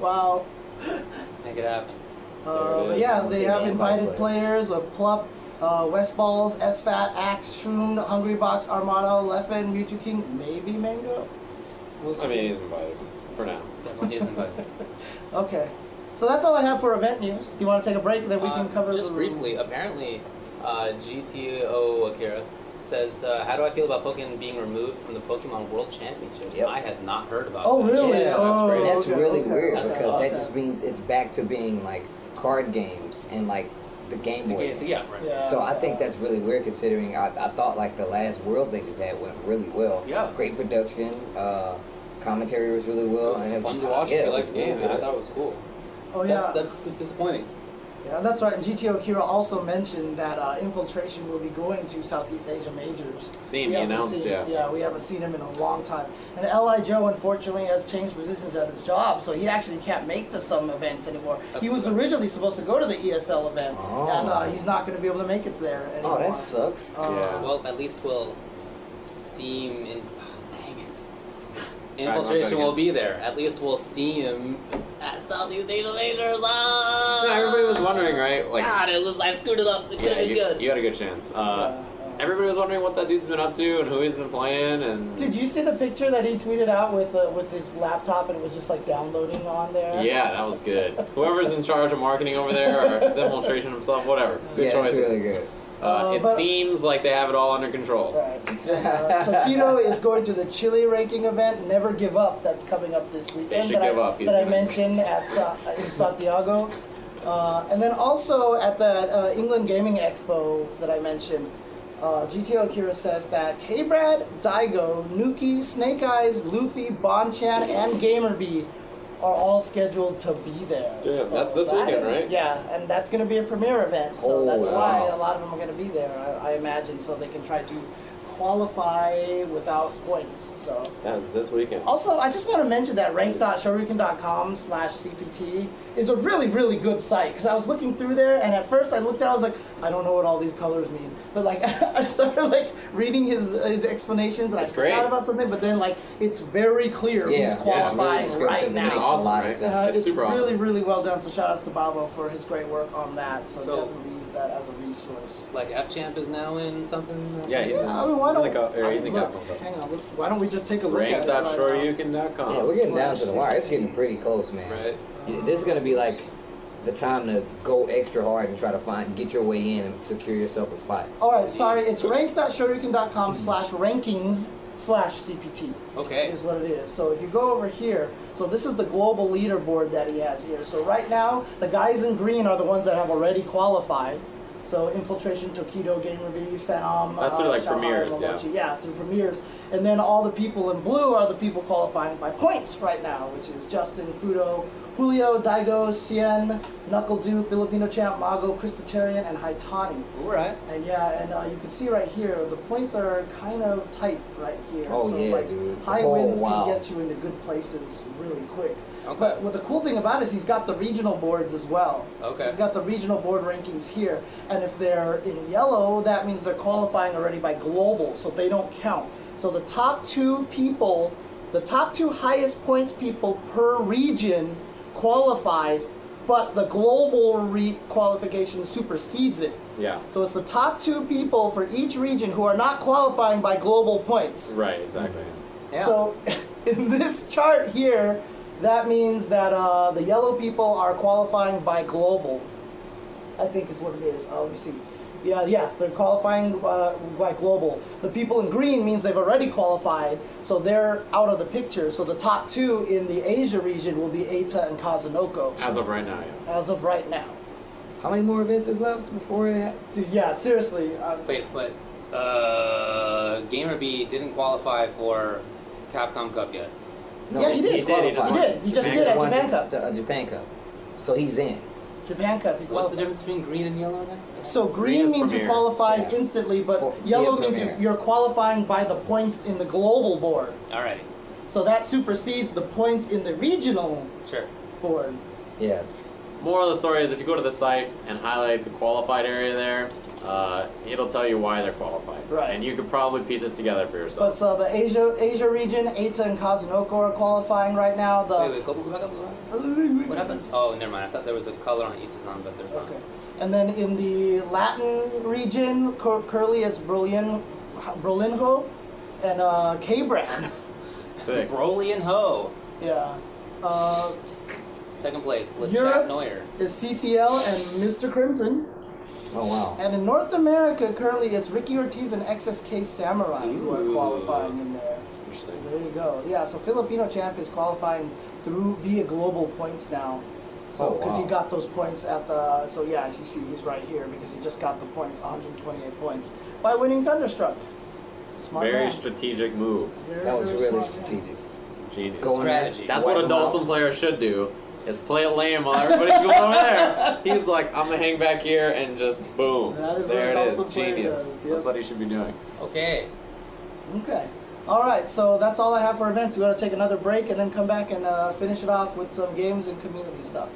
S4: wow.
S3: Make it happen.
S1: There
S4: Uh,
S1: it
S4: but
S1: is.
S4: yeah,
S2: We'll
S4: they
S2: see
S4: have
S2: the
S4: invited
S2: invite
S4: players of Plup, uh, West Balls, SFAT, Axe, Shroom, Hungry Box, Armada, Leffen, Mewtwo King, maybe Mango. We'll
S1: I mean, he's invited for now.
S3: Definitely is invited.
S4: Okay. So that's all I have for event news. Do you want to take a break and then we
S3: Uh,
S4: can cover
S3: just
S4: the-
S3: briefly. Apparently, uh, GTO Akira says, uh, "How do I feel about Pokemon being removed from the Pokemon World Championships?"
S2: Yep.
S3: I had not heard about.
S4: Oh,
S3: that.
S4: really?
S2: Yeah, that's
S4: oh,
S2: And that's
S4: okay,
S2: really
S4: okay,
S2: weird
S4: okay,
S2: because
S4: okay.
S2: that just means it's back to being like card games and like the Game Boy.
S3: Yeah,
S2: games.
S3: yeah, right.
S4: Yeah.
S2: So I think that's really weird considering I, I thought like the last Worlds they just had went really well.
S3: Yeah.
S2: Great production, uh, commentary was really well.
S3: It was
S2: and it
S3: fun
S2: was,
S3: to watch.
S2: Yeah,
S3: if you
S2: it
S3: like the
S2: was
S3: game,
S2: really
S3: and I
S2: good.
S3: thought it was cool.
S4: Oh, yeah.
S3: That's that's disappointing.
S4: yeah, that's right. And GTO Kira also mentioned that uh, Infiltration will be going to Southeast Asia Majors.
S1: Seen,
S4: We
S1: he
S4: haven't
S1: announced,
S4: seen-
S1: yeah.
S4: Yeah, we haven't seen him in a long time. And Li Joe, unfortunately, has changed positions at his job, so he actually can't make to some events anymore.
S3: That's
S4: he was
S3: too bad.
S4: originally supposed to go to the ESL event,
S2: Oh.
S4: and uh, he's not going to be able to make it there anymore.
S2: Oh, that sucks.
S4: Uh,
S1: Yeah.
S3: Well, at least we'll seem in. Oh, dang it.
S1: Sorry, I'll try
S3: Infiltration will
S1: again.
S3: be there. At least we'll see him at Southeast Asian Majors. Ah!
S1: Yeah, Uh, everybody was wondering, right? Like,
S4: Ah,
S3: God, it was. I screwed it up. It could have
S1: yeah,
S3: been
S1: you,
S3: good.
S1: you had a good chance. Uh,
S4: uh,
S1: everybody was wondering what that dude's been up to and who he's been playing, and
S4: Dude, you see the picture that he tweeted out with uh, with his laptop, and it was just like downloading on there.
S1: yeah, that was good. Whoever's in charge of marketing over there, or if it's infiltration himself, whatever. Good
S2: yeah,
S1: choice.
S2: that's really good.
S1: uh,
S4: Uh,
S1: it
S4: but-
S1: seems like they have it all under control.
S4: Right. Uh, so Keto is going to the Chile ranking event, Never Give Up, that's coming up this weekend.
S1: should
S4: that
S1: give
S4: I,
S1: up. He's
S4: that I
S1: gonna-
S4: mentioned at Sa- in Santiago, uh, and then also at the uh, England Gaming Expo that I mentioned. Uh, GTO Kira says that K-Brad, Daigo, Nuki, Snake Eyes, Luffy, Bonchan, and Gamerbee are all scheduled to be there.
S1: Damn, that's this weekend, right?
S4: Yeah, and that's going to be a premiere event, so
S2: Oh,
S4: that's why
S2: wow.
S4: a lot of them are going to be there, I, I imagine, so they can try to qualify without points. So
S1: That was this weekend.
S4: also, I just want to mention that rank.shoryuken.com slash CPT is a really, really good site because I was looking through there and at first I looked at it, I was like, I don't know what all these colors mean. But like, I started like reading his, his explanations and
S1: That's
S4: I
S1: great.
S4: forgot about something, but then like, it's very clear
S2: Yeah,
S4: who's
S2: yeah, it's really
S4: qualifying
S2: descriptive
S4: right
S2: and it
S4: now.
S2: makes a
S1: Awesome,
S2: lot of
S1: right?
S2: sense.
S4: Uh,
S1: It's
S4: it's
S1: super awesome.
S4: really, really well done. So shout outs to Babo for his great work on that. So,
S3: So-
S4: definitely use that as a resource.
S3: Like F Champ is now in something.
S1: Yeah, he's in,
S4: I mean, why
S1: he's in
S4: don't
S1: the co- or
S4: I
S1: he's in
S4: mean,
S1: Capcom.
S4: look, hang on? Let's, why don't we just take a look at it? um, right now?
S1: Rank.shoryuken.com.
S2: Yeah, we're getting down to the wire. It's getting pretty close, man.
S3: Right.
S2: Yeah, This is gonna be like the time to go extra hard and try to find, get your way in, and secure yourself a spot.
S4: All right, sorry. It's rank.shoryuken.com slash rankings slash CPT
S3: Okay.
S4: is what it is. So if you go over here, so this is the global leaderboard that he has here. So right now, the guys in green are the ones that have already qualified. So Infiltration, Tokido, Gamerby, Phenom,
S1: That's
S4: uh,
S1: through, like,
S4: Shanghai,
S1: premieres, yeah.
S4: Momochi. yeah, through premieres. And then all the people in blue are the people qualifying by points right now, which is Justin, Fudo, Julio, Daigo, Cien, Knuckle Dew, Filipino Champ, Mago, Christatarian, and Haitani.
S3: All right.
S4: And yeah, and uh, you can see right here, the points are kind of tight right here.
S2: Oh,
S4: so
S2: yeah,
S4: like,
S2: dude.
S4: High
S2: Oh,
S4: wins
S2: wow.
S4: can get you into good places really quick.
S3: Okay.
S4: But what the cool thing about it is he's got the regional boards as well.
S3: Okay.
S4: He's got the regional board rankings here, and if they're in yellow, that means they're qualifying already by global, so they don't count. So the top two people, the top two highest points people per region qualifies, but the global re- qualification supersedes it.
S1: Yeah.
S4: So it's the top two people for each region who are not qualifying by global points.
S1: Right, exactly.
S3: Yeah.
S4: So in this chart here, that means that uh, the yellow people are qualifying by global. I think is what it is. Uh, let me see. Yeah, yeah, they're qualifying uh, by global. The people in green means they've already qualified, so they're out of the picture. So the top two in the Asia region will be Eita and Kazunoko.
S1: As of right now, yeah.
S4: as of right now.
S2: How many more events is left before it?
S4: Dude, yeah, seriously. Uh,
S3: Wait, but uh, Gamerby didn't qualify for Capcom Cup yet.
S2: No,
S4: yeah, he did.
S1: he did, he just
S4: he
S1: won.
S4: did. He just
S1: Japan
S4: did at
S1: Cup.
S2: won
S4: Japan Cup.
S2: The, uh, Japan Cup. So he's in.
S4: Japan Cup. He
S3: What's the
S4: qualified.
S3: difference between green and yellow again?
S4: So
S1: Green
S4: green
S1: is
S4: means you
S1: premier.
S4: qualified
S2: Yeah.
S4: instantly, but
S2: For-
S4: yellow
S2: yeah,
S4: means you,
S2: premier.
S4: you're qualifying by the points in the global board.
S3: Alrighty,
S4: So that supersedes the points in the regional
S3: sure.
S4: board.
S2: Yeah.
S1: Moral of the story is if you go to the site and highlight the qualified area there, uh, it'll tell you why they're qualified.
S4: Right.
S1: And you could probably piece it together for yourself.
S4: But so the Asia Asia region, Eita and Kazunoko are qualifying right now.
S1: Uh,
S3: Wait, wait,
S4: The
S3: go, go back up. Go back up. What happened? Oh, never mind. I thought there was a color on each design, but there's
S4: okay, and then in the Latin region, cur- curly it's Berlin, Berlingo, and uh, K-Brand.
S1: Sick.
S3: not. Broly and Ho.
S4: yeah. Uh,
S3: Second place,
S4: Europe?
S3: LeChat Neuer.
S4: is CCL and Mr. Crimson.
S2: Oh wow.
S4: And in North America, currently it's Ricky Ortiz and XSK Samurai who are
S3: Ooh.
S4: qualifying in there. So there you go. Yeah, so Filipino champ is qualifying through via global points now. So
S2: Oh,
S4: because he
S2: wow.
S4: got those points at the so yeah, as you see, he's right here because he just got the points, 128 points by winning Thunderstruck. Smart
S1: Very
S4: man.
S1: strategic move.
S4: Very,
S2: That was
S4: very
S2: really
S4: smart man.
S2: strategic.
S1: Genius.
S2: Going
S3: Strategy.
S1: That's
S2: Wipe
S1: what a
S2: them out.
S1: Dawson player should do. Is play it lame while everybody's going over there. He's like, I'm gonna hang back here and just boom.
S4: That is
S1: there
S4: what a
S1: it is.
S4: Dawson player
S1: Genius.
S4: does, yep.
S1: That's what he should be doing.
S3: Okay.
S4: Okay. All right. So that's all I have for events. We gotta take another break and then come back and uh, finish it off with some games and community stuff.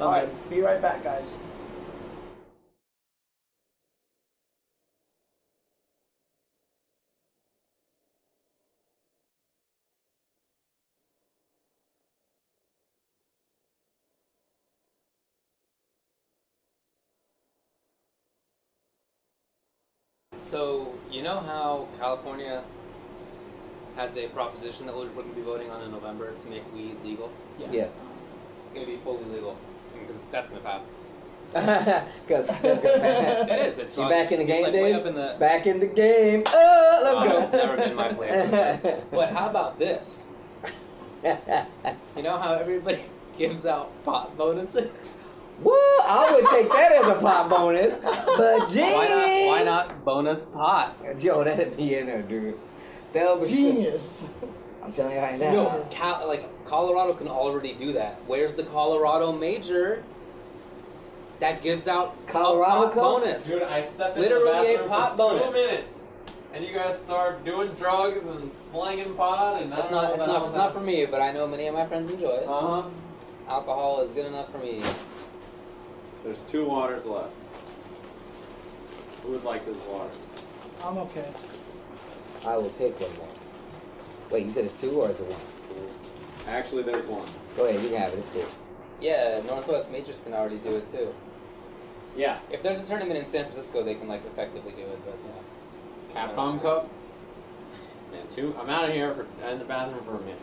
S4: all right. Be right back, guys.
S3: So you know how California has a proposition that we're going to be voting on in November to make weed legal.
S2: Yeah.
S3: It's going to be fully legal because that's going to pass.
S2: Because that's gonna pass.
S3: It is. It's
S2: You
S3: not-
S2: back in the
S3: it's
S2: game,
S3: like way
S2: Dave?
S3: up in the.
S2: Back in the game. Oh,
S3: Oh,
S2: let's
S3: it's
S2: go.
S3: never been my flavor. But how about this? You know how everybody gives out pot bonuses?
S2: Woo! I would take that as a pop bonus. But Jay.
S3: Why not? Why not bonus pot?
S2: Yo, that'd be in there, dude. That would be
S4: Genius.
S2: I'm telling you right now.
S3: No, Cal- like Colorado can already do that. Where's the Colorado major that gives out a
S2: Colorado
S3: pot
S2: Cup?
S3: bonus?
S1: I step
S3: in the Literally a bathroom pot for two bonus.
S1: minutes. And you guys start doing drugs and slanging pot and
S3: That's not. It's not. It's not for me, but I know many of my friends enjoy it.
S1: Uh huh.
S3: Alcohol is good enough for me.
S1: There's two waters left. Who would like these waters?
S4: I'm okay.
S2: I will take one more. Wait, you said it's two or is it one?
S1: Actually, there's one.
S2: Go ahead, you can have it. It's cool.
S3: Yeah, Northwest majors can already do it too.
S1: Yeah.
S3: If there's a tournament in San Francisco, they can like effectively do it. But you know, it's
S1: Capcom Cup. Man, two. I'm out of here for in the bathroom for a minute.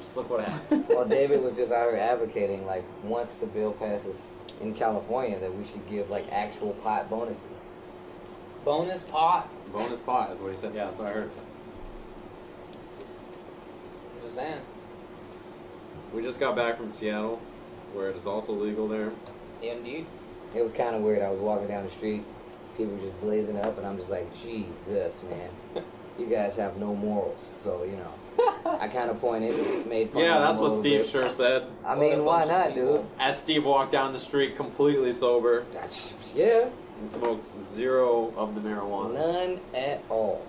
S1: Just look what happens.
S2: Well, David was just out here advocating, like, once the bill passes in California, that we should give, like, actual pot bonuses.
S3: bonus pot.
S1: Bonus pot is what he said. Yeah, that's what I heard.
S3: Just saying.
S1: We just got back from Seattle, where it is also legal there.
S3: Indeed.
S2: It was kind of weird. I was walking down the street, people were just blazing up, and I'm just like, Jesus, man. You guys have no morals. So, you know, I kind of pointed, made fun
S1: Yeah,
S2: of
S1: that's
S2: them a
S1: what
S2: little
S1: Steve
S2: bit.
S1: sure said.
S2: I mean,
S3: What
S2: why
S3: a bunch
S2: not,
S3: of people.
S2: dude?
S1: As Steve walked down the street completely sober
S2: Yeah,
S1: and smoked zero of the marijuana.
S2: none at all.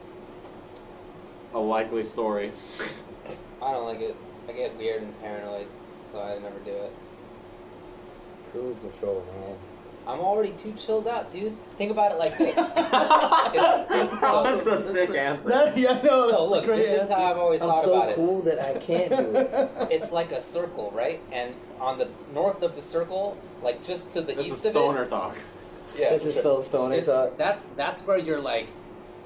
S1: A likely story.
S3: I don't like it. I get weird and paranoid, so I never do it.
S2: Cruise control, man.
S3: I'm already too chilled out, dude. Think about it like this. It's-
S1: That was a sick answer.
S4: That, yeah, no, that's
S3: No, look,
S4: a great
S3: this is
S4: answer.
S3: how I've always
S2: I'm
S3: thought about
S2: so
S3: it.
S2: cool that I can't do it.
S3: It's like a circle, right? And on the north of the circle, like just to the
S1: This is
S3: east
S1: stoner
S3: of
S1: talk.
S3: it, yeah,
S2: this is so stoner
S3: it-
S2: talk.
S3: That's that's where you're like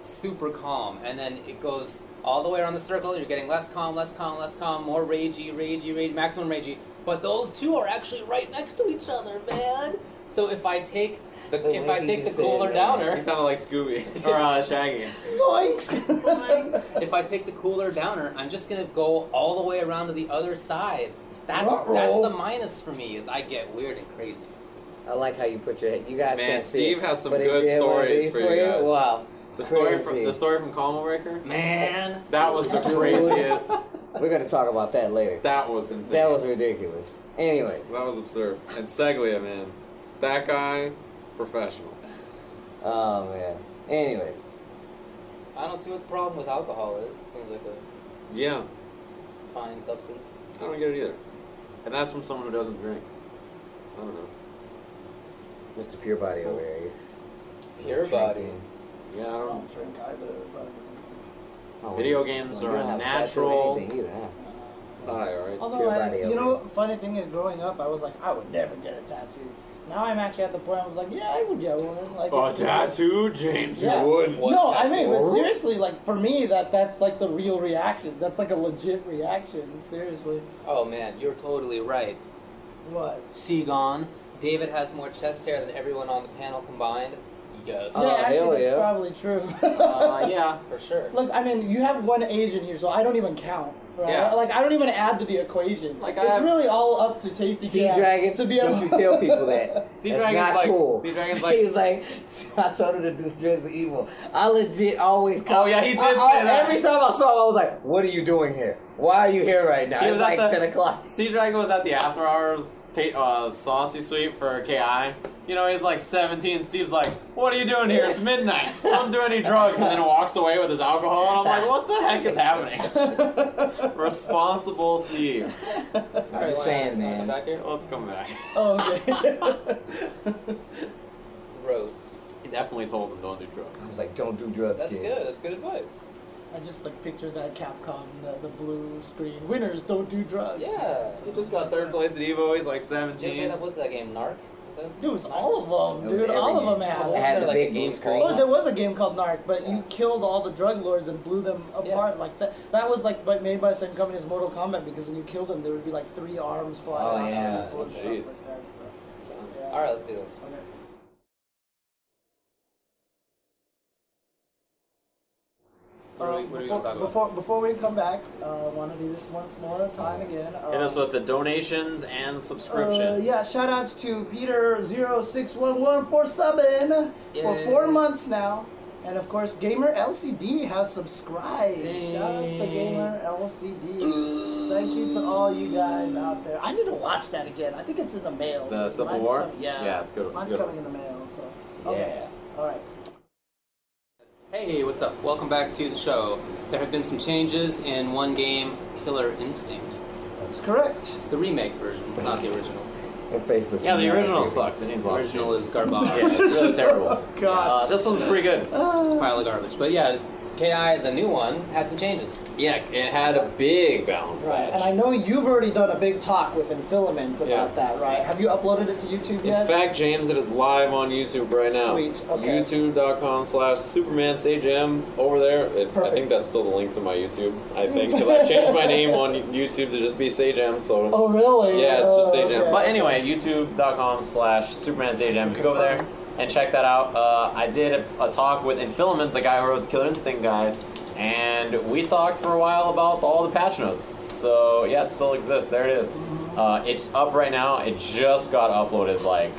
S3: super calm, and then it goes all the way around the circle. You're getting less calm, less calm, less calm, more ragey, ragey, ragey, maximum ragey. But those two are actually right next to each other, man. So if I take The, if I take the cooler downer,
S1: He sounded like Scooby or uh, Shaggy.
S4: Zoinks!
S3: if I take the cooler downer, I'm just gonna go all the way around to the other side. That's
S4: Ruh-roh.
S3: that's the minus for me is I get weird and crazy.
S2: I like how you put your head. You guys
S1: Man,
S2: can't see
S1: Steve
S2: it,
S1: has some
S2: but if
S1: good
S2: you had one of
S1: stories
S2: these
S1: for you guys.
S2: Wow.
S1: The story from
S2: Crazy.
S1: the story from Calm Breaker.
S3: Man,
S1: That was the
S2: Dude.
S1: craziest.
S2: We're gonna talk about that later.
S1: That was insane.
S2: That was ridiculous. Anyways,
S1: that was absurd. And Seglia, man, that guy, professional.
S2: oh man. Anyways,
S3: I don't see what the problem with alcohol is. It seems like a
S1: Yeah,
S3: fine substance.
S1: I don't get it either. And that's from someone who doesn't drink. I don't know.
S2: Mr. Purebody over here. he's-
S3: Pure body.
S1: Yeah, I
S11: I
S1: don't.
S11: don't drink either, but.
S2: Oh,
S1: Video
S2: you-
S1: games
S2: you
S1: are
S2: don't
S1: a
S2: have tattoo or
S1: natural-
S2: anything either, huh?
S1: Hi, all right.
S4: Although, I,
S2: everybody
S4: you
S2: over
S4: know,
S2: here.
S4: funny thing is, growing up, I was like, I would never get a tattoo. Now I'm actually at the point I was like, yeah, I would get one. Like,
S1: A
S4: it's-
S1: tattoo, James.
S4: Yeah.
S1: You wouldn't.
S3: What
S4: no, I
S3: tattoo?
S4: mean, but seriously, like for me, that that's like the real reaction. That's like a legit reaction. Seriously,
S3: Oh man, you're totally right.
S4: what?
S3: Seagon, David has more chest hair than everyone on the panel combined. Yes.
S2: Uh,
S4: yeah,
S2: hell
S4: actually, that's
S2: yeah.
S4: probably true.
S1: Uh, yeah,
S3: for sure.
S4: Look, I mean, you have one Asian here, so I don't even count, right?
S1: Yeah.
S4: Like I don't even add to the equation.
S1: Like, I
S4: it's
S1: have-
S4: really all up to Tasty
S2: Sea
S4: Cat
S2: Dragon,
S4: to be able
S2: don't you tell people that.
S1: Sea
S2: That's
S1: Dragon's
S2: not
S1: like-
S2: cool.
S1: Sea Dragon's like-
S2: He's like, I told him to do drugs are evil. I legit always.
S1: Oh, yeah, he did
S2: I- I-
S1: say that.
S2: uh, Every time I saw him, I was like, "What are you doing here? Why are you here right now?"
S1: He
S2: It's
S1: was at
S2: like
S1: the-
S2: ten o'clock.
S1: Sea Dragon was at the after hours ta- uh, saucy suite for KI. You know, he's like 17. Steve's like, What are you doing here? It's midnight. Don't do any drugs. And then walks away with his alcohol. And I'm like, What the heck is happening? Responsible Steve.
S2: I'm just saying, man.
S3: Back here?
S1: Let's come back.
S4: oh, okay.
S3: Gross.
S1: He definitely told him don't do
S2: I
S1: drugs.
S2: was like, "Don't do drugs."
S3: That's
S2: kid.
S3: good. That's good advice.
S4: I just like picture that Capcom, the, the blue screen. Winners don't do drugs.
S3: Yeah.
S1: He just got third place at Evo. He's like 17.
S3: Jim, what's that game? Narc? Was that?
S4: Dude, it's all of
S2: It
S4: them.
S2: was
S4: Dude, all
S2: every
S4: of them
S2: game. It
S3: Well,
S4: had. it.
S3: wasn't
S2: had
S3: there,
S2: the
S3: like, a
S2: big
S3: game
S2: blue screen.
S3: called-
S4: Oh, there was a game called Narc, but
S3: Yeah.
S4: you killed all the drug lords and blew them apart.
S3: Yeah.
S4: Like that, that was like but made by the same company as Mortal Kombat because when you killed them, there would be like three arms flying
S2: Oh,
S4: out
S2: yeah.
S4: of people and stuff
S1: Jeez.
S4: like that. So. Yeah.
S3: All right, let's do this.
S4: Okay.
S3: What are we-
S4: Um,
S3: what are we
S4: before,
S3: gonna talk about?
S4: before before we come back, I uh, want to do this once more time again. Uh,
S1: Hit us with the donations and
S4: uh,
S1: subscriptions.
S4: yeah, shout outs to Peter 0611 for subbing for four
S3: Yay.
S4: months now. And of course, Gamer LCD has subscribed.
S3: Dang.
S4: Shout outs to Gamer LCD. Thank you to all you guys out there. I need to watch that again. I think it's in the mail.
S1: The Civil
S4: Mine's
S1: War?
S4: coming- yeah.
S1: Yeah, it's good. It's
S4: Mine's
S1: good.
S4: coming in the mail, so. Okay. All right.
S3: Hey, what's up? Welcome back to the show. There have been some changes in one game, Killer Instinct,
S4: That's correct.
S3: the remake version, not the original.
S2: Her face looks
S1: Yeah, the
S2: mad,
S1: original
S2: dude.
S1: sucks. It needs
S3: The
S1: lots of
S3: original is
S1: changes.
S3: garbage.
S1: Yeah, it's really terrible.
S4: God.
S1: Uh, this one's pretty good.
S3: Just a pile of garbage. But yeah, KI, the new one, had some changes.
S1: Yeah, it had a big balance
S4: Right, and
S1: patch.
S4: I know you've already done a big talk with Infilament about
S1: Yeah.
S4: that, right? Have you uploaded it to YouTube
S1: In
S4: yet?
S1: fact, James, it is live on YouTube right now.
S4: Sweet, okay.
S1: YouTube.com slash Superman over there. It, I
S4: Perfect.
S1: think that's still the link to my YouTube, I think. Because I changed my name on YouTube to just be Sage M, so.
S4: oh, really?
S1: Yeah, it's just
S4: Oh,
S1: Sage
S4: okay.
S1: But anyway, youtube.com slash Superman Go over there and check that out. Uh, I did a, a talk with Infilament, the guy who wrote the Killer Instinct Guide, and we talked for a while about all the patch notes. So yeah, it still exists. There it is. Uh, it's up right now. It just got uploaded like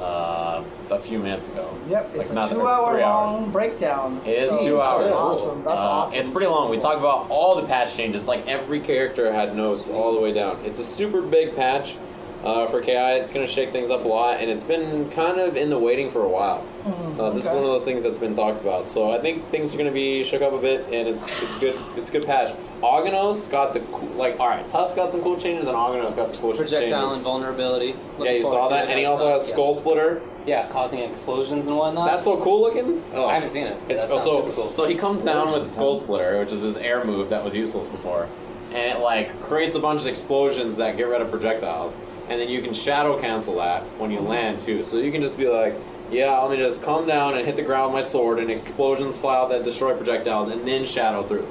S1: uh, a few minutes ago.
S4: Yep,
S1: like
S4: it's
S1: not
S4: a two-hour
S1: three hours.
S4: long breakdown.
S1: It is
S4: So
S1: two hours.
S4: That's awesome. That's
S1: Uh,
S4: awesome.
S1: It's pretty long. We talk about all the patch changes. Like every character had notes all the way down. It's a super big patch uh, for KI. It's going to shake things up a lot, and it's been kind of in the waiting for a while. Uh, this is
S4: Mm-hmm. okay.
S1: one of those things that's been talked about. So I think things are going to be shook up a bit, and it's it's good. It's a good patch. Oggenos got the cool, like all right. Tusk got some cool changes, and Oggenos got some cool
S3: Projectile
S1: changes.
S3: invulnerability. Looking
S1: Yeah, you
S3: forward
S1: saw
S3: to
S1: that,
S3: it.
S1: and he
S3: That's
S1: also has
S3: us,
S1: Skull
S3: yes.
S1: Splitter.
S3: Yeah, causing explosions and whatnot.
S1: That's so cool looking. Oh.
S3: I haven't seen it.
S1: It's
S3: That sounds
S1: also
S3: super cool.
S1: so he comes down with the skull splitter, which is his air move that was useless before, and it like creates a bunch of explosions that get rid of projectiles, and then you can shadow cancel that when you land too. So you can just be like, yeah, let me just come down and hit the ground with my sword, and explosions fly out that destroy projectiles, and then shadow through.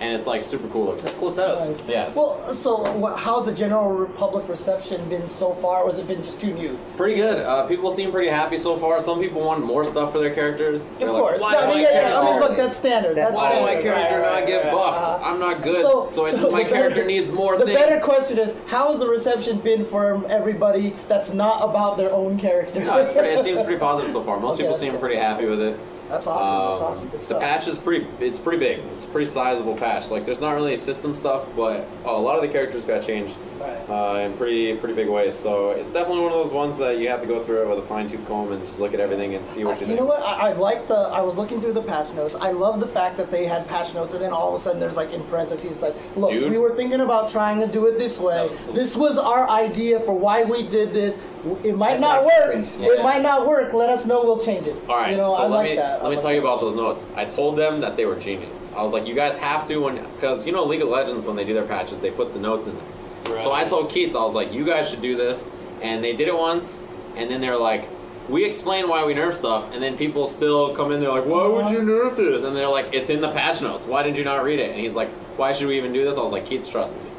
S12: and it's like super cool looking.
S3: That's a cool setup.
S4: Nice.
S12: Yes.
S4: Well, so wha how's the general public reception been so far? Or has it been just too new?
S12: Pretty good. Uh, people seem pretty happy so far. Some people want more stuff for their characters.
S4: Of course.
S12: Why
S4: No, I
S12: do
S4: mean,
S12: my
S4: yeah, yeah.
S12: character-
S4: I mean, look, that's standard. That's,
S1: Why did
S4: standard.
S1: my character not get buffed?
S4: Uh-huh.
S1: I'm not good,
S4: So-
S1: so, I,
S4: so
S1: my
S4: the
S1: character
S4: better-
S1: needs more
S4: The
S1: things.
S4: better question is, how's the reception been from everybody that's not about their own character?
S12: No, it's pretty, it seems pretty positive so far. Most
S4: Okay,
S12: people
S4: that's
S12: seem
S4: good.
S12: pretty
S4: That's
S12: happy with it.
S4: That's awesome. that's
S12: Um,
S4: awesome. Good
S12: the
S4: stuff.
S12: patch is pretty. It's pretty big. It's a pretty sizable patch. Like there's not really system stuff, but uh, a lot of the characters got changed
S4: Right.
S12: uh, in pretty pretty big ways. So it's definitely one of those ones that you have to go through it with a fine tooth comb and just look at everything and see what you,
S4: You
S12: think.
S4: know what? I, I like the. I was looking through the patch notes. I love the fact that they had patch notes, and then all of a sudden there's like in parentheses like, look,
S12: Dude.
S4: we were thinking about trying to do it this way.
S3: was cool.
S4: This was our idea for why we did this. It
S2: That's
S4: might not
S2: actually
S4: work.
S2: pretty smart.
S4: It might not work. Let us know. We'll change it.
S12: All right,
S4: You know,
S12: so
S4: I
S12: let
S4: like
S12: me
S4: that.
S12: let me tell you about those notes. I told them that they were genius. I was like, you guys have to when because you know League of Legends when they do their patches, they put the notes in there. So I told Keats, I was like, you guys should do this, and they did it once, and then they were like, we explain why we nerf stuff, and then people still come in, they're like, why would you nerf this? And they're like, it's in the patch notes. Why did you not read it? And he's like, why should we even do this? I was like, Keats, trust me,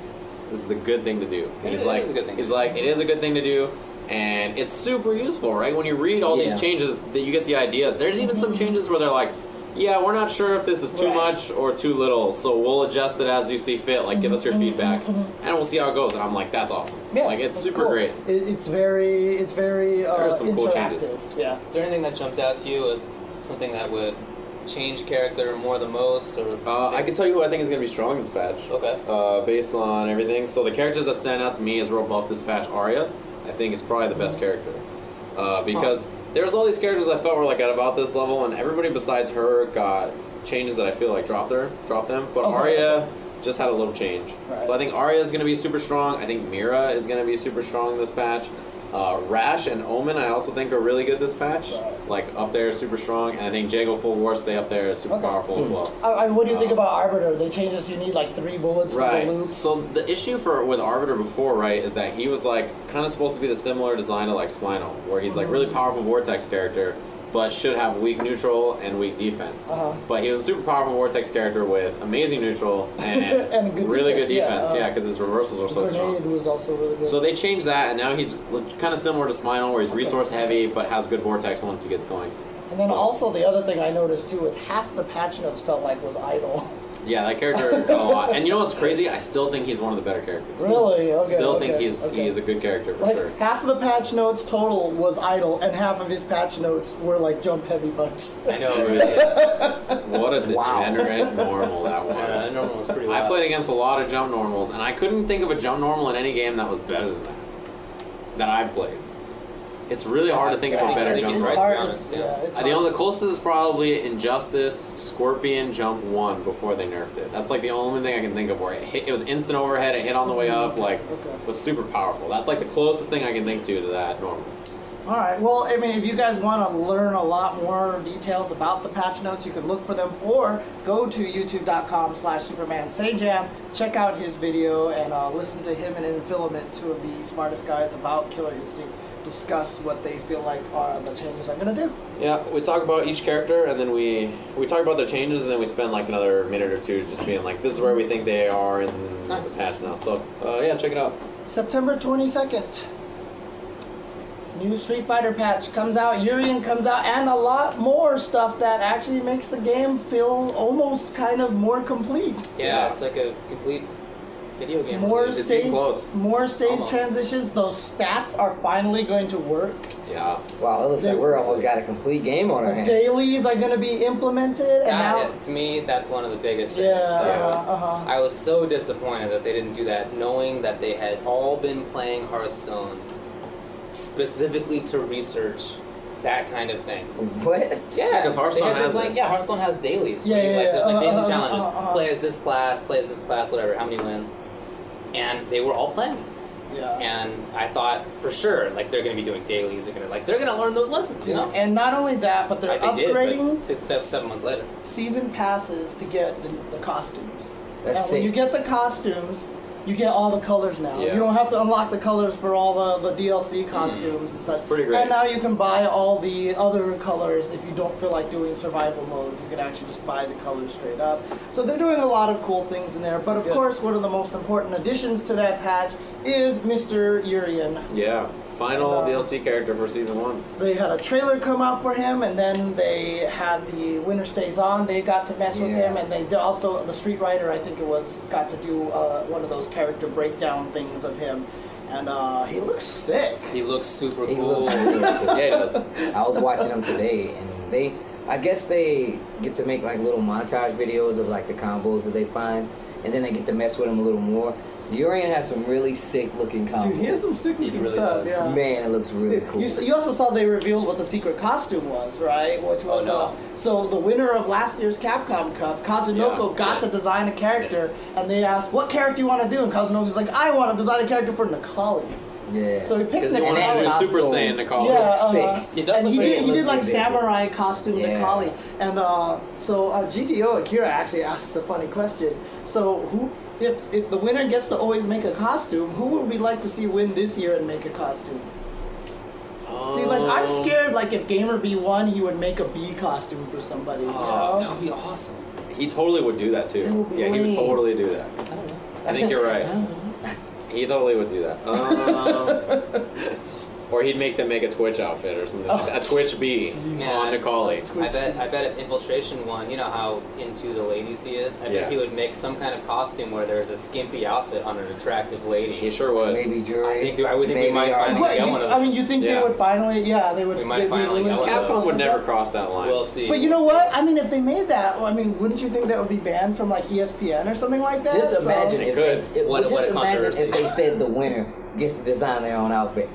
S12: this is a good thing to do. And
S3: It
S12: he's
S3: is
S12: like,
S3: a good thing to
S12: he's
S3: do.
S12: like, it is a good thing to do. And it's super useful, right? When you read all
S2: Yeah.
S12: these changes, that you get the ideas. There's even some changes where they're like, yeah, we're not sure if this is too
S4: Mm-hmm. Right.
S12: much or too little, so we'll adjust it as you see fit. Like, give us your feedback, and we'll see how it goes. And I'm like, that's awesome.
S4: Mm-hmm. Yeah,
S12: like, it's
S4: that's
S12: super
S4: cool.
S12: great.
S4: It, it's very, it's very uh,
S12: are some cool
S4: interactive.
S12: changes.
S4: yeah.
S3: Is there anything that jumped out to you as something that would change character more the most, or
S1: Uh, I can tell you who I think is going to be strong in this patch.
S3: okay?
S1: Uh, based on everything. So the characters that stand out to me as real buff this patch, Arya, I think is probably the
S4: Mm-hmm.
S1: best character. Uh, because there's all these characters I felt were like at about this level, and everybody besides her got changes that I feel like dropped her, dropped them. But
S4: Okay,
S1: Arya
S4: okay.
S1: just had a little change.
S4: Right.
S1: So I think Arya is going to be super strong. I think Mira is going to be super strong this patch. Uh, Rash and Omen, I also think are really good this patch.
S4: Right.
S1: Like up there, super strong, and I think Jago Full War stay up there, super
S4: Okay.
S1: powerful as well.
S4: I, I mean, what do you think about Arbiter? They changed this. You need like three bullets
S1: Right.
S4: for the loops.
S1: So the issue for with Arbiter before, right, is that he was like kind of supposed to be the similar design to like Spinal, where he's like really
S4: Mm-hmm.
S1: powerful Vortex character, but should have weak neutral and weak defense.
S4: Uh-huh.
S1: But he was a super powerful Vortex character with amazing neutral and,
S4: And good
S1: really
S4: defense,
S1: good
S4: yeah,
S1: defense.
S4: uh,
S1: Yeah, because his reversals are so
S4: Grenade
S1: strong.
S4: was also really good.
S1: So they changed that, and now he's kind of similar to Spinal, where he's resource heavy but has good Vortex once he gets going.
S4: and then
S1: so-
S4: also the other thing I noticed too is half the patch notes felt like was idle.
S1: Yeah, that character got a lot. And you know what's crazy? I still think he's one of the better characters.
S4: really? Okay.
S1: Still
S4: okay,
S1: think he's
S4: okay.
S1: he is a good character for
S4: like
S1: sure.
S4: half of the patch notes total was idle, and half of his patch notes were like jump heavy punch.
S3: I know, right?
S1: What a degenerate normal that
S3: Yeah, that
S1: was.
S3: normal was pretty.
S1: I
S3: wild.
S1: played against a lot of jump normals, and I couldn't think of a jump normal in any game that was better than that. That I've played. It's really hard to think of a
S3: think- I
S1: better
S3: think
S1: jump
S3: he's
S1: right.
S3: right.
S1: now.
S3: to be
S4: it's-
S3: honest, yeah.
S4: yeah, it's
S1: I
S4: hard.
S1: think the closest is probably Injustice Scorpion Jump 1 before they nerfed it. That's like the only thing I can think of where it hit. It was instant overhead, it hit on the way up, like,
S4: Okay.
S1: was super powerful. That's like the closest thing I can think to to that normal.
S4: All right. Well, I mean, if you guys want to learn a lot more details about the patch notes, you can look for them or go to youtube.com slash Superman Sajam, check out his video, and uh, listen to him and Infilament, two of the smartest guys about Killer Instinct, discuss what they feel like are the changes I'm going to do.
S1: Yeah, we talk about each character, and then we we talk about their changes, and then we spend like another minute or two just being like, "This is where we think they are in
S3: Nice.
S1: the patch now." So, uh, yeah, check it out.
S4: September 22nd. New Street Fighter patch comes out, Urian comes out, and a lot more stuff that actually makes the game feel almost kind of more complete.
S3: Yeah, it's like a complete video game.
S4: More
S1: It's
S4: stage,
S1: getting close.
S4: more stage
S3: Almost.
S4: transitions. Those stats are finally going to work.
S1: Yeah,
S2: Wow, it looks like
S4: There's-
S2: we're almost got a complete game on our
S4: The
S2: hands.
S4: dailies are going to be implemented, and
S3: That-
S4: now,
S3: to me, that's one of the biggest things.
S4: yeah,
S3: that was-
S4: uh, uh-huh.
S3: I was so disappointed that they didn't do that, knowing that they had all been playing Hearthstone specifically to research that kind of thing.
S2: What?
S3: Yeah,
S12: because Hearthstone
S3: they had been
S12: has
S3: playing-
S12: it.
S3: Yeah, Hearthstone has dailies. where
S4: Yeah,
S3: you,
S4: yeah,
S3: like, There's like
S4: yeah,
S3: daily
S4: uh, uh,
S3: challenges.
S4: uh, uh, uh.
S3: play as this class, play as this class, whatever. How many wins? And they were all playing. it.
S4: yeah.
S3: And I thought for sure, like they're gonna be doing dailies. They're gonna like they're gonna learn those lessons, you know.
S4: And not only that, but they're
S3: Like, they did,
S4: upgrading
S3: but six, seven, seven months later.
S4: season passes to get the, the costumes.
S2: That's
S4: and when
S2: sick.
S4: you get the costumes, You get all the colors now.
S1: Yeah.
S4: You don't have to unlock the colors for all the, the DLC costumes and such.
S1: pretty great.
S4: And now you can buy all the other colors if you don't feel like doing survival mode. You can actually just buy the colors straight up. So they're doing a lot of cool things in there. But of
S13: good.
S4: course, one of the most important additions to that patch is Mr. Urian.
S1: Yeah, final
S4: And, uh,
S1: DLC character for season one.
S4: They had a trailer come out for him, and then they had the Winter Stays On. They got to mess with
S2: Yeah.
S4: him, and they did also the Street Rider. I think it was got to do uh, one of those character breakdown things of him, and uh, he looks sick.
S3: He looks super
S2: He
S3: cool.
S2: looks really
S1: Yeah,
S2: cool.
S1: it does.
S2: I was watching them today, and they, I guess they get to make like little montage videos of like the combos that they find, and then they get to mess with them a little more. Urian has some really sick looking combos.
S4: Dude, he has some sick looking
S3: really
S4: stuff.
S3: does.
S4: Yeah.
S2: Man, it looks really cool.
S4: You, s- you also saw they revealed what the secret costume was, right? Which was
S3: Oh, no.
S4: uh, so the winner of last year's Capcom Cup, Kazunoko,
S3: Yeah,
S4: got
S3: yeah.
S4: to design a character, and they asked, "What character you want to do?" And Kazunoko's like, "I want to design a character for Nikali."
S2: yeah.
S4: So he picked
S1: Because they
S4: Nikali.
S2: And
S1: want
S2: that
S1: to do Super
S2: costume.
S1: Saiyan to call
S4: Yeah,
S1: it.
S4: uh,
S2: sick.
S3: Oh, It does
S4: and
S3: look
S4: he
S3: pretty
S4: did, he did like
S2: realistic.
S4: samurai costume
S2: Yeah.
S4: Nikali. And uh, so uh, GTO Akira actually asks a funny question. So who, if if the winner gets to always make a costume, who would we like to see win this year and make a costume? See, like I'm
S1: Um,
S3: Oh.
S4: scared. Like if Gamer B won, he would make a B costume for somebody.
S3: Oh,
S4: you know?
S3: That would be awesome.
S1: He totally would do that
S2: That
S1: too.
S4: Oh,
S2: would be
S1: Yeah, he would
S2: lame.
S1: totally do that. I think you're right. He totally would do that. Um, or he'd make them make a Twitch outfit or something.
S4: Oh,
S1: a Twitch B on Nikali.
S3: I bet. I bet if infiltration won, you know how into the ladies he is. I bet
S1: Yeah.
S3: he would make some kind of costume where there's a skimpy outfit on an attractive
S1: He
S3: lady.
S1: sure would.
S2: Maybe Jury.
S3: I think- I would think we
S2: maybe
S3: might find
S2: Urian.
S3: we
S4: Right,
S3: get
S4: you-
S3: one of
S4: I mean,
S3: those.
S4: you think
S1: Yeah.
S4: they would finally? Yeah, they would.
S3: We might
S4: they,
S3: finally
S4: would
S3: get one of
S1: Capcom
S3: those.
S1: Uh, would never
S4: that.
S1: cross that line.
S3: We'll see.
S4: But you know
S3: We'll
S4: what? I mean, if they made that, I mean, wouldn't you think that would be banned from like E ESPN or something like that?
S2: Just
S4: So-
S2: imagine
S1: They
S2: if
S1: could.
S2: they, if-
S3: What a-
S2: just
S3: what a
S2: imagine
S3: controversy.
S2: if they said the winner gets to design their own outfit.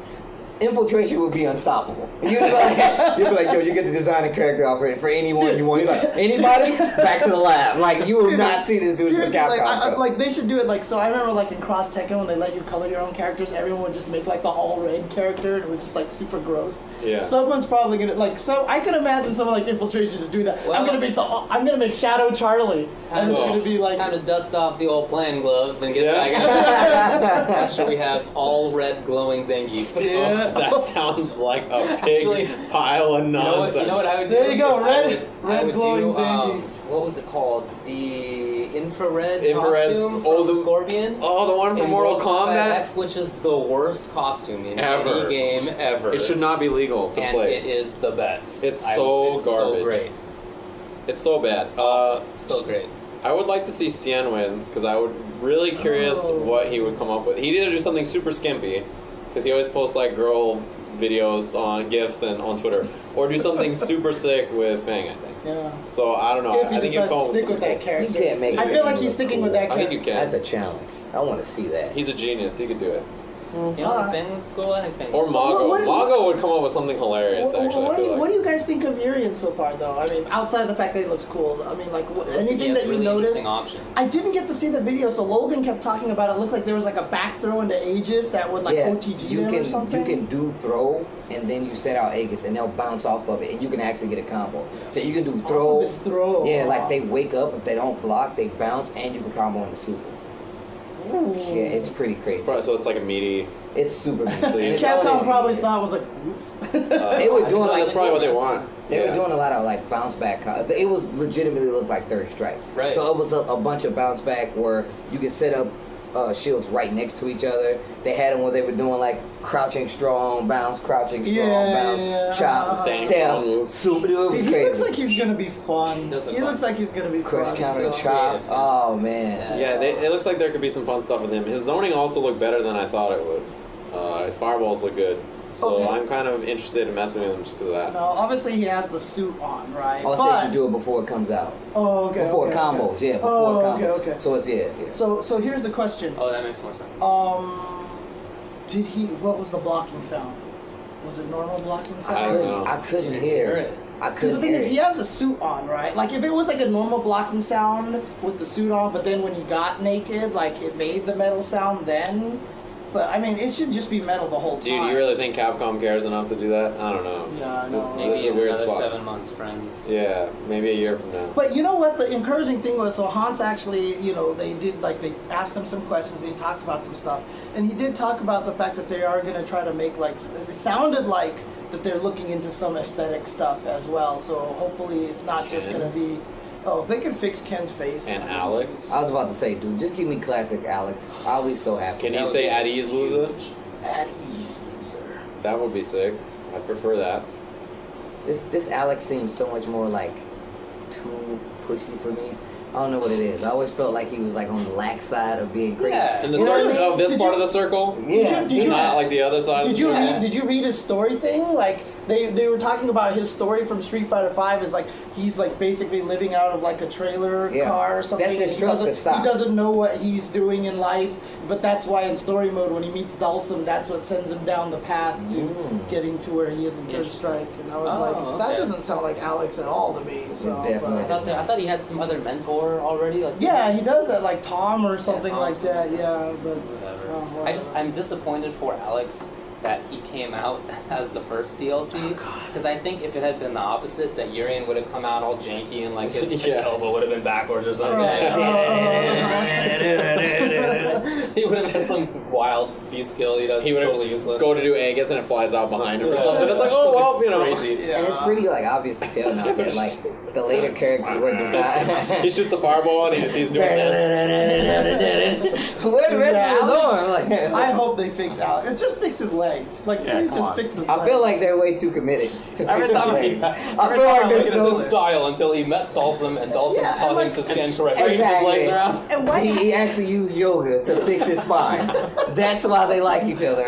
S2: Infiltration would be unstoppable. You'd be like, you'd be like yo, you get to design a character outfit for anyone you want. You're like, anybody? Back to the lab. Like, you will
S4: Dude,
S2: not see this dude from
S4: Seriously,
S2: Capcom.
S4: like, I, I,
S2: bro.
S4: like they should do it. Like, so I remember, like in Cross Tekken, when they let you color your own characters, everyone would just make like the all red character, and it was just like super gross.
S1: Yeah.
S4: Someone's probably gonna like. So I can imagine someone like Infiltration just do that. I'm
S3: Well-
S4: gonna make the. I'm gonna make Shadow Charlie, and it's
S1: to-
S4: gonna be like.
S3: Time to dust off the old playing gloves and get
S1: Yeah.
S3: back. Make sure we have all red glowing Zangief.
S1: Oh, that sounds like a big
S3: Actually,
S1: pile of
S3: You know what,
S1: nonsense.
S3: you know what I would
S4: There
S3: do?
S4: you go,
S3: is
S4: red-
S3: I would, I
S4: red
S3: would
S4: glowing
S3: do, um,
S4: Zangief.
S3: what was it called? The infrared
S1: Infrared-
S3: costume from
S1: oh, the-
S3: Scorpion?
S1: oh, the one
S3: in
S1: from Mortal Kombat.
S3: X, which is the worst costume in
S1: Ever.
S3: any game ever.
S1: It should not be legal to
S3: and
S1: play.
S3: it is the best.
S1: It's
S3: I-
S1: so
S3: it's
S1: garbage.
S3: So great.
S1: It's so bad. Uh,
S3: So great.
S1: I would like to see Cien win because I would really curious
S4: Oh.
S1: what he would come up with. He'd either do something super skimpy because he always posts like girl videos on gifs and on Twitter, or do something super sick with Fang. I think.
S4: yeah.
S1: So I don't know.
S4: If
S1: Uh, I
S4: he
S1: think he'd
S4: decides to
S1: call
S4: stick with that
S2: you
S4: character,
S2: can't make
S4: I
S2: it
S4: feel like
S2: look
S4: he's sticking with
S2: cool.
S4: that
S1: I think you
S4: character.
S1: can.
S2: That's a challenge. I want to see that.
S1: He's a genius. He could do it.
S3: You know,
S4: Uh-huh.
S3: the thing looks cool. I think.
S1: Or Mago.
S4: what-
S1: Mago would come up with something hilarious.
S4: Wha- wha-
S1: actually,
S4: what,
S1: I
S4: do
S1: feel
S4: you,
S1: like.
S4: what do you guys think of Urian so far, though? I mean, outside the fact that he looks cool, I mean, like wh-
S3: Listen, he
S4: anything
S3: has
S4: that you
S3: really
S4: noticed.
S3: interesting options.
S4: I didn't get to see the video, so Logan kept talking about it. it looked like there was like a back throw into Aegis that would like
S2: yeah,
S4: OTG
S2: you
S4: them
S2: can
S4: or something.
S2: you can do throw and then you set out Aegis and they'll bounce off of it and you can actually get a combo. So you can do
S4: Off
S2: throw,
S4: of his throw.
S2: yeah, like they wake up if they don't block, they bounce and you can combo in the super.
S4: Ooh.
S2: Yeah, it's pretty crazy.
S1: Probably- So it's like a meaty.
S2: It's super.
S1: So you-
S2: it's
S4: Capcom
S2: only-
S4: probably saw it and was like, oops.
S2: They were doing
S1: uh, That's
S2: like
S1: probably what they want.
S2: They
S1: yeah.
S2: were doing a lot of like bounce back. co- It was legitimately looked like third strike.
S3: Right.
S2: So it was a, a bunch of bounce back where you could set up uh, shields right next to each other. They had them where they were doing like crouching strong bounce, crouching strong
S4: Yeah,
S2: bounce,
S4: yeah,
S2: chop,
S1: Standing strong
S2: step,
S1: moves.
S2: super. It was
S4: Dude, he
S2: crazy.
S4: looks like he's gonna be fun.
S3: Does look
S4: he
S3: fun.
S4: looks like he's gonna be
S2: Crush
S4: fun.
S2: counter
S4: so-
S2: chop.
S3: creative.
S2: Oh man.
S1: Yeah, they, it looks like there could be some fun stuff with him. His zoning also looked better than I thought it would. Uh, his fireballs look good, so
S4: Okay. Uh,
S1: I'm kind of interested in messing with him just because of that.
S4: No, obviously he has the suit on, right?
S2: Also,
S4: but,
S2: you should do Oh, it before it comes out.
S4: oh, okay,
S2: before
S4: okay,
S2: combos,
S4: okay.
S2: yeah. Before
S4: oh,
S2: combos.
S4: okay, okay.
S2: So it's yeah. yeah.
S4: So, so here's the question.
S3: Oh, that makes more sense.
S4: Um, did he? What was the blocking sound? Was it normal blocking sound?
S1: I
S2: I
S1: don't
S2: couldn't,
S1: know.
S2: I couldn't
S3: Didn't
S2: hear.
S3: hear it.
S2: I
S4: Because
S2: couldn't
S4: the thing
S2: hear
S4: is,
S2: it.
S4: he has a suit on, right? Like, if it was like a normal blocking sound with the suit on, but then when he got naked, like, it made the metal sound then. But I mean, it should just be metal the whole time.
S5: Dude, you really think Capcom cares enough to do that? I don't know.
S4: Yeah, I
S5: This,
S4: know.
S5: this is
S3: Maybe
S5: a
S3: in
S5: weird
S3: another
S5: spot.
S3: seven months, friends.
S5: Yeah, maybe a year from now.
S4: But you know what? The encouraging thing was so Hans actually, you know, they did like they asked him some questions. And he talked about some stuff, and he did talk about the fact that they are going to try to make like s- it sounded like that they're looking into some aesthetic stuff as well. So hopefully it's not just
S5: Ken.
S4: going to be. Oh, if they can fix Ken's face
S5: And Alex?
S2: I was about to say, dude, just give me classic Alex. I'll be so happy.
S5: Can you say at ease, loser?
S4: at ease, loser.
S5: That would be sick. I prefer that.
S2: This this Alex seems so much more like too pushy for me. I don't know what it is. I always felt like he was like on the lax side of being crazy.
S3: Yeah.
S5: In the
S4: You know what I
S5: circle
S4: mean?
S5: of this
S4: Did
S5: part
S4: you-
S5: of the circle,
S8: Yeah.
S4: Did you, did you
S5: not like the other side.
S4: Did
S5: of
S4: you
S5: the circle.
S4: read? Did you read his story thing? Like they, they were talking about his story from Street Fighter Five is like he's like basically living out of like a trailer
S2: Yeah.
S4: car or something.
S2: That's his
S4: he
S2: truck,
S4: doesn't,
S2: but stop.
S4: He doesn't know what he's doing in life, but that's why in story mode when he meets Dalsum, that's what sends him down the path to
S2: Mm.
S4: getting to where he is in Third Strike. And I was
S3: Oh,
S4: like, that
S3: okay.
S4: doesn't sound like Alex at all to me. So but-
S3: I
S2: definitely.
S3: thought, that, I thought he had some other mentor already. Like
S4: Yeah, he does that like Tom or something
S3: Tom or
S4: like that.
S3: something.
S4: Yeah, but
S3: Whatever.
S4: Oh,
S3: I just I'm disappointed for Alex that he came out as the first DLC because I think if it had been the opposite, that Urian would have come out all janky and like his, his
S5: Yeah.
S3: elbow would have been backwards or something. he would have had some wild V skill. You know,
S5: He
S3: it's
S5: would've
S3: totally useless.
S5: go to do Angus and it flies out behind him or
S3: Yeah.
S5: something? It's like, oh well, you know.
S2: And it's pretty like obvious to tell now that like the later characters were
S5: he
S2: designed.
S5: shoots a fireball and he just, he's doing this.
S2: Where the rest of his arm? Like,
S4: I hope they fix Alex. Just fix his legs. Like, please just fix his legs.
S2: I feel like they're way too committed. To
S3: Every
S2: fix
S3: time I-
S2: things. I
S3: Every
S2: feel like
S3: time I
S2: they're
S3: look at his
S2: so.
S3: style until he met Dalsum and Dalsum
S4: Yeah,
S3: taught
S4: and,
S3: him
S4: like,
S3: to stand
S5: and
S3: correctly.
S5: straight- his legs around.
S4: And why
S2: He, he actually used yoga to fix his spine. That's why they like each other.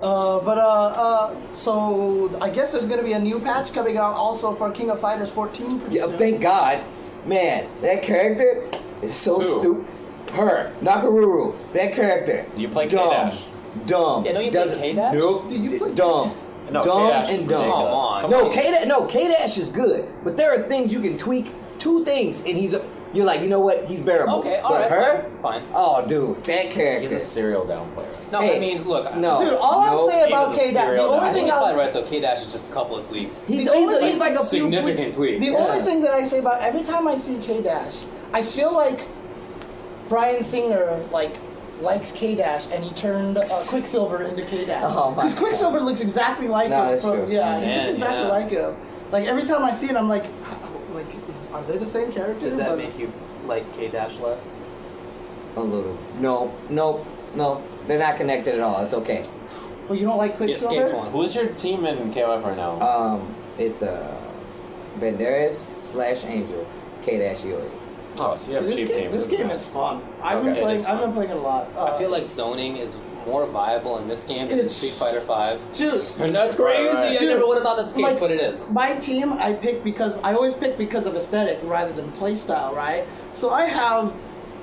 S4: Uh, but uh, uh, so I guess there's gonna be a new patch coming out also for King of Fighters 14. Pretty
S2: Yeah,
S4: soon.
S2: thank God. Man, that character is so
S5: Who?
S2: stupid. Her, Nakaruru, that character.
S1: You play
S2: dumb.
S1: K-Dash.
S2: Dumb.
S3: Yeah, don't you play
S2: Doesn't-
S3: K-Dash?
S2: Nope.
S4: Do you
S2: D-
S4: play
S2: dumb.
S1: No,
S2: dumb
S1: K-Dash is
S2: and dumb.
S3: Come on.
S2: No, K Dash no, K Dash is good, but there are things you can tweak, two things, and he's a, you're like, you know what, he's bearable.
S3: Okay, all
S2: but
S3: right,
S2: her?
S3: fine, fine.
S2: Oh dude, that character.
S1: He's a serial down player.
S3: No,
S2: Hey,
S3: I mean, look. I-
S2: no.
S4: Dude, all I'll
S1: No,
S4: say
S1: he
S4: about
S1: was a
S4: K Dash, the
S1: serial
S4: only
S3: I
S4: thing
S3: think
S4: I'll
S3: probably right though. K Dash is just a couple of tweaks.
S2: he's,
S4: the
S2: he's,
S4: only-
S2: a, he's like a few
S3: significant tweaks.
S4: the only thing that I say about every time I see K Dash, I feel like Brian Singer like likes K Dash and he turned uh, Quicksilver into K Dash
S2: Oh my
S4: because Quicksilver looks exactly like
S2: No,
S4: him.
S2: that's
S4: from-
S2: true.
S4: Yeah, he
S3: Man,
S4: looks exactly
S3: yeah.
S4: like him. Like every time I see it, I'm like, like is, are they the same character?
S3: Does that
S4: But-
S3: make you like K Dash less?
S2: A little. No, no, no. They're not connected at all. It's okay.
S4: Well, you don't like Quicksilver.
S3: Escape one.
S1: Who's your team in KOF right now?
S2: Um, it's uh, Banderas slash Angel, K Dash Yori.
S1: oh, so you have a
S4: This
S1: cheap
S4: game,
S1: team.
S4: this game is fun. I've been
S1: Okay.
S4: playing.
S3: It is
S4: I've been playing it a lot. Uh,
S3: I feel like zoning is more viable in this game than in
S4: It's-
S3: Street Fighter Five.
S4: dude.
S3: And that's crazy. I
S4: Dude,
S3: never would have thought that's the case,
S4: like-
S3: but it is.
S4: My team, I pick because I always pick because of aesthetic rather than playstyle, right? So I have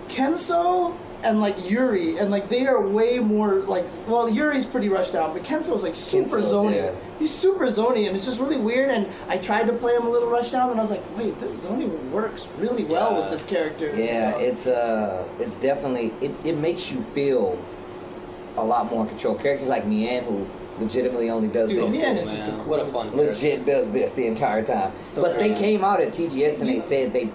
S4: Kenso and like Yuri, and like they are way more like. Well, Yuri's pretty rushed out, but Kenso's like super
S2: Kenso's,
S4: zony.
S2: yeah.
S4: He's super zony, and it's just really weird. And I tried to play him a little rushed down, and I was like, wait, this zoning works really well with
S3: Yeah.
S4: this character.
S2: Yeah,
S4: So-
S2: it's uh, it's definitely it, it makes you feel a lot more in control. Characters like Mian who legitimately only does this.
S4: Dude, Mian is just
S3: Man,
S4: the
S3: what a fun character.
S2: Legit does this the entire time.
S3: So
S2: but they
S3: good.
S2: came out at TGS and they said they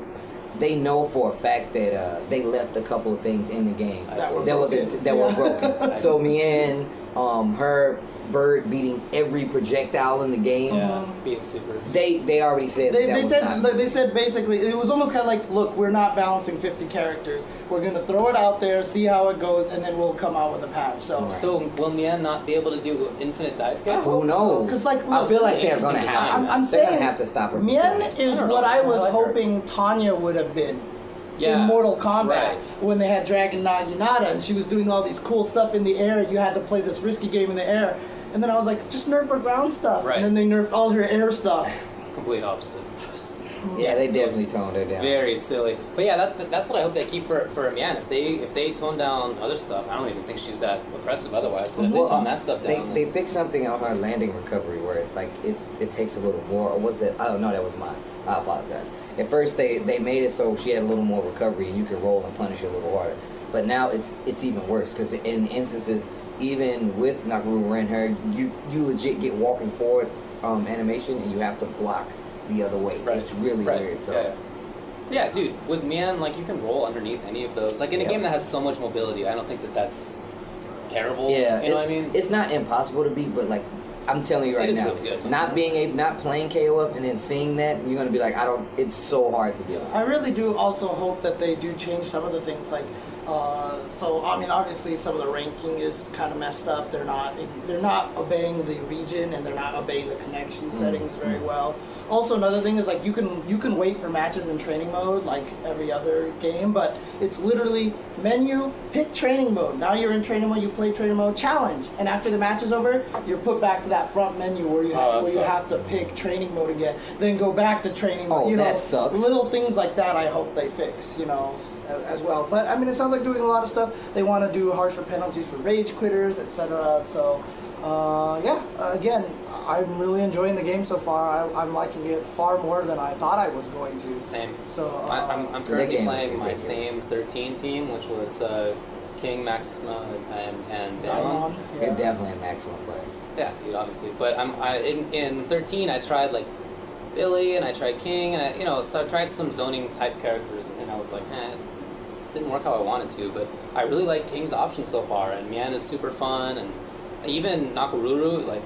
S2: they know for a fact that uh, they left a couple of things in the game
S3: I see.
S4: were
S2: that was a,
S4: broken.
S2: that were
S4: Yeah.
S2: broken. so Mian, um, her bird beating every projectile in the game.
S3: Yeah, being super.
S2: Uh-huh. They they already said
S4: They,
S2: that
S4: they
S2: was
S4: said
S2: not-
S4: like, they said basically it was almost kind of like look we're not balancing 50 characters we're gonna throw it out there see how it goes and then we'll come out with a patch so
S3: So will Mian not be able to do infinite dive kicks?
S2: Who knows?
S4: 'Cause, like,
S2: I
S4: look,
S2: feel like they're
S3: interesting
S2: gonna have to.
S3: design.
S4: I'm, I'm
S2: they're
S4: saying
S2: gonna have to stop her. from
S4: Mien
S2: doing it.
S4: is
S3: don't know.
S4: what I was
S3: I like her.
S4: hoping Tanya would have been
S3: Yeah.
S4: in Mortal Kombat
S3: Right.
S4: when they had Dragon Naginata and she was doing all these cool stuff in the air you had to play this risky game in the air and then I was like just nerf her ground stuff
S3: Right.
S4: and then they nerfed all her air stuff
S3: Complete opposite.
S2: Yeah, they definitely toned her down.
S3: Very silly. But yeah, that, that's what I hope they keep for for Mian. If they if they tone down other stuff, I don't even think she's that oppressive otherwise. But if
S2: Well,
S3: they tone that stuff
S2: they,
S3: down,
S2: they fixed something on her landing recovery where it's like it's it takes a little more. Or was it? Oh no, that was mine. I apologize. At first, they, they made it so she had a little more recovery and you could roll and punish her a little harder. But now it's it's even worse because in instances, even with Nakuru and her, you you legit get walking forward um, animation and you have to block the other way.
S7: Right.
S2: It's really
S7: Right.
S2: weird. So
S7: Yeah, yeah.
S3: Yeah, dude, with Mian, like you can roll underneath any of those. Like in a
S2: Yeah.
S3: game that has so much mobility, I don't think that that's terrible.
S2: Yeah,
S3: you know
S2: it's-
S3: what I mean?
S2: It's not impossible to beat, but like I'm telling you right
S3: is
S2: now,
S3: really good.
S2: not being able, not playing KOF and then seeing that, you're gonna be like, I don't. It's so hard to deal. with.
S4: I really do also hope that they do change some of the things like. Uh, so I mean, obviously, some of the ranking is kind of messed up. They're not they're not obeying the region and they're not obeying the connection settings very well. Also, another thing is like you can you can wait for matches in training mode like every other game, but it's literally menu pick training mode. Now you're in training mode. You play training mode challenge, and after the match is over, you're put back to that front menu where you
S1: Oh, that
S4: where you
S1: sucks.
S4: have to pick training mode again, then go back to training mode.
S2: Oh,
S4: you
S2: that
S4: know,
S2: sucks.
S4: little little things like that I hope they fix, you know, s- as, as well. But I mean, it sounds like doing a lot of stuff. They want to do harsher penalties for rage quitters, etc. So, uh, yeah, uh, again, I'm really enjoying the game so far. I, I'm liking it far more than I thought I was going to.
S3: Same.
S4: So, uh,
S3: I, I'm, I'm
S2: The
S3: currently
S2: game is
S3: playing my
S2: ridiculous.
S3: same 13 team, which was uh, King, Maxima, and, and Daemon.
S4: Daimon,
S2: It's
S4: yeah.
S2: definitely a maximum player.
S3: Yeah, dude, obviously. But I'm I in, in thirteen. I tried like Billy and I tried King and I, you know so I tried some zoning type characters and I was like, eh, this didn't work how I wanted to. But I really like King's options so far and Mian is super fun and even Nakaruru like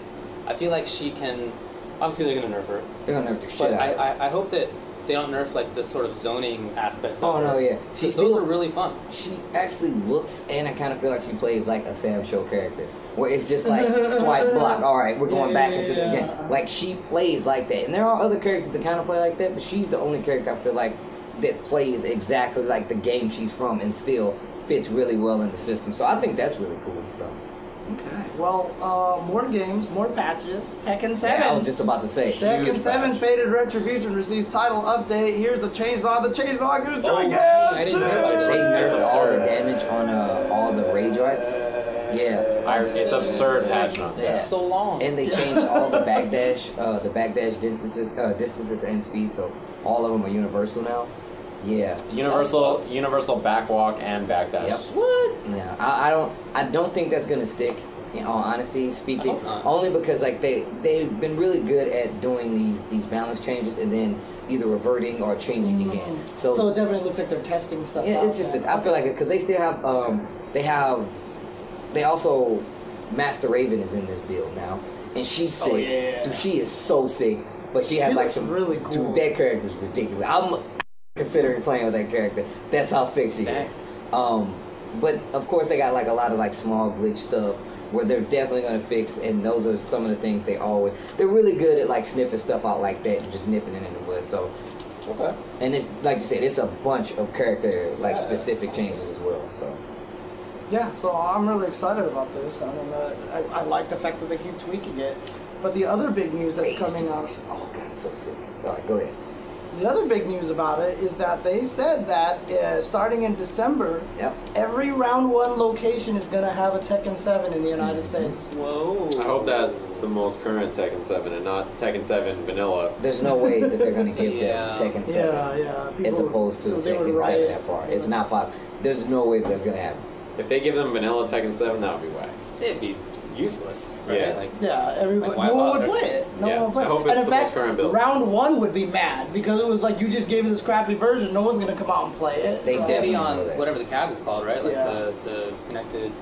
S3: I feel like she can. Obviously, they're gonna nerf her,
S2: They're gonna nerf the shit
S3: but
S2: out.
S3: I,
S2: of her.
S3: I, I hope that they don't nerf like the sort of zoning aspects.
S2: oh
S3: of her.
S2: no, yeah,
S3: 'Cause
S2: she's
S3: those
S2: still-
S3: are really fun.
S2: She actually looks, and I kind of feel like she plays like a Sam Show character, where it's just like swipe block. All right, we're going back into this game. Like she plays like that, and there are other characters that kind of play like that, but she's the only character I feel like that plays exactly like the game she's from, and still fits really well in the system. So I think that's really cool. So
S4: Okay. Well, uh, more games, more patches. Tekken Seven.
S2: yeah, I was just about to say.
S4: Tekken 7 Faded Retribution receives title update. Here's the change log. The change log
S2: Oh,
S4: is doing
S3: I
S4: it!
S3: didn't realize
S2: They nerfed all the
S5: absurd.
S2: damage on uh, all the rage arts. Yeah.
S1: I- it's absurd patch notes.
S2: Yeah.
S3: That's so long.
S2: And they changed all the backdash, uh, the backdash distances, uh, distances and speed, so all of them are universal now. Yeah,
S1: Universal,
S3: That's-
S1: universal backwalk and backdash.
S2: Yep.
S3: what?
S2: yeah. I, I don't, I don't think that's gonna stick. In all honesty,
S3: I
S2: speaking,
S3: hope not.
S2: only because like they they've been really good at doing these these balance changes and then either reverting or changing again.
S3: Mm.
S2: So,
S4: So it definitely looks like they're testing stuff
S2: yeah,
S4: out.
S2: it's just
S4: now.
S2: that I feel like it because they still have um they have they also Master Raven is in this build now and she's sick.
S4: Oh, yeah.
S2: Dude, she is so sick, but she has
S4: She
S2: like
S4: looks
S2: some
S4: really cool.
S2: Dude, that character's ridiculous. I'm considering playing with that character. That's how sick she
S3: Dang.
S2: is. Um, but of course they got like a lot of like small glitch stuff where they're definitely gonna fix, and those are some of the things they always. They're really good at like sniffing stuff out like that and just nipping it in the bud. So
S5: Okay.
S2: and it's like you said, it's a bunch of character like specific changes as well. So
S4: Yeah, so I'm really excited about this. I mean, uh, I, I like the fact that they keep tweaking it. But the other big news that's coming out,
S2: Oh god, it's so sick. All right, go ahead.
S4: the other big news about it is that they said that uh, starting in December,
S2: Yep.
S4: every round one location is going to have a Tekken 7 in the United
S2: Mm-hmm.
S4: States.
S5: I
S3: Whoa.
S5: hope that's the most current Tekken 7 and not Tekken 7 vanilla.
S2: There's no way that they're gonna give
S3: Yeah.
S2: them Tekken Seven
S4: Yeah, yeah. People,
S2: as opposed to
S4: they would
S2: Tekken
S4: riot.
S2: Seven that far. It's not possible. There's no way that's gonna happen.
S5: If they give them vanilla Tekken 7, that would be whack.
S3: It'd be useless, right?
S5: Yeah.
S3: Like
S4: Yeah, everybody.
S3: Like, why
S4: no one would
S3: bother?
S4: play it. No
S5: Yeah,
S4: one would play
S5: I
S4: it.
S5: hope it's
S4: and in
S5: the most
S4: fact,
S5: current build.
S4: round one would be mad because it was like you just gave me this crappy version. No one's gonna come out and play it.
S2: They
S3: It's gonna
S4: so,
S2: definitely
S3: be
S2: know that.
S3: on whatever the cab is called, right? Like
S4: Yeah.
S3: the, the connected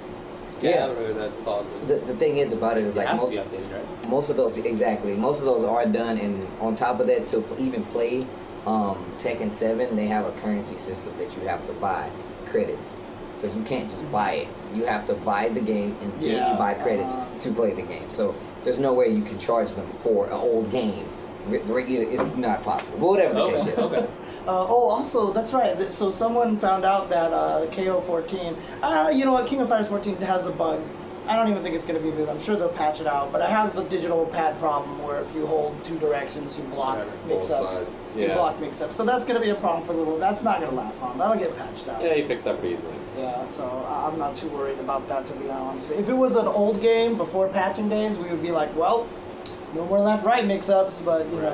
S3: cab
S2: Yeah.
S3: or whatever that's called. It
S2: The, the thing is about it is like
S3: has
S2: most,
S3: to be updated, right?
S2: most of those exactly most of those are done, and on top of that, to even play um, Tekken Seven, they have a currency system that you have to buy credits. So you can't
S3: Mm-hmm.
S2: just buy it. You have to buy the game and then
S4: Yeah,
S2: you buy credits to play the game. So there's no way you can charge them for an old game. Re- re- It's not possible. But whatever the case is.
S3: Okay. okay.
S4: uh, oh, also that's right. Th- So someone found out that uh, KO14. Uh, you know what? King of Fighters 14 has a bug. I don't even think it's gonna be moved. I'm sure they'll patch it out, but it has the digital pad problem where if you hold two directions, you block mix-ups.
S5: sides.
S4: You
S5: Yeah.
S4: block mix-ups. So that's gonna be a problem for a little. That's not gonna last long. That'll get patched out.
S5: Yeah, you fix that pretty easily.
S4: Yeah, so I- I'm not too worried about that to be honest. If it was an old game before patching days, we would be like, well, no more left right mix ups, but you know,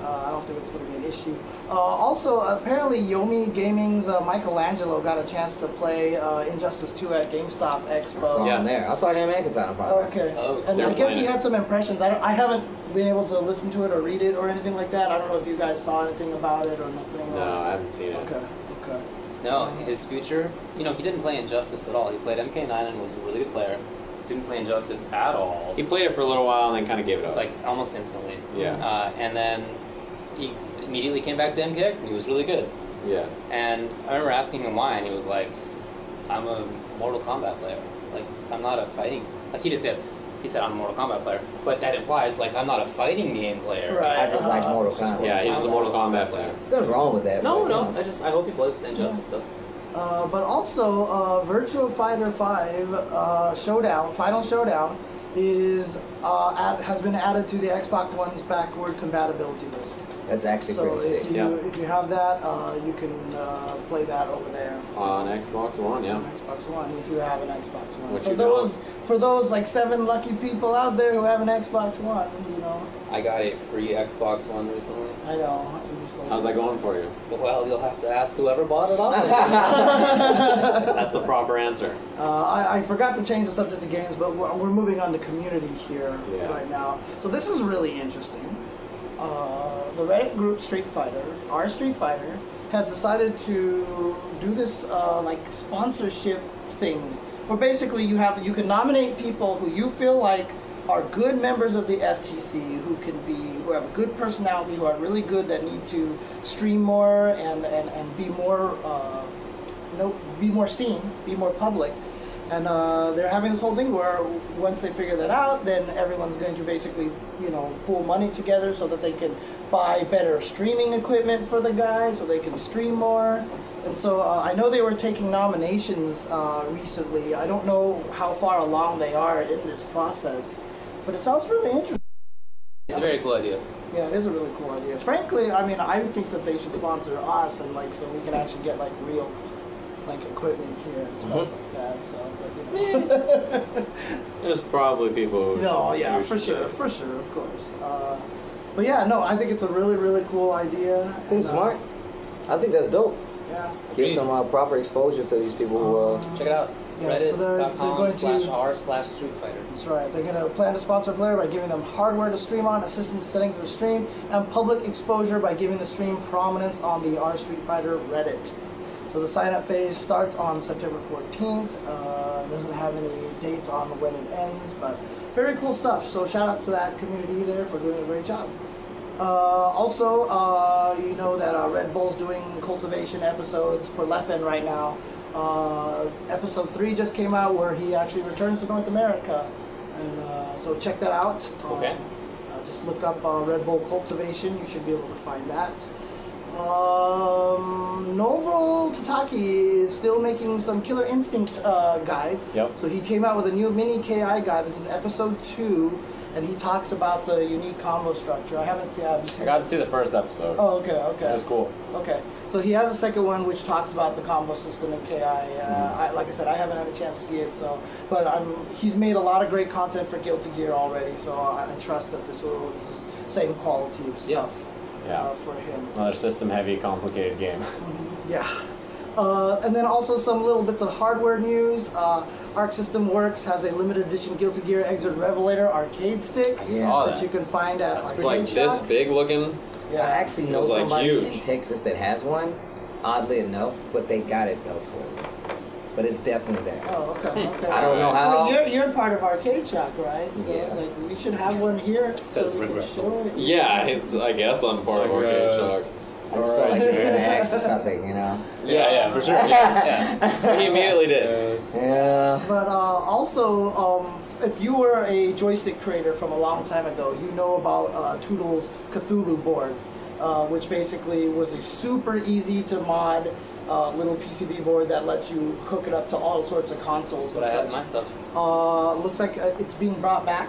S4: Uh, I don't think it's going to be an issue. Uh, also, apparently, Yomi Gaming's uh, Michelangelo got a chance to play uh, Injustice 2 at GameStop
S2: I saw
S4: Expo.
S2: him there. I saw him and Katana probably.
S4: Okay.
S3: Oh,
S4: and
S1: they're
S4: I guess
S1: playing
S4: he
S1: it.
S4: had some impressions. I, don't, I haven't been able to listen to it or read it or anything like that. I don't know if you guys saw anything about it or nothing.
S1: No, I
S4: or,
S1: haven't seen it.
S4: Okay. Okay.
S3: No, his future, you know, he didn't play Injustice at all. He played MK9 and was a really good player. Didn't play Injustice at all.
S1: He played it for a little while and then kind of gave it up.
S3: Like, almost instantly.
S1: yeah,
S3: Uh, and then he immediately came back to MKX and he was really good.
S1: yeah.
S3: And I remember asking him why, and he was like, I'm a Mortal Kombat player. Like, I'm not a fighting. Like, he did say, this. he said, I'm a Mortal Kombat player. But that implies, like, I'm not a fighting game player.
S2: I just like
S4: Uh,
S2: Mortal Kombat.
S1: Yeah, he's just a Mortal Kombat player.
S2: There's nothing wrong with that.
S3: No,
S2: but,
S3: no.
S2: you know.
S3: I just, I hope he plays Injustice, though.
S4: Uh, but also, uh, Virtua Fighter 5 uh, Showdown, Final Showdown, is uh, add, has been added to the Xbox One's backward compatibility list.
S2: That's actually
S4: So
S2: pretty sick.
S4: if you
S1: Yeah.
S4: if you have that, uh, you can uh, play that over there.
S1: On Xbox One,
S4: on
S1: yeah.
S4: Xbox One, if you have an Xbox One.
S1: What
S4: for
S1: you
S4: those, for those like seven lucky people out there who have an Xbox One, you know,
S3: I got a free Xbox One recently.
S4: I know. I'm just like-
S1: How's that going for you?
S3: Well, you'll have to ask whoever bought it off. me.
S1: That's the proper answer.
S4: Uh, I, I forgot to change the subject to games, but we're, we're moving on to community here
S1: Yeah.
S4: right now. So this is really interesting. Uh, the Reddit group Street Fighter, our Street Fighter, has decided to do this uh, like sponsorship thing, where basically you have you can nominate people who you feel like are good members of the FGC, who can be who have a good personality, who are really good that need to stream more and and, and be more. Uh, no, be more seen, be more public. And uh, they're having this whole thing where once they figure that out, then everyone's going to basically, you know, pool money together so that they can buy better streaming equipment for the guy, so they can stream more. And so uh, I know they were taking nominations uh, recently. I don't know how far along they are in this process, but it sounds really interesting.
S3: It's a very cool idea.
S4: Yeah, it is a really cool idea. Frankly, I mean, I think that they should sponsor us and like so we can actually get like real like equipment here and stuff
S2: Mm-hmm.
S4: like that. So, but, you know.
S1: There's probably people who.
S4: no,
S1: should-
S4: yeah,
S1: who
S4: for
S1: should do
S4: sure,
S1: it.
S4: for sure, of course. Uh, but yeah, no, I think it's a really, really cool idea. and,
S2: Seems
S4: uh,
S2: smart. I think that's dope.
S4: Yeah.
S2: Give some uh, proper exposure to these people who. Uh,
S3: Check it out.
S4: Yeah, so they're- they're
S3: Reddit.com
S4: going to-
S3: slash r slash Street Fighter.
S4: That's right. They're gonna plan to sponsor Blair by giving them hardware to stream on, assistance setting their stream, and public exposure by giving the stream prominence on the R Street Fighter Reddit. So the sign-up phase starts on September 14th. Uh, doesn't have any dates on when it ends, but very cool stuff. So shout outs to that community there for doing a great job. Uh, also, uh, you know that uh, Red Bull's doing cultivation episodes for Leffen right now. Uh, episode three just came out where he actually returns to North America, and uh, so check that out.
S3: Okay.
S4: Um, uh, just look up uh, Red Bull cultivation. You should be able to find that. Um, Novel Tataki is still making some Killer Instinct uh, guides.
S1: Yep.
S4: So he came out with a new mini KI guide. This is episode two, and he talks about the unique combo structure. I haven't seen. I've
S14: I
S4: seen
S14: got to see the first episode.
S4: Oh, okay, okay.
S14: It was cool.
S4: Okay, so he has a second one which talks about the combo system in KI. Uh,
S14: Mm-hmm.
S4: I, like I said, I haven't had a chance to see it, so but I'm he's made a lot of great content for Guilty Gear already, so I, I trust that this will this is same quality of stuff
S14: Yeah.
S4: uh, for him.
S14: Another system heavy, complicated game.
S4: Yeah. Uh, and then also some little bits of hardware news. Uh, Arc System Works has a limited edition Guilty Gear Exit Revelator arcade stick
S2: saw
S4: that
S14: that.
S4: you can find at
S1: It's
S4: Arcade
S1: like this
S4: Shack.
S1: big looking.
S4: Yeah.
S2: I actually know
S1: It was, like,
S2: somebody
S1: huge.
S2: in Texas that has one, oddly enough, but they got it elsewhere. But it's definitely there.
S4: Oh, okay. okay.
S2: I don't know
S4: Well,
S2: how.
S4: you're, you're part of Arcade Shack, right? So
S2: Yeah.
S4: like we should have one here. so
S3: says
S4: we can
S3: regret.
S4: show it.
S1: Yeah, it's. I guess I'm part of Arcade
S3: Yes.
S1: Chuck.
S2: I just felt like you were gonna ask him something, you know?
S1: Yeah, yeah, for sure. Yeah, yeah. He immediately did.
S2: Yeah.
S4: But uh, also, um, if you were a joystick creator from a long time ago, you know about uh, Toodle's Cthulhu board, uh, which basically was a super easy to mod uh, little PCB board that lets you hook it up to all sorts of consoles and
S3: But I have my
S4: such.
S3: stuff.
S4: Uh, looks like uh, it's being brought back.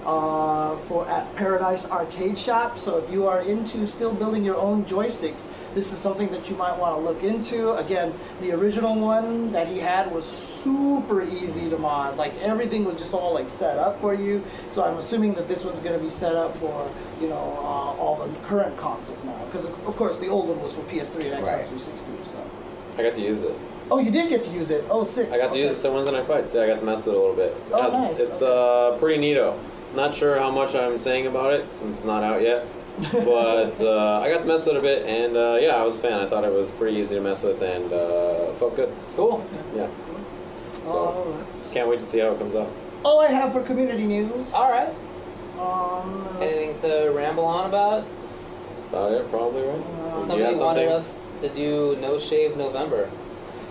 S4: uh, for at Paradise Arcade Shop. So if you are into still building your own joysticks, this is something that you might want to look into. Again, the original one that he had was super easy to mod. Like everything was just all like set up for you. So I'm assuming that this one's going to be set up for you know uh, all the current consoles now, because of of course the old one was for PS3 and Xbox
S2: Right.
S4: 360. So.
S15: I got to use this.
S4: Oh, you did get to use it. Oh, sick.
S15: I got to
S4: Okay.
S15: use this in Wednesday Night Fights. Yeah, I got to mess with it a little bit.
S4: Oh,
S15: That's-
S4: nice.
S15: It's uh, pretty neato. Not sure how much I'm saying about it since it's not out yet. but uh, I got to mess with it a bit, and uh, yeah, I was a fan. I thought it was pretty easy to mess with, and uh, felt good.
S3: Cool.
S15: Yeah, so
S4: Oh, that's
S15: can't wait to see how it comes out.
S4: all I have for community news.
S3: All right.
S4: Um,
S3: Anything to ramble on about?
S15: That's about it, probably right. Do you
S3: Uh, Somebody
S15: have something?
S3: wanted us to do No Shave November,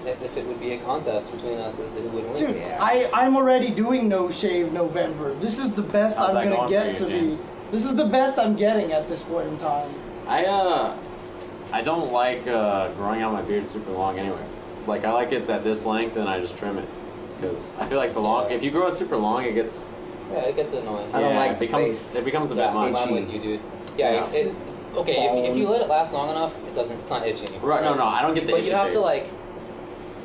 S3: as if it would be a contest between us as to who would win.
S4: dude,
S2: Yeah.
S4: I I'm already doing no shave November. This is the best
S1: How's that
S4: I'm gonna
S1: going
S4: get
S1: for you,
S4: to
S1: James?
S4: these. This is the best I'm getting at this point in time.
S1: I uh, I don't like uh, growing out my beard super long anyway. Like I like it at this length, and I just trim it because I feel like the long. If you grow it super long, it gets.
S3: Yeah, it gets annoying.
S2: I don't
S1: yeah,
S2: like
S1: it
S2: the
S1: becomes
S2: face.
S1: it becomes a bit
S3: I'm,
S1: much.
S3: I'm with you, dude. Yeah. It, it- okay, if, if you let it last long enough, it doesn't. It's not itchy anymore.
S1: Right? No, no, I don't get the.
S3: But
S1: itchy
S3: you have to
S1: face.
S3: like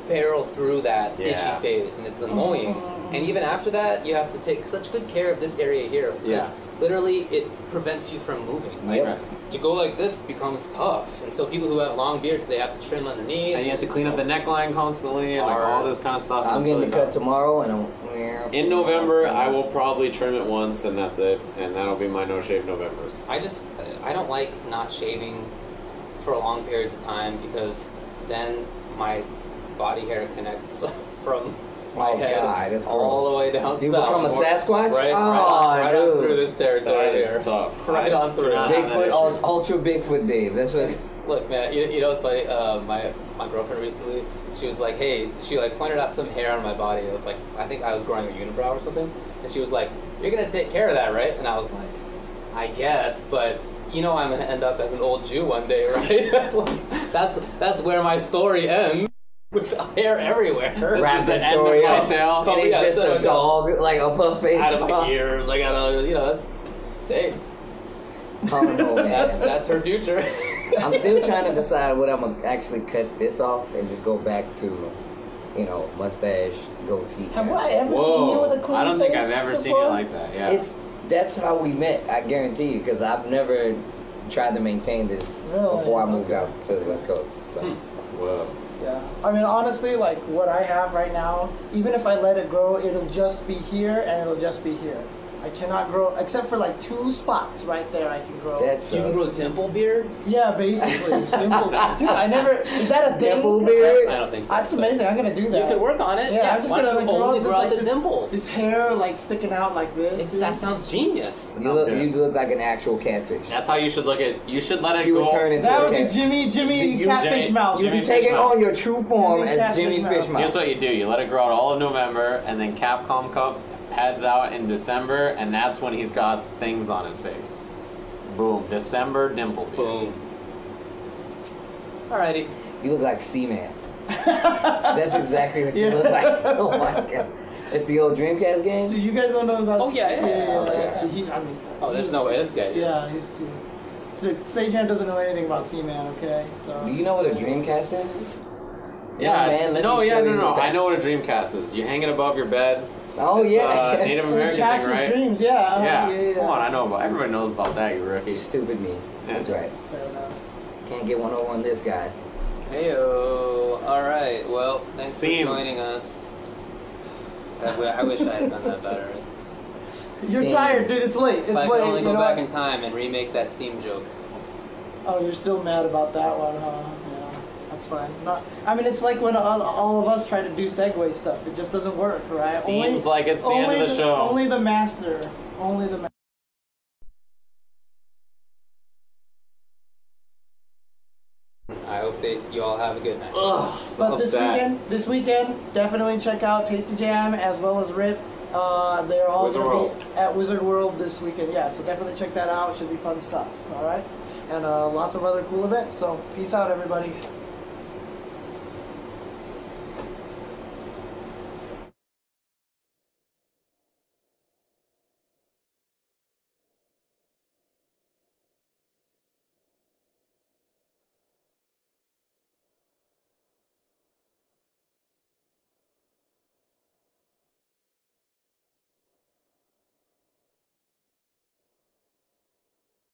S3: barrel through that
S1: Yeah.
S3: itchy phase, and it's annoying. And even after that, you have to take such good care of this area here because literally it prevents you from moving. Like,
S2: Yep.
S3: To go like this becomes tough, and so people who have long beards, they have to trim underneath.
S1: And you have to clean up the neckline constantly, and like
S3: hard.
S1: all this kind of stuff.
S2: I'm
S1: It's
S2: getting
S1: really
S2: the
S1: tough.
S2: cut tomorrow, and I'm
S15: In November, I will probably trim it once, and that's it. And that'll be my no shave November.
S3: I just I don't like not shaving for long periods of time because then my body hair connects from my
S2: Oh,
S3: head
S2: God, that's
S3: all
S2: gross.
S3: the way down
S2: You
S3: south.
S2: become a Sasquatch?
S3: Right, right, on,
S2: Oh,
S3: right on
S2: dude.
S3: through this territory
S15: That is
S3: here.
S15: tough.
S3: Right on through.
S1: not have
S2: Bigfoot, ul- ultra Bigfoot Dave. That's what.
S3: Look, man, you, you know it's funny. Uh, my my girlfriend recently, she was like, "Hey," she like pointed out some hair on my body. It was like I think I was growing a unibrow or something, and she was like, "You're gonna take care of that, right?" And I was like, "I guess, but you know I'm gonna end up as an old Jew one day, right?" Like, that's that's where my story ends with hair everywhere.
S2: wrap the
S1: the end
S2: story
S1: of my
S2: up.
S1: tale.
S2: And it's
S3: Oh, Yeah,
S2: just
S3: so
S2: a
S3: it's
S2: dog, like a puppy.
S3: out of my ears, I got all you know. That's dang.
S2: Oh, no,
S3: That's
S2: man.
S3: that's her future.
S2: I'm still trying to decide what I'm gonna actually cut this off and just go back to, you know, mustache, goatee.
S4: Have I ever seen you
S1: Whoa!
S4: with a clean
S1: I don't think
S4: face
S1: I've ever
S4: before?
S1: seen it like that. Yeah.
S2: It's that's how we met. I guarantee you, because I've never tried to maintain this
S4: Really?
S2: before I moved
S4: Okay.
S2: out to the West Coast. So
S3: Hmm.
S15: Whoa.
S4: Yeah. I mean, honestly, like what I have right now, even if I let it grow, it'll just be here and it'll just be here. I cannot grow except for like two spots right there. I can grow.
S2: that's uh,
S3: you can grow dimple beard.
S4: yeah, basically. dimple. Dude, I never. Is that a thing?
S2: Dimple
S3: I
S2: beard.
S3: don't think so.
S4: That's amazing. I'm gonna do that.
S3: You could work on it.
S4: Yeah, I'm just
S3: why
S4: gonna
S3: don't
S4: like
S3: you
S4: grow
S3: only
S4: out this,
S3: grow out
S4: like,
S3: the
S4: this,
S3: dimples.
S4: This hair like sticking out like this.
S3: It's,
S4: dude.
S3: that sounds genius.
S2: You look,
S1: good.
S2: you look like an actual catfish.
S1: That's how you should look at. You should let it
S2: You
S1: go.
S2: would turn into
S4: That
S2: a
S4: would be
S2: catfish.
S4: Jimmy, Jimmy
S2: You-
S4: catfish
S1: Jimmy-
S4: mouth.
S1: Jimmy-
S2: You take it
S1: Fishmouth.
S2: on your true form
S4: Jimmy
S2: as
S4: Catfish
S2: Jimmy
S4: Mouth.
S1: Here's
S2: Fishmouth.
S1: what you do: you let it grow out all of November, and then Capcom Cup heads out in December, and that's when he's got things on his face. Boom! December dimple beard.
S3: Boom. Alrighty.
S2: You look like Seaman. That's exactly what you look like. Oh my god. It's the old Dreamcast game?
S4: Dude, you guys don't know about.
S3: Oh, yeah, yeah, yeah, yeah.
S4: He, I mean,
S3: Oh, there's no way this guy.
S4: Yeah, he's too. Dude, Sajan doesn't know anything about Seaman, okay? So
S2: Do you know what a Dreamcast is?
S1: Yeah.
S2: Young
S1: it's-
S2: man, let
S1: no.
S2: me
S1: Yeah.
S2: show
S1: No.
S2: you
S1: No.
S2: the-
S1: I know what a Dreamcast is. You hang it above your bed.
S2: Oh
S1: It's,
S2: yeah.
S1: uh, Native American
S4: Catches
S1: thing, right?
S4: dreams, yeah.
S1: Yeah.
S4: Oh, yeah, yeah.
S1: Come on. I know about. Everybody knows about that. You rookie.
S2: Stupid me. That's right.
S4: Fair enough.
S2: Can't get one over on this guy.
S3: Heyo. Alright. Well, thanks
S1: Seem.
S3: for joining us. I, w- I wish I had done that better. It's just,
S4: You're
S2: Damn.
S4: tired, dude. It's late. It's
S3: if I could
S4: late.
S3: only
S4: you
S3: go
S4: know
S3: back
S4: what?
S3: in time and remake that seam joke.
S4: Oh, you're still mad about that one, huh? Yeah, that's fine. Not. I mean, it's like when all, all of us try to do segue stuff. It just doesn't work, right?
S1: Seems like it's the end of
S4: only
S1: the show.
S4: Only the master. Only the. Ma-
S3: I hope that you all have a good night.
S4: But
S1: How's
S4: this
S1: that?
S4: weekend, this weekend, definitely check out Tasty Jam as well as Rip. Uh, they're all
S1: Wizard
S4: gonna
S1: World.
S4: be at Wizard World this weekend. Yeah, so definitely check that out. Should be fun stuff. All right, and uh, lots of other cool events. So peace out, everybody.